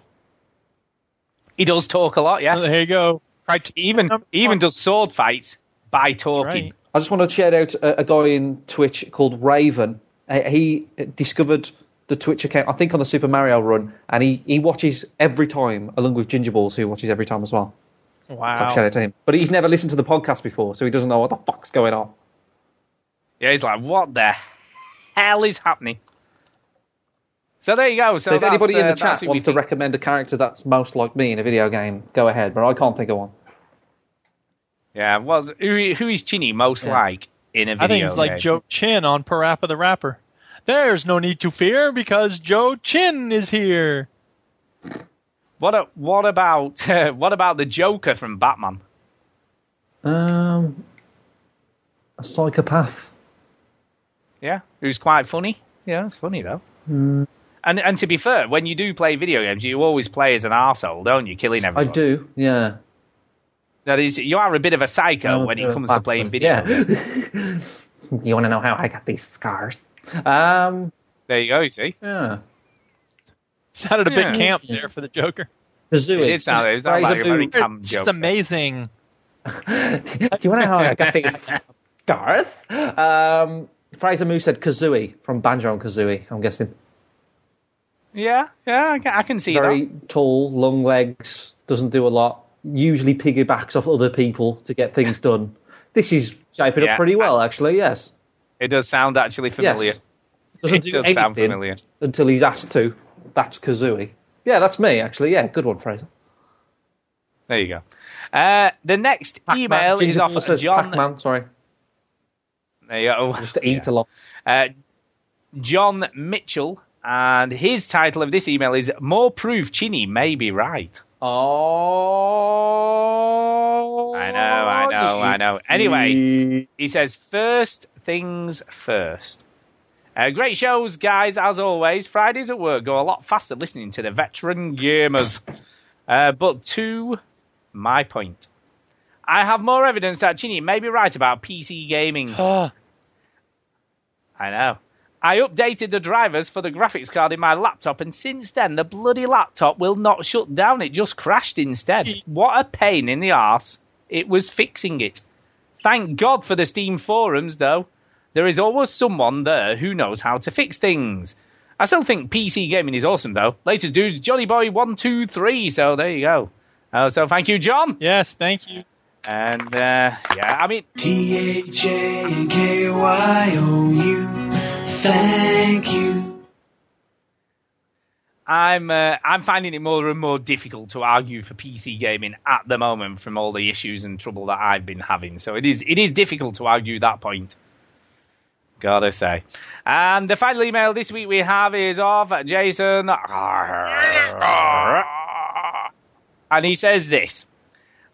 A: He does talk a lot. Yes.
C: Well, there you go.
A: Right, even he even does sword fights by talking.
C: Right.
B: I just want to shout out a, a guy in Twitch called Raven. Uh, he discovered the Twitch account, I think, on the Super Mario run, and he, he watches every time, along with Gingerballs, who watches every time as well. So shout
C: Wow.
B: out to him. But he's never listened to the podcast before, so he doesn't know what the fuck's going on.
A: Yeah, he's like, what the hell is happening? So there you go. So,
B: So if
A: that's,
B: anybody in
A: uh,
B: the
A: that's
B: chat
A: who we
B: wants to
A: think.
B: recommend a character that's most like me in a video game, go ahead, but I can't think of one.
A: yeah, well, who who is Chinny most
B: Yeah.
A: like in a video?
C: I think it's like
A: game?
C: Joe Chin on Parappa the Rapper. There's no need to fear because Joe Chin is here.
A: What a, what about uh, what about the Joker from Batman?
B: Um, a psychopath.
A: Yeah, who's quite funny. Yeah, it's funny though.
C: Hmm.
A: And and to be fair, when you do play video games, you always play as an arsehole, don't you? Killing
B: I
A: everyone.
B: do, yeah. uh,
A: That is, you are a bit of a
C: Oh,
A: psycho when it comes to playing video. games.
B: Yeah. you want to know how I got these scars? Um,
A: There you go. You see.
B: yeah.
C: Sounded a bit
A: Yeah.
C: camp there for the Joker.
B: The
A: It did sound, it sounded like a very calm
C: It's
A: joke.
C: just amazing.
B: Do you want to know how I got these scars? Um, Fraser Moo said Kazooie from Banjo and Kazooie, I'm guessing.
A: Yeah, yeah, I can, I can see
B: Very
A: that.
B: tall, long legs, doesn't do a lot, usually piggybacks off other people to get things done. This is shaping
A: Yeah.
B: up pretty well, actually, yes.
A: It does sound actually familiar.
B: Yes. Doesn't
A: It
B: do
A: does sound
B: anything
A: familiar.
B: until he's asked to. That's Kazooie. Yeah, that's me, actually. Yeah, good one, Fraser.
A: There you go. Uh, the next email is
B: Ginger
A: off
B: Ball says
A: John.
B: Pac-Man, sorry.
A: There you go.
B: Just to eat a lot.
A: Uh, John Mitchell, and his title of this email is "More Proof Chinny May Be Right."
B: Oh.
A: I know, I know, I know. Anyway, he says, first things first. Uh, great shows, guys, as always. Fridays at work go a lot faster listening to the veteran gamers. Uh, but to my point, I have more evidence that Chini may be right about PC gaming.
C: Ah,
A: I know. I updated the drivers for the graphics card in my laptop, and since then, the bloody laptop will not shut down. It just crashed instead.
C: Jeez.
A: What a pain in the arse. It was fixing it. Thank God for the Steam forums, though. There is always someone there who knows how to fix things. I still think PC gaming is awesome, though. Latest dudes, Johnny Boy one two three. So there you go. Uh, so thank you, John.
C: yes, thank you.
A: And uh, yeah, I mean,
D: Thank you.
A: I'm uh, I'm finding it more and more difficult to argue for PC gaming at the moment from all the issues and trouble that I've been having. So it is it is difficult to argue that point. Gotta say. And the final email this week we have is of Jason. and he says this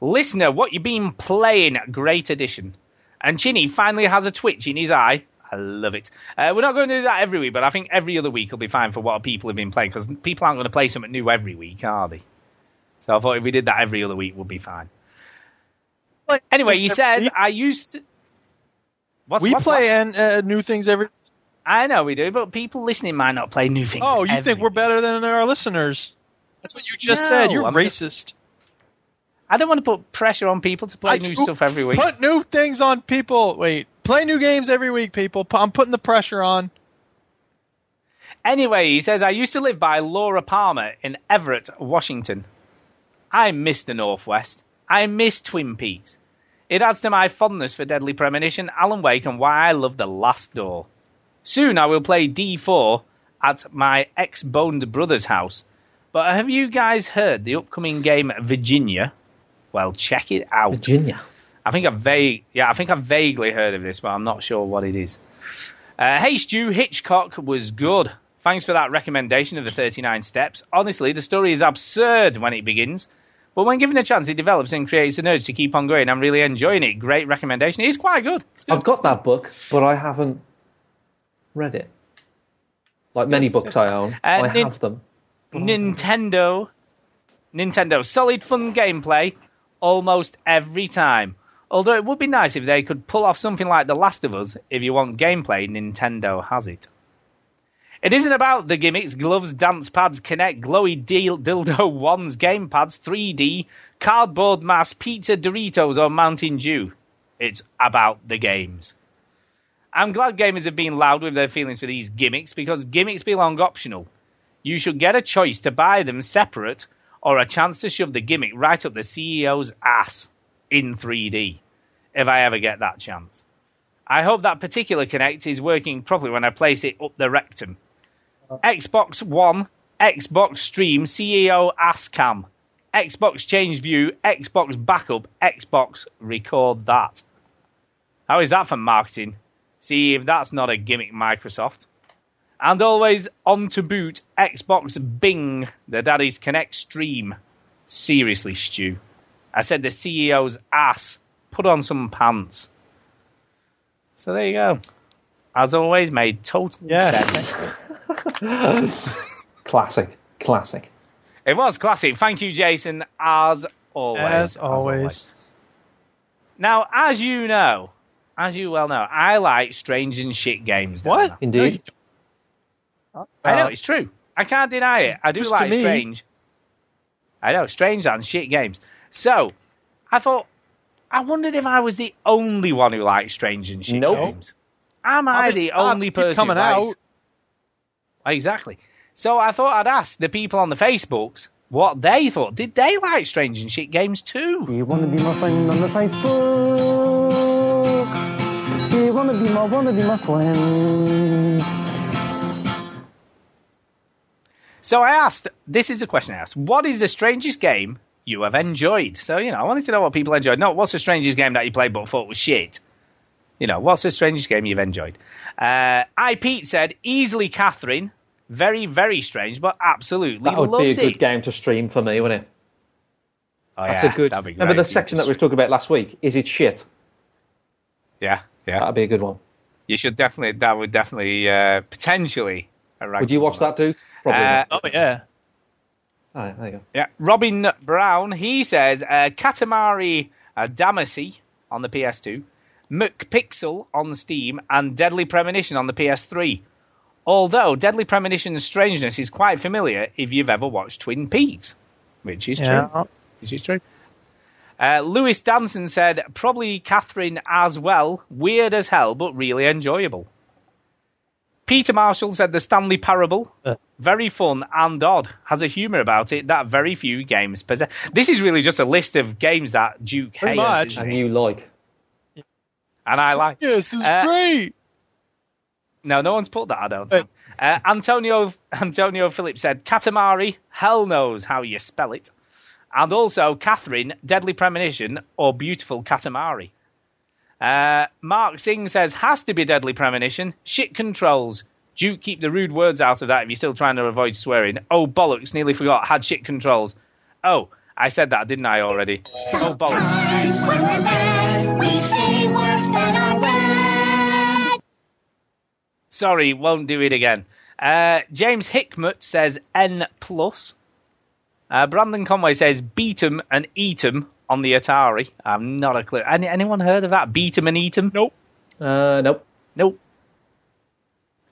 A: Listener, what you been playing? Great addition. And Chinny finally has a twitch in his eye. I love it. Uh, we're not going to do that every week, but I think every other week will be fine for what people have been playing because people aren't going to play something new every week, are they? So I thought if we did that every other week, we'll be fine. But anyway, he
C: Except
A: says,
C: we-
A: I used to. What's,
C: we
A: what's-
C: play
A: what's-
C: and uh, new things every.
A: I know we do, but people listening might not play new things.
C: Oh, you
A: every
C: think we're better than our listeners? That's what you just
A: No,
C: said. You're
A: I'm just-
C: racist.
A: I don't want to put pressure on people to play
C: I-
A: new stuff every week.
C: Put new things on people. Wait, play new games every week, people. P- I'm putting the pressure on.
A: Anyway, he says, I used to live by Laura Palmer in Everett, Washington. I miss the Northwest. I miss Twin Peaks. It adds to my fondness for Deadly Premonition, Alan Wake, and why I love The Last Door. Soon I will play D4 at my ex boned brother's house. But have you guys heard the upcoming game Virginia? Well, check it out.
K: Virginia.
A: I think I vague, yeah, I think I vaguely heard of this, but I'm not sure what it is. Uh, hey Stu, Hitchcock was good. Thanks for that recommendation of the 39 steps. Honestly, the story is absurd when it begins, but when given a chance, it develops and creates an urge to keep on going. I'm really enjoying it. Great recommendation. It is quite good. It's good.
K: I've got that book, but I haven't read it. Like many books I own, I
A: Nin-
K: have them.
A: Nintendo, Nintendo, solid fun gameplay almost every time. Although it would be nice if they could pull off something like The Last of Us. If you want gameplay, Nintendo has it. It isn't about the gimmicks, gloves, dance pads, connect, glowy deal, dildo wands, game pads, 3D, cardboard mass, pizza, Doritos, or Mountain Dew. It's about the games. I'm glad gamers have been loud with their feelings for these gimmicks because gimmicks belong optional. You should get a choice to buy them separate or a chance to shove the gimmick right up the CEO's ass in 3D if I ever get that chance. I hope that particular Connect is working properly when I place it up the rectum. Xbox One, Xbox Stream, CEO ass cam, Xbox Change View, Xbox Backup, Xbox Record That. How is that for marketing? See if that's not a gimmick, Microsoft. And always on to boot Xbox Bing, the daddy's Connect stream. Seriously, Stu. I said the CEO's ass. Put on some pants. So there you go. As always, made total
C: Yes.
A: sense.
K: Classic, classic.
A: It was classic. Thank you, Jason, as always.
C: As always.
A: Now, as you know, as you well know, I like strange and shit games. don't Uh,
C: What?
A: I?
K: Indeed.
A: I know it's true. I can't deny it. I do
C: Seems to
A: like
C: me-
A: strange. I know strange and shit games. So I thought I wondered if I was the only one who likes strange and shit
K: Nope.
A: games. Am I
C: Obviously
A: the
C: not,
A: only
C: keep
A: person
C: coming
A: who likes-
C: out.
A: Exactly. So I thought I'd ask the people on the Facebooks what they thought. Did they like strange and shit games
C: Hmm.
A: too?
B: You wanna be my friend on the Facebook? You wanna be my wanna be my friend?
A: So I asked, this is the question I asked, what is the strangest game you have enjoyed? So, you know, I wanted to know what people enjoyed. Not what's the strangest game that you played but thought was shit. You know, what's the strangest game you've enjoyed? Uh, I Pete said, easily Catherine. Very, very strange, but absolutely
K: That would
A: loved
K: be a good
A: it.
K: game to stream for me, wouldn't it?
A: Oh,
K: That's
A: yeah,
K: a good.
A: that'd be
K: Remember
A: great.
K: the section that we were talking about last week? Is it shit?
A: Yeah, yeah.
K: That'd be a good one.
A: you should definitely, that would definitely, uh, potentially.
K: Would you watch that, Duke? Probably.
A: Uh,
K: not.
C: Oh yeah.
K: All right, there you go.
A: Yeah, Robin Brown. He says uh, Katamari uh, Damacy on the PS2, McPixel on Steam, and Deadly Premonition on the PS3. Although Deadly Premonition's strangeness is quite familiar if you've ever watched Twin Peaks, which is true.
C: yeah.
A: Which is true. Uh, Lewis Danson said probably Catherine as well. Weird as hell, but really enjoyable. Peter Marshall said the Stanley Parable,
C: Uh.
A: very fun and odd, has a humour about it that very few games possess. This is really just a list of games that Duke hates,
C: Pretty much.
A: isn't
K: And
A: it?
K: you like?
A: and I like.
C: Yes, it's
A: Uh,
C: great.
A: No, no one's put that. I don't.
C: But-
A: think. Uh, Antonio Antonio Phillips said Katamari. Hell knows how you spell it. And also Catherine, Deadly Premonition, or Beautiful Katamari. Uh, Mark Singh says has to be Deadly Premonition. Shit controls. Duke, keep the rude words out of that if you're still trying to avoid swearing. Oh bollocks, nearly forgot. Had shit controls. Oh, I said that, didn't I already? Oh, bollocks. Sorry, won't do it again. Uh, James Hickmut says N plus. Uh, Brandon Conway says beat 'em and eat 'em on the Atari. I'm not a clue. Any, anyone heard of that? Beat 'em and eat 'em?
C: Nope.
K: Uh, nope.
A: Nope.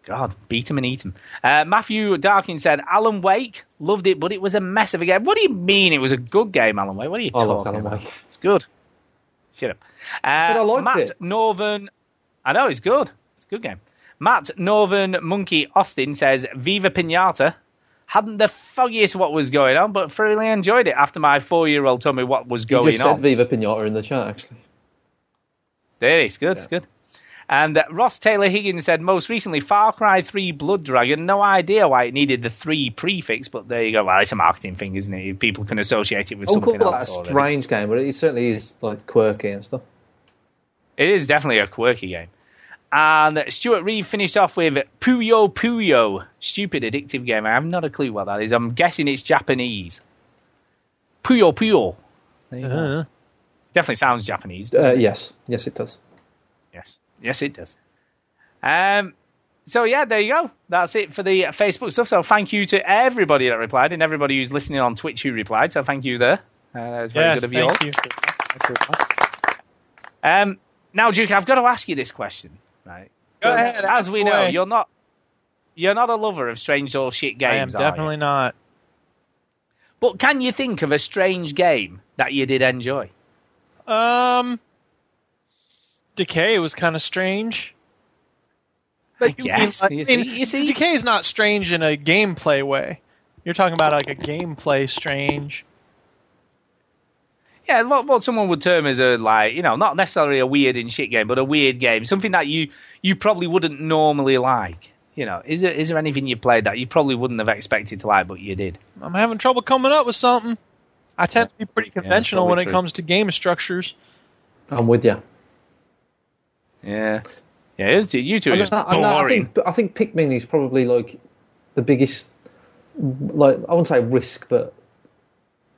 A: God, beat 'em and eat 'em. Uh, Matthew Darkin said Alan Wake loved it, but it was a mess of a game. What do you mean it was a good game, Alan Wake? What are you
K: I
A: talking
K: loved Alan
A: about?
K: Wake.
A: It's good. Shut up. Uh,
K: Said I liked
A: Matt
K: it.
A: Northern. I know it's good. It's a good game. Matt Northern Monkey Austin says Viva Pinata. Hadn't the foggiest what was going on, but thoroughly enjoyed it after my four-year-old told me what was
K: You
A: going
K: just
A: on.
K: said Viva Pinata in the chat, actually.
A: There it is. Good,
K: Yeah.
A: good. And uh, Ross Taylor Higgins said most recently Far Cry 3 Blood Dragon. No idea why it needed the 3 prefix, but there you go. Well, it's a marketing thing, isn't it? People can associate it with
K: I would call
A: something
K: that
A: else.
K: a
A: already.
K: strange game, but it certainly is like quirky and stuff.
A: It is definitely a quirky game. And Stuart Reeve finished off with Puyo Puyo. Stupid addictive game. I have not a clue what that is. I'm guessing it's Japanese. Puyo Puyo. There you go.
C: Uh,
A: Definitely sounds Japanese. doesn't
K: Uh,
A: it?
K: yes, yes, it does.
A: Yes. Yes, it does. Um, so, yeah, there you go. That's it for the Facebook stuff. So, thank you to everybody that replied and everybody who's listening on Twitch who replied. So, thank you there. Uh, that was very
C: yes,
A: good of you all.
C: thank you.
A: Um, now, Duke, I've got to ask you this question, right?
C: Go
A: 'Cause
C: ahead,
A: As
C: ask
A: we know,
C: away.
A: you're not you're not a lover of strange or shit
C: I am
A: games. are you?
C: definitely not.
A: But can you think of a strange game that you did enjoy?
C: Um, Decay was kind of strange. But you mean,
A: guess.
C: like-
A: You
C: I
A: see-
C: mean,
A: you see?
C: Decay is not strange in a gameplay way. You're talking about like a gameplay strange.
A: Yeah, what, what someone would term as a like, you know, not necessarily a weird and shit game, but a weird game, something that you you probably wouldn't normally like. You know, is there is there anything you played that you probably wouldn't have expected to like, but you did?
C: I'm having trouble coming up with something. I tend to be pretty
A: that's
C: conventional when
A: probably
C: it
A: true.
C: comes to game structures.
K: I'm with you.
A: Yeah, yeah, it's- you two
K: I,
A: are
K: don't
A: just
K: know, I, know, I
A: boring.
K: think I think Pikmin is probably like the biggest, like I wouldn't say risk, but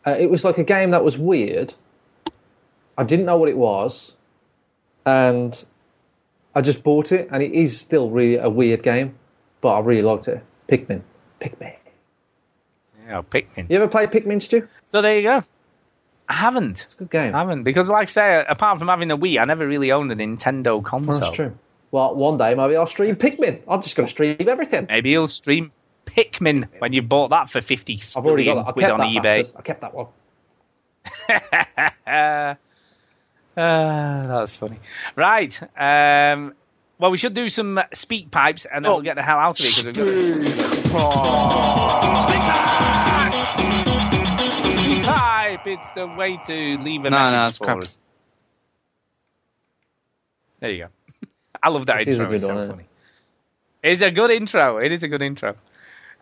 K: uh, it was like a game that was weird. I didn't know what it was, and I just bought it, and it is still really a weird game, but I really liked it. Pikmin, Pikmin.
A: Yeah, Oh, Pikmin.
K: You ever play Pikmin, Stu?
A: So there you go. I haven't.
K: It's a good game.
A: I haven't because, like I say, apart from having a Wii, I never really owned a Nintendo console.
K: That's true. Well, one day maybe I'll stream Pikmin. I'm just going to stream everything.
A: Maybe you'll stream Pikmin when you bought that for fifty
K: I've already got
A: billion
K: that. I
A: quid
K: kept
A: on
K: that
A: eBay.
K: bastard. I kept that one.
A: Ah, that's funny. Right. Um, well, we should do some speak pipes
K: Oh.
A: and then we'll get the hell out of here. 'cause we've got to- Speak pipe. It's the way to leave a
L: No, no,
A: message
L: it's
A: for
L: crap.
A: us. There you go. I love that
K: It is a
A: intro.
K: good
A: It's so
K: one, isn't it?
A: funny. It's a good intro. It is a good intro.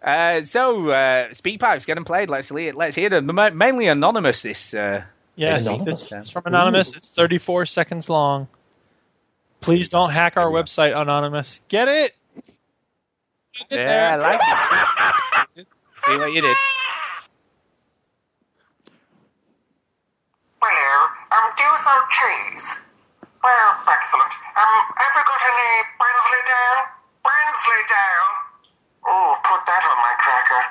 A: Uh, so, uh, speak pipes, get them played. Let's hear, let's hear them. Ma- Mainly anonymous this uh,
C: Yes,
K: Anonymous.
C: this is from Anonymous. It's 34 seconds long. Please don't hack our website, Anonymous. Get it? Get it
A: Yeah, I
C: there.
A: like it. See what you did.
M: Well, um, do some cheese. Well, excellent. Um, have you got any Wensleydale? Wensleydale? Oh, put that on my cracker.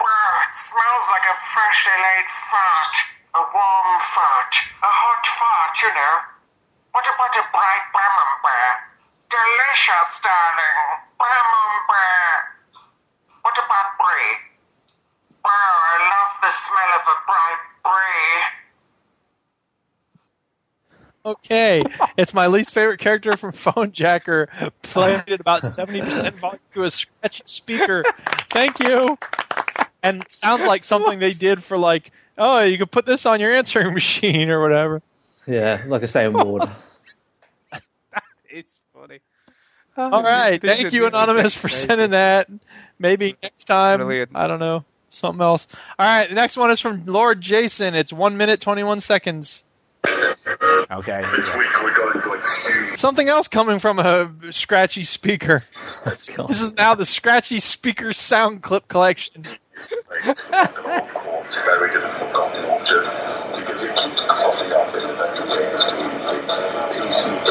M: Wow, it smells like a freshly laid fart. A warm fart. A hot fart, you know. What about a bright camembert? Delicious, darling. Camembert. What about brie? Wow, I love the smell of a bright brie.
C: Okay. It's my least favorite character from Phone Jacker, played at about 70% volume to a scratched speaker. Thank you. And sounds like something they did for, like, oh, you could put this on your answering machine or whatever.
K: Yeah, like I say, I'm bored.
A: It's funny.
C: All right. Thank you, Anonymous, for sending that. Maybe next time.
A: Brilliant.
C: I don't know. Something else. All right. The next one is from Lord Jason. It's 1 minute, 21 seconds.
A: Okay.
G: This week we're going to experience
C: Something else coming from a scratchy speaker.
K: God.
C: This is now the scratchy speaker sound clip collection.
G: things on the old corn is buried in a forgotten orchard because it keeps cropping up in the Metro Gamers community. PC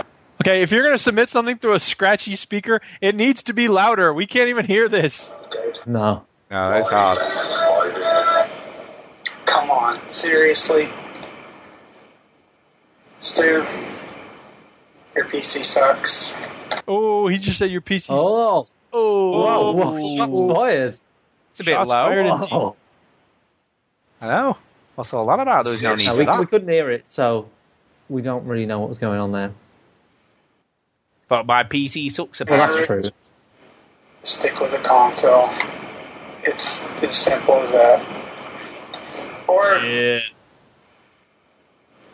G: gaming.
C: Okay, if you're going to submit something through a scratchy speaker, it needs to be louder. We can't even hear this.
K: No.
A: No, it's hard.
L: Come on, seriously? Stu, your PC sucks.
C: Oh, he just said your PC.
K: Oh. Whoa,
C: Oh.
K: whoa, shots fired.
A: It's a bit low.
K: Oh.
A: Hello? What's all that about? There's no need
K: No,
A: for
K: we, we
A: that.
K: couldn't hear it, so we don't really know what was going on there.
A: But my PC sucks
K: Well,
A: apparently.
K: that's true.
L: Stick with the console. It's as simple as that. Or
C: Yeah.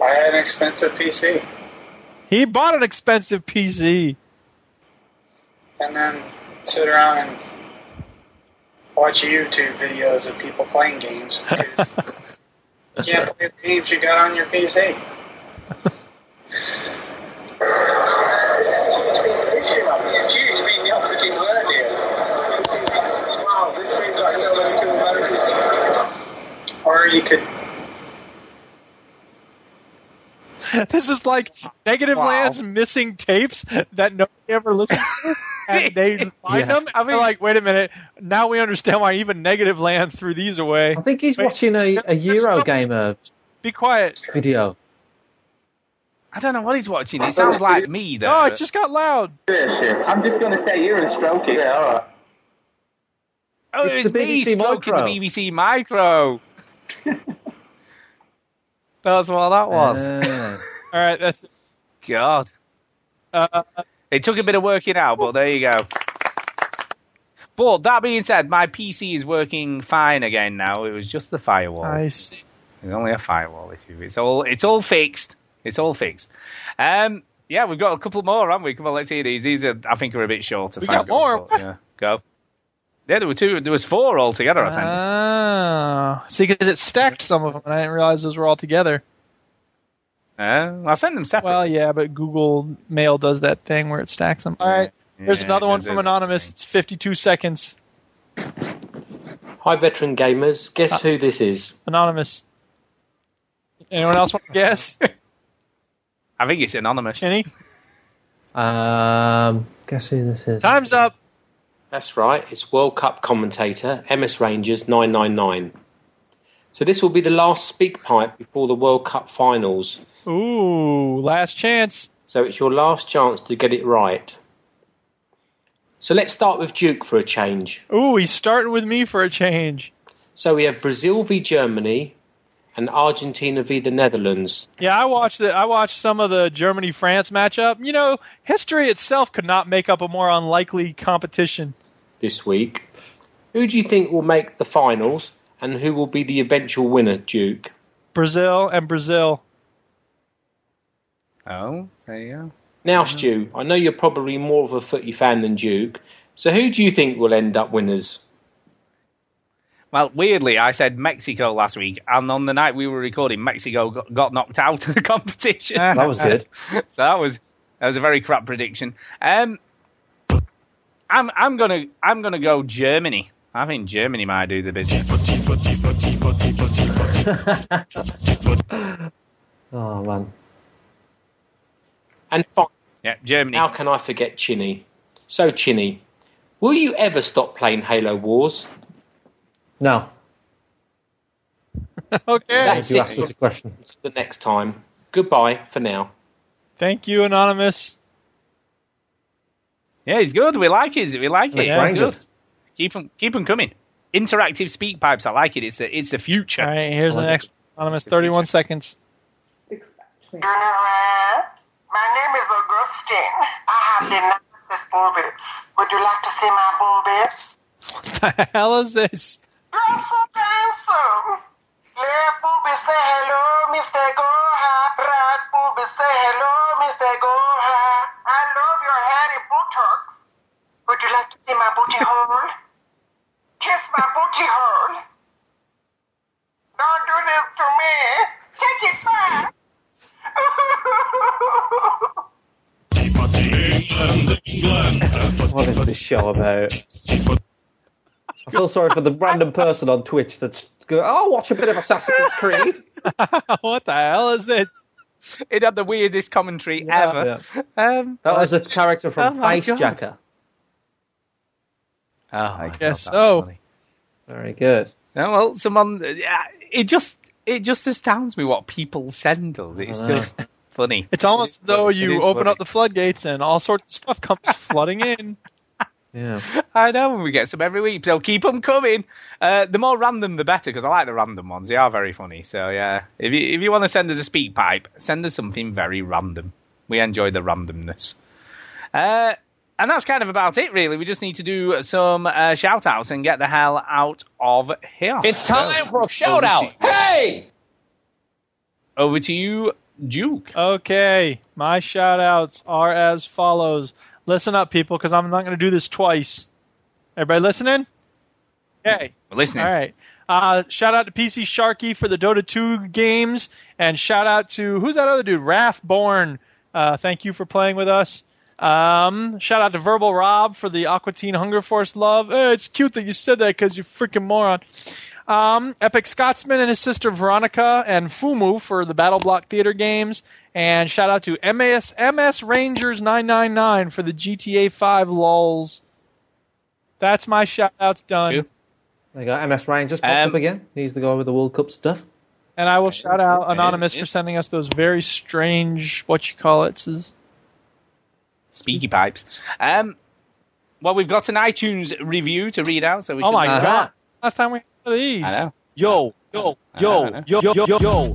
L: buy an expensive PC
C: He bought an expensive PC.
L: and then sit around and watch YouTube videos of people playing games because you can't play the games you got on your PC.
G: This is huge piece of issue. Huge being the operative word here. It seems like, wow, this brings back so many cool memories.
L: Or you could
C: This is like Negative Land's missing tapes that nobody ever listened to, and they find
K: Yeah.
C: them. I mean, like, wait a minute. Now we understand why even Negative Land threw these away.
K: I think he's
C: Wait,
K: watching a, a Eurogamer
C: Be quiet.
K: video.
A: I don't know what he's watching. It sounds like me though.
C: Oh, it just got loud.
F: I'm just going to stay here and stroke it. Yeah, alright.
A: Oh,
K: It's
A: it's,
K: the
A: me
K: BBC
A: stroking
K: Micro.
A: the BBC Micro. That's what that was.
K: Ah.
C: All right, that's.
A: Uh, God.
C: Uh,
A: It took a bit of working out, but there you go. But that being said, my PC is working fine again now. It was just the firewall.
C: I see.
A: It's only a firewall issue. It's all it's all fixed. It's all fixed. Um, yeah, we've got a couple more, haven't we? Come on, let's hear these. These are I think are a bit shorter.
C: We
A: thank
C: got more.
A: God, but, yeah, go. Yeah, there were two. There was four altogether. I think.
C: Ah, see, because it stacked some of them, and I didn't realize those were all together.
A: Uh, I sent them separate.
C: Well, yeah, but Google Mail does that thing where it stacks them. All right, there's
A: Yeah,
C: another
A: it
C: one
A: does
C: from
A: that
C: anonymous. It's 52 seconds.
N: Hi, veteran gamers. Guess who this is?
C: Uh, Anonymous. Anyone else want to guess?
A: I think it's anonymous.
C: Kenny.
N: Um,
K: Guess who this is?
C: Time's up.
N: That's right. It's World Cup commentator MS Rangers 999. So this will be the last speak pipe before the World Cup finals.
C: Ooh, last chance.
N: So it's your last chance to get it right. So let's start with Duke for a change.
C: Ooh, he's starting with me for a change.
N: So we have Brazil v Germany and Argentina v the Netherlands.
C: Yeah, I watched the, I watched some of the Germany France matchup. You know, history itself could not make up a more unlikely competition.
N: this week. Who do you think will make the finals and who will be the eventual winner, Duke?
C: Brazil and Brazil.
A: Oh, there you go.
N: Now, Stu, I know you're probably more of a footy fan than Duke, so who do you think will end up winners?
A: Well, weirdly, I said Mexico last week, and on the night we were recording, Mexico got, got knocked out of the competition.
K: That was good.
A: so that was that was a very crap prediction. Um, I'm I'm gonna I'm gonna go Germany. I think Germany might do the business.
K: Oh, man.
N: And fi-
A: Yeah, Germany.
N: How can I forget Chinny? So, Chinny, will you ever stop playing Halo Wars?
K: No.
C: okay.
K: Thank you asked such a question.
N: Until the next time. Goodbye for now.
C: Thank you, anonymous.
A: Yeah, he's good. We like his. We like it.
K: Let's
A: Yeah, he's
K: Rangers.
A: good. Keep them coming. Interactive speak pipes. I like it. It's the it's the future.
C: All right, here's the next anonymous. 31 seconds.
M: Hello. Uh, My name is Augustine. I have the nicest boobits. Would you like to see my boobits?
C: What the hell is this?
M: You're so handsome. Left boobie say hello, Mr. Goha. Right boobie say hello, Mr. Goha. I love your hairy buttocks. Would you like to see my booty hole? Kiss my booty hole. Don't do this to me. Take it back.
K: What is this show about? I feel sorry for the random person on Twitch that's go, I'll watch a bit of Assassin's Creed.
C: what the hell is this?
A: It had the weirdest commentary ever. Um,
K: That was a character
A: Oh
K: from
A: my
K: Face
A: God.
K: Jacker.
A: Oh, I
K: guess
A: so.
K: Very good.
A: Yeah, well, someone. yeah, It just it just astounds me what people send us. It's
C: I know.
A: just funny.
C: It's almost as though
A: funny. It
C: you
A: is
C: open
A: funny.
C: up the floodgates and all sorts of stuff comes flooding in.
K: Yeah.
A: I know, and we get some every week, so keep them coming. Uh, the more random, the better, because I like the random ones. They are very funny. So yeah, if you if you want to send us a speak pipe, send us something very random. We enjoy the randomness. Uh, and that's kind of about it, really. We just need to do some uh, shout outs and get the hell out of here.
H: It's time for a
A: Oh,
H: shout out.
C: Hey!
A: Over to you, Duke.
C: Okay, my shout outs are as follows. Listen up, people, because I'm not going to do this twice. Everybody listening? Okay.
A: We're listening.
C: All right. Uh, shout out to PC Sharky for the Dota 2 games, and shout out to who's that other dude? Wrathborn. Uh, thank you for playing with us. Um, shout out to Verbal Rob for the Aqua Teen Hunger Force love. Eh, it's cute that you said that because you freaking moron. Um, Epic Scotsman and his sister Veronica and Fumu for the Battle Block Theater games. And shout out to MS, MS Rangers 999 for the GTA 5 lols. That's my shout outs done.
K: There you go. MS Ryan just popped
A: Um,
K: up again. He's the guy with the World Cup stuff.
C: And I will shout out
K: Okay.
C: Anonymous for sending us those very strange what you call it.
A: Speaky pipes. Um, well, we've got an iTunes review to read out, so we
C: Oh
A: should
C: my
A: do that.
C: god. Last time we had these.
A: I know.
C: Yo, yo, yo, yo, yo, yo, yo.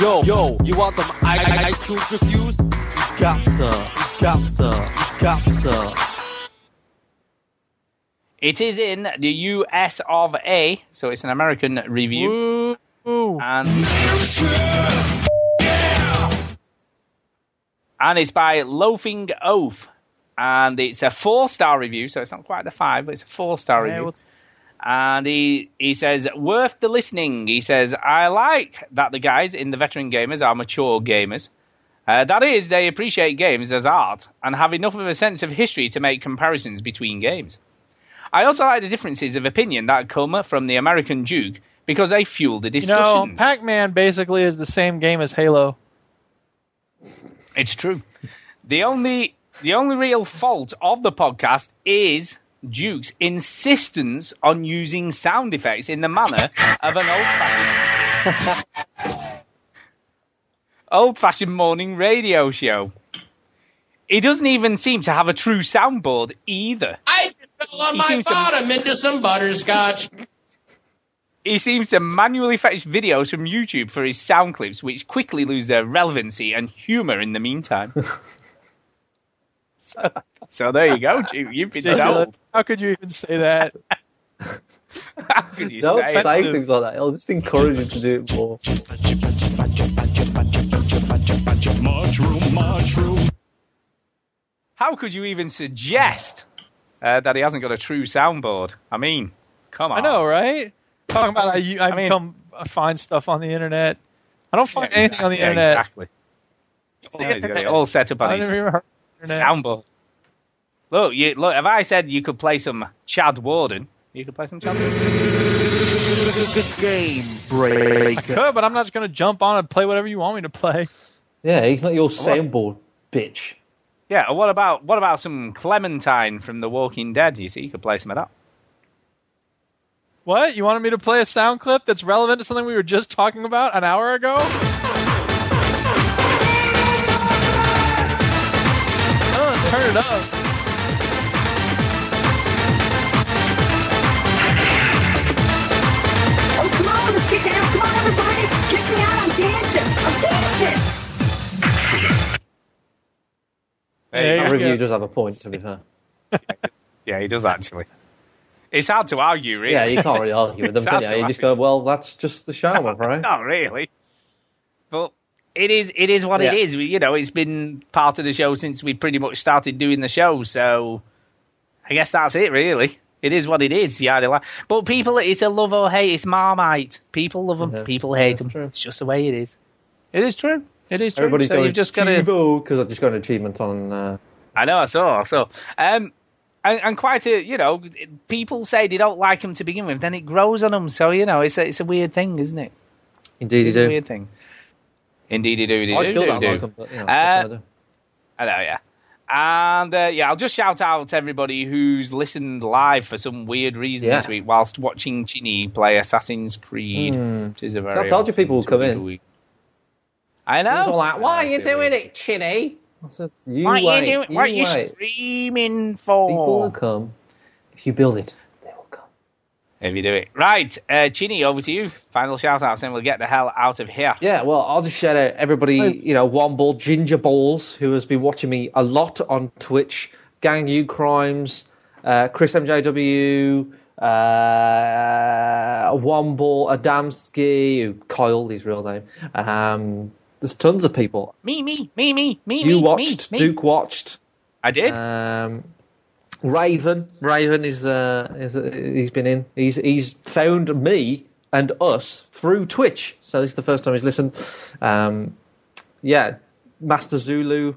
H: Yo, yo, you want them I, I, I iTunes reviews? You got the, got the, got the.
A: It is in the US of A, so it's an American review. And, and it's by Loafing Oath. And it's a four star review, so it's not quite the five, but it's a four star
C: Yeah,
A: review.
C: we'll t-
A: and he, he says, worth the listening. He says, I like that the guys in the veteran gamers are mature gamers. Uh, that is, they appreciate games as art and have enough of a sense of history to make comparisons between games. I also like the differences of opinion that come from the American Duke because they fuel the
C: You know,
A: discussions.
C: Pac Man basically is the same game as Halo.
A: It's true. The only the only real fault of the podcast is Duke's insistence on using sound effects in the manner of an old old fashioned morning radio show. He doesn't even seem to have a true soundboard either.
H: I just fell on
A: He
H: my
A: seems to-
H: bottom into some butterscotch.
A: He seems to manually fetch videos from YouTube for his sound clips, which quickly lose their relevancy and humor in the meantime. so, so there you go, Duke. You've been
C: Ridiculous.
A: told.
C: How could you even say that?
A: How could you
K: Don't
A: say
K: say
A: that?
K: things like that. I'll just encourage him to do it more.
A: How could you even suggest uh, that he hasn't got a true soundboard? I mean, come on.
C: I know, right? Talking about how you, I, become I find stuff on the internet. I don't find anything on the
A: Yeah,
C: internet.
A: Exactly. Yeah, he's got it all set up
C: I
A: on his
C: never even heard of the internet.
A: soundboard. Look, you, look. If I said you could play some Chad Warden, you could play some Chad Warden.
C: game break. I could, but I'm not just gonna jump on and play whatever you want me to play.
K: Yeah, he's not your soundboard, bitch.
A: Yeah, and what about what about some Clementine from The Walking Dead? You see, you could play some of that.
C: What? You wanted me to play a sound clip that's relevant to something we were just talking about an hour ago? Oh, turn it up.
G: Oh, come on, let's kick it out. Come on, everybody. Check me out. I'm dancing. I'm dancing.
A: There
K: That
A: you
K: review
A: go.
K: does have a point, to be fair.
A: Yeah, he does actually. It's hard to argue, really.
K: Yeah, you can't really argue with them,
A: It's
K: can
A: hard
K: you?
A: to
K: You just go, well, that's just the show, my friend.
A: Not really. But it is it is what it
K: Yeah.
A: is. We, you know, it's been part of the show since we pretty much started doing the show, so I guess that's it really. It is what it is, yeah. they like- But people, it's a love or hate. It's Marmite. People love them. People hate them. It's just the way it is. It is true. It is true.
K: Everybody's
A: so
K: going
A: you've just got to.
K: because I've just got an achievement on. Uh,
A: I know. I saw. I saw. Um, and, and quite a you know, people say they don't like him to begin with, then it grows on them. So you know, it's a, it's a weird thing, isn't it?
B: Indeed, you
A: It's a
B: do.
A: weird thing. Indeed, you do.
B: I
A: do,
B: still
A: do,
B: don't
A: do.
B: like him, but you know,
A: Uh,
B: that's another-
A: I know, yeah. And uh, yeah, I'll just shout out to everybody who's listened live for some weird reason
B: Yeah.
A: this week whilst watching Chinny play Assassin's Creed.
B: Hmm.
A: Which is a
B: I
A: very
B: told you people would come in.
A: week. I know.
B: It was all like, "Why are you doing
A: it, Chinny?
B: I said, you
A: what are
B: wait,
A: you doing? what are you Oh.
B: wait.
A: screaming for?
B: People will come if you build it.
A: If you do it. Right, uh, Chinny, over to you. Final shout out, and we'll get the hell out of here.
B: Yeah, well, I'll just shout out everybody, you know, One Ball, Ginger Balls, who has been watching me a lot on Twitch, Gang U Crimes, uh, Chris MJW, uh, One Ball Adamski, who- Kyle, his real name. Um, there's tons of people.
A: Me, me, me, me, me,
B: you
A: me,
B: watched,
A: me, me.
B: Duke watched.
A: I did.
B: Um, Raven, Raven is, uh, is uh, he's been in. He's he's found me and us through Twitch. So this is the first time he's listened. Um, yeah, Master Zulu,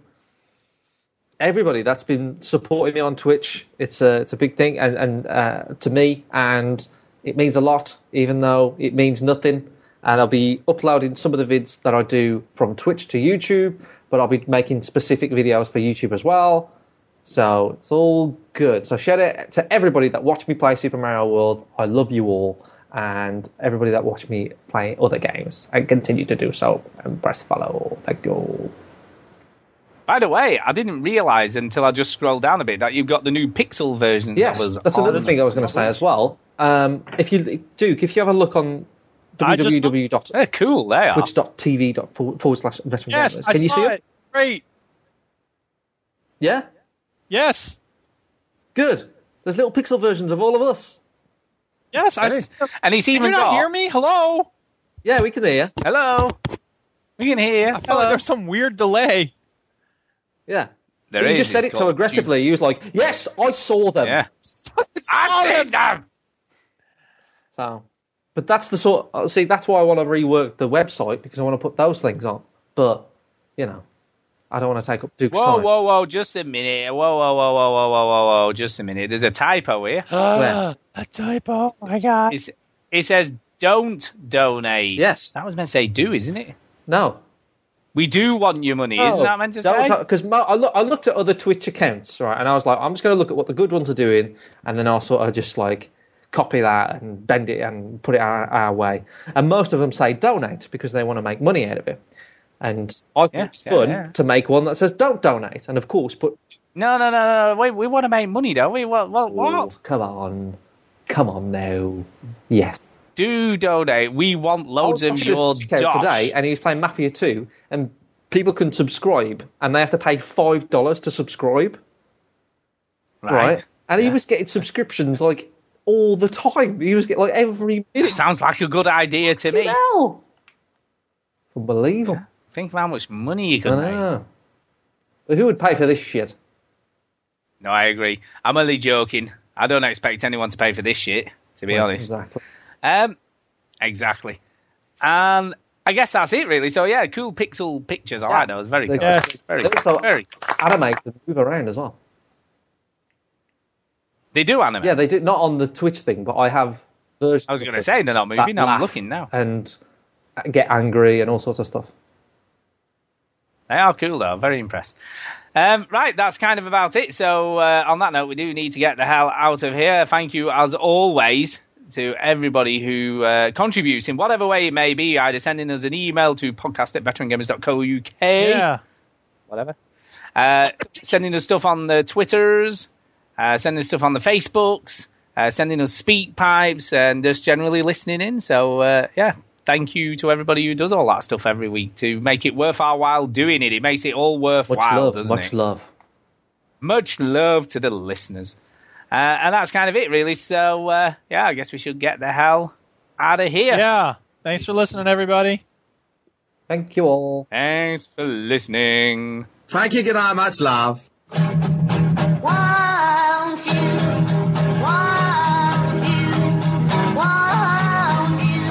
B: everybody that's been supporting me on Twitch. It's a it's a big thing, and and uh, to me, and it means a lot, even though it means nothing. And I'll be uploading some of the vids that I do from Twitch to YouTube, but I'll be making specific videos for YouTube as well. So it's all good. So shout out to everybody that watched me play Super Mario World. I love you all, and everybody that watched me play other games and continue to do so. And press follow. Thank you.
A: By the way, I didn't realise until I just scrolled down a bit that you've got the new Pixel version.
B: Yes,
A: that was
B: that's
A: on-
B: another thing I was going to say as well. Um, if you Duke, if you have a look on
A: I just- They're cool. They are.
B: www.twitch.tv forward forward slash veteran
C: Yes,
B: gamers,
C: I
B: can you
C: saw
B: see
C: it. Great.
B: Yeah,
C: Yes.
B: good. There's little pixel versions of all of us.
C: Yes. I
A: Hey.
B: Oh
A: And he's
C: Can you
A: even
C: not
A: got.
C: hear me? Hello.
B: Yeah, we can hear you.
A: Hello. We can hear.
C: I feel like there's some weird delay.
B: Yeah.
A: There
B: you
A: is,
B: just said
A: it's
B: it so
A: called
B: aggressively. You was like, "Yes, I saw them."
A: Yeah.
C: I've seen
A: them.
B: So, but that's the sort. uh, See, that's why I want to rework the website because I want to put those things on. But you know, I don't want to take up Duke's
A: Whoa,
B: time.
A: whoa, whoa! Just a minute. Whoa, whoa, whoa, whoa, whoa, whoa, whoa, whoa! Just a minute. There's a typo here.
B: Where?
C: Ah, a typo. Oh My God.
A: It's, it says don't donate.
B: Yes.
A: That was meant to say do, isn't it?
B: No,
A: We do want your money.
B: Oh,
A: Isn't that meant to say?
B: Because uh, I, look, I looked at other Twitch accounts, right, and I was like, I'm just going to look at what the good ones are doing, and then I'll sort of just like copy that and bend it and put it our, our way. And most of them say donate because they want to make money out of it. And I think
A: Yeah,
B: it's
A: yeah,
B: fun
A: yeah.
B: to make one that says don't donate, and of course put.
A: No, no, no, no. Wait, we want to make money, don't we? What? What? what?
B: Come on, come on now. Yes.
A: Do donate. We want loads
B: Oh, I
A: of
B: was
A: your
B: watching a Twitch
A: dosh.
B: account today, eh? and he was playing Mafia 2, and people can subscribe, and they have to pay five dollars to subscribe.
A: Right.
B: And he was getting subscriptions like all the time. He was getting like every minute.
A: Sounds like a good idea to me.
B: Hell. Unbelievable.
A: Think of how much money you
B: I
A: could make.
B: know. But who would pay for this shit?
A: No, I agree. I'm only joking. I don't expect anyone to pay for this shit, to be
B: Well,
A: honest.
B: Exactly.
A: Um, exactly. And I guess that's it, really. So yeah, cool pixel pictures. I like those. Very
B: They-
A: cool.
C: Yes.
A: Very,
B: They also
A: very.
B: animate and move around as well.
A: They do anime.
B: Yeah, they do. Not on the Twitch thing, but I have versions.
A: I was going to
B: of
A: say they're not
B: that
A: moving. I'm
B: laugh
A: looking now.
B: And get angry and all sorts of stuff.
A: They are cool though. Very impressed. Um, right, that's kind of about it. So uh, on that note, we do need to get the hell out of here. Thank you as always to everybody who uh, contributes in whatever way it may be, either sending us an email to podcast at veterangamers.co.uk.
C: Yeah.
A: whatever. Uh, sending us stuff on the Twitters, uh, sending us stuff on the Facebooks, uh, sending us speak pipes, and just generally listening in. So, uh, yeah, thank you to everybody who does all that stuff every week to make it worth our while doing it. It makes it all
B: Much
A: worthwhile,
B: love.
A: doesn't
B: Much
A: it?
B: love.
A: Much love to the listeners. Uh, and that's kind of it, really. So, uh, yeah, I guess we should get the hell out of here.
C: Yeah. Thanks for listening, everybody.
B: Thank you all.
A: Thanks for listening.
O: Thank you, good night, much love.
E: Won't you? Won't you? Won't you?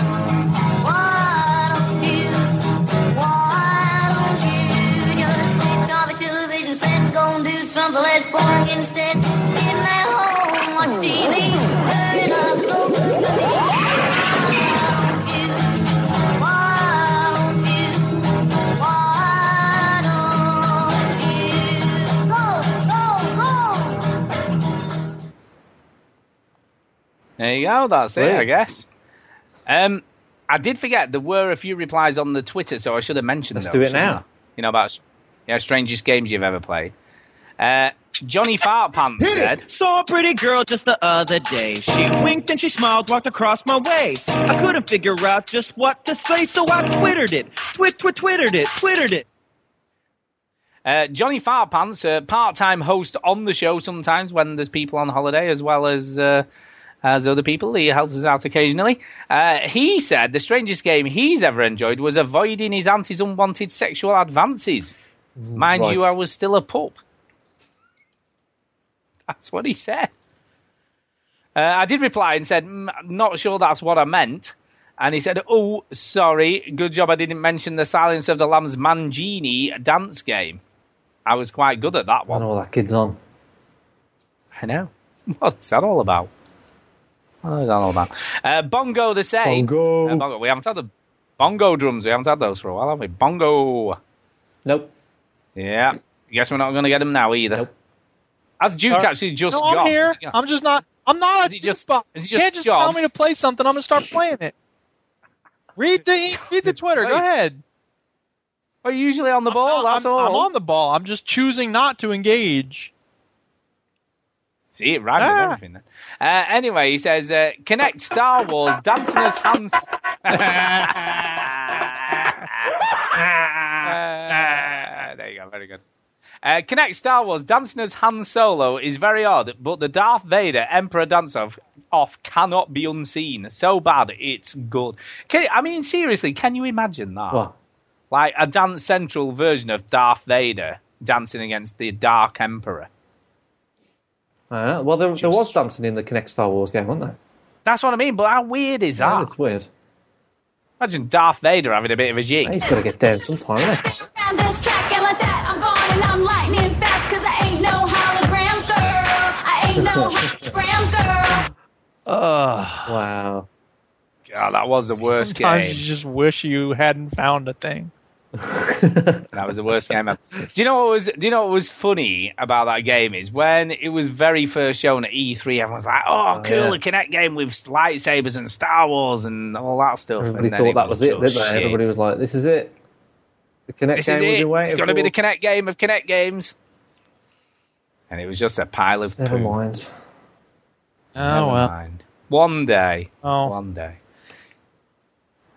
E: Won't you? Won't you just take off the television set and go and do something less boring instead? Sitting there
A: There you go. That's it,
C: Great.
A: I guess. Um, I did forget there were a few replies on the Twitter, so I should have mentioned
K: Let's
A: those,
K: do it
A: shouldn't I?
K: now.
A: You know about yeah, strangest games you've ever played. Uh, Johnny Fartpants said,
P: Saw a pretty girl just the other day. She winked and she smiled, walked across my way. I couldn't figure out just what to say, so I twittered it. Twit, twit, twittered it, twittered it.
A: Uh, Johnny Farpants, a part-time host on the show sometimes when there's people on holiday, as well as uh, as other people. He helps us out occasionally. Uh, he said the strangest game he's ever enjoyed was avoiding his auntie's unwanted sexual advances. Mind
K: Right.
A: you, I was still a pup. That's what he said. Uh, I did reply and said, "Mm, not sure that's what I meant. And he said, oh, sorry, good job I didn't mention the Silence of the Lambs Mangini dance game. I was quite good at that
K: I
A: one.
K: know all that kid's on.
A: I know. What's that all about? What is that all about? Uh, bongo the same. Bongo. bongo. We haven't had the bongo drums. We haven't had those for a while, have we? Bongo.
K: Nope.
A: Yeah. Guess we're not going to get them now either. Has Duke
C: Sorry.
A: actually just
C: no,
A: gone?
C: I'm here. I'm just not. I'm not a jukebox.
A: he
C: you
A: just
C: can't just
A: gone?
C: tell me to play something. I'm gonna start playing it. Read the e, read the Twitter. Go ahead.
A: Are you usually on the ball?
C: that's I'm, all. I'm on the ball. I'm just choosing not to engage.
A: See, it ran with
C: Ah.
A: everything then. Uh, anyway, he says, uh, connect Star Wars, dancing as Hans. Uh, there you go, very good. Uh, connect Star Wars, dancing as Han Solo is very odd, but the Darth Vader Emperor dance off, off cannot be unseen. So bad, it's good. Can, I mean, seriously, can you imagine that?
K: What?
A: Like a Dance Central version of Darth Vader dancing against the Dark Emperor.
K: Uh, well, there, there was dancing in the Connect Star Wars game, wasn't there?
A: That's what I mean, but how weird is
K: Yeah,
A: that?
K: that's weird.
A: Imagine Darth Vader having a bit of a jig.
K: He's got to get down eh? sometime, hasn't he?
Q: down this track and like that I'm gone and I'm lightning fast cause I ain't no hologram girl. I ain't no hologram girl.
K: wow.
A: God, Oh, that was the worst
C: Sometimes
A: game.
C: you just wish you hadn't found a thing.
A: That was the worst game ever. Do you know what was? Do you know what was funny about that game is when it was very first shown at E3, everyone was like, "Oh,
K: Oh,
A: cool,
K: yeah.
A: a Kinect game with lightsabers and Star Wars and all that stuff."
K: Everybody
A: and then
K: thought that was it,
A: just
K: didn't they?
A: shit.
K: Everybody was like, this is it. The Connect
A: This
K: game
A: is
K: we've
A: it.
K: been waiting
A: It's going to
K: for.
A: be the Kinect game of Kinect games. And it was just a pile of
K: Never
A: poo.
K: mind.
C: Oh
A: Never
C: well.
A: mind. One day.
C: Oh.
A: One day.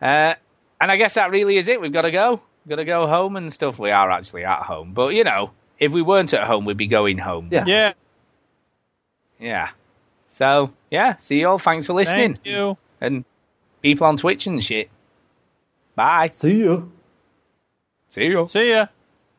A: Uh, and I guess that really is it. We've got to go. Got to go home and stuff. We are actually at home, but you know, if we weren't at home, we'd be going home.
K: Yeah.
C: Yeah.
A: Yeah. So yeah, see you all. Thanks for listening.
C: Thank you.
A: And people on Twitch and shit. Bye.
K: See you.
A: See you.
C: See ya.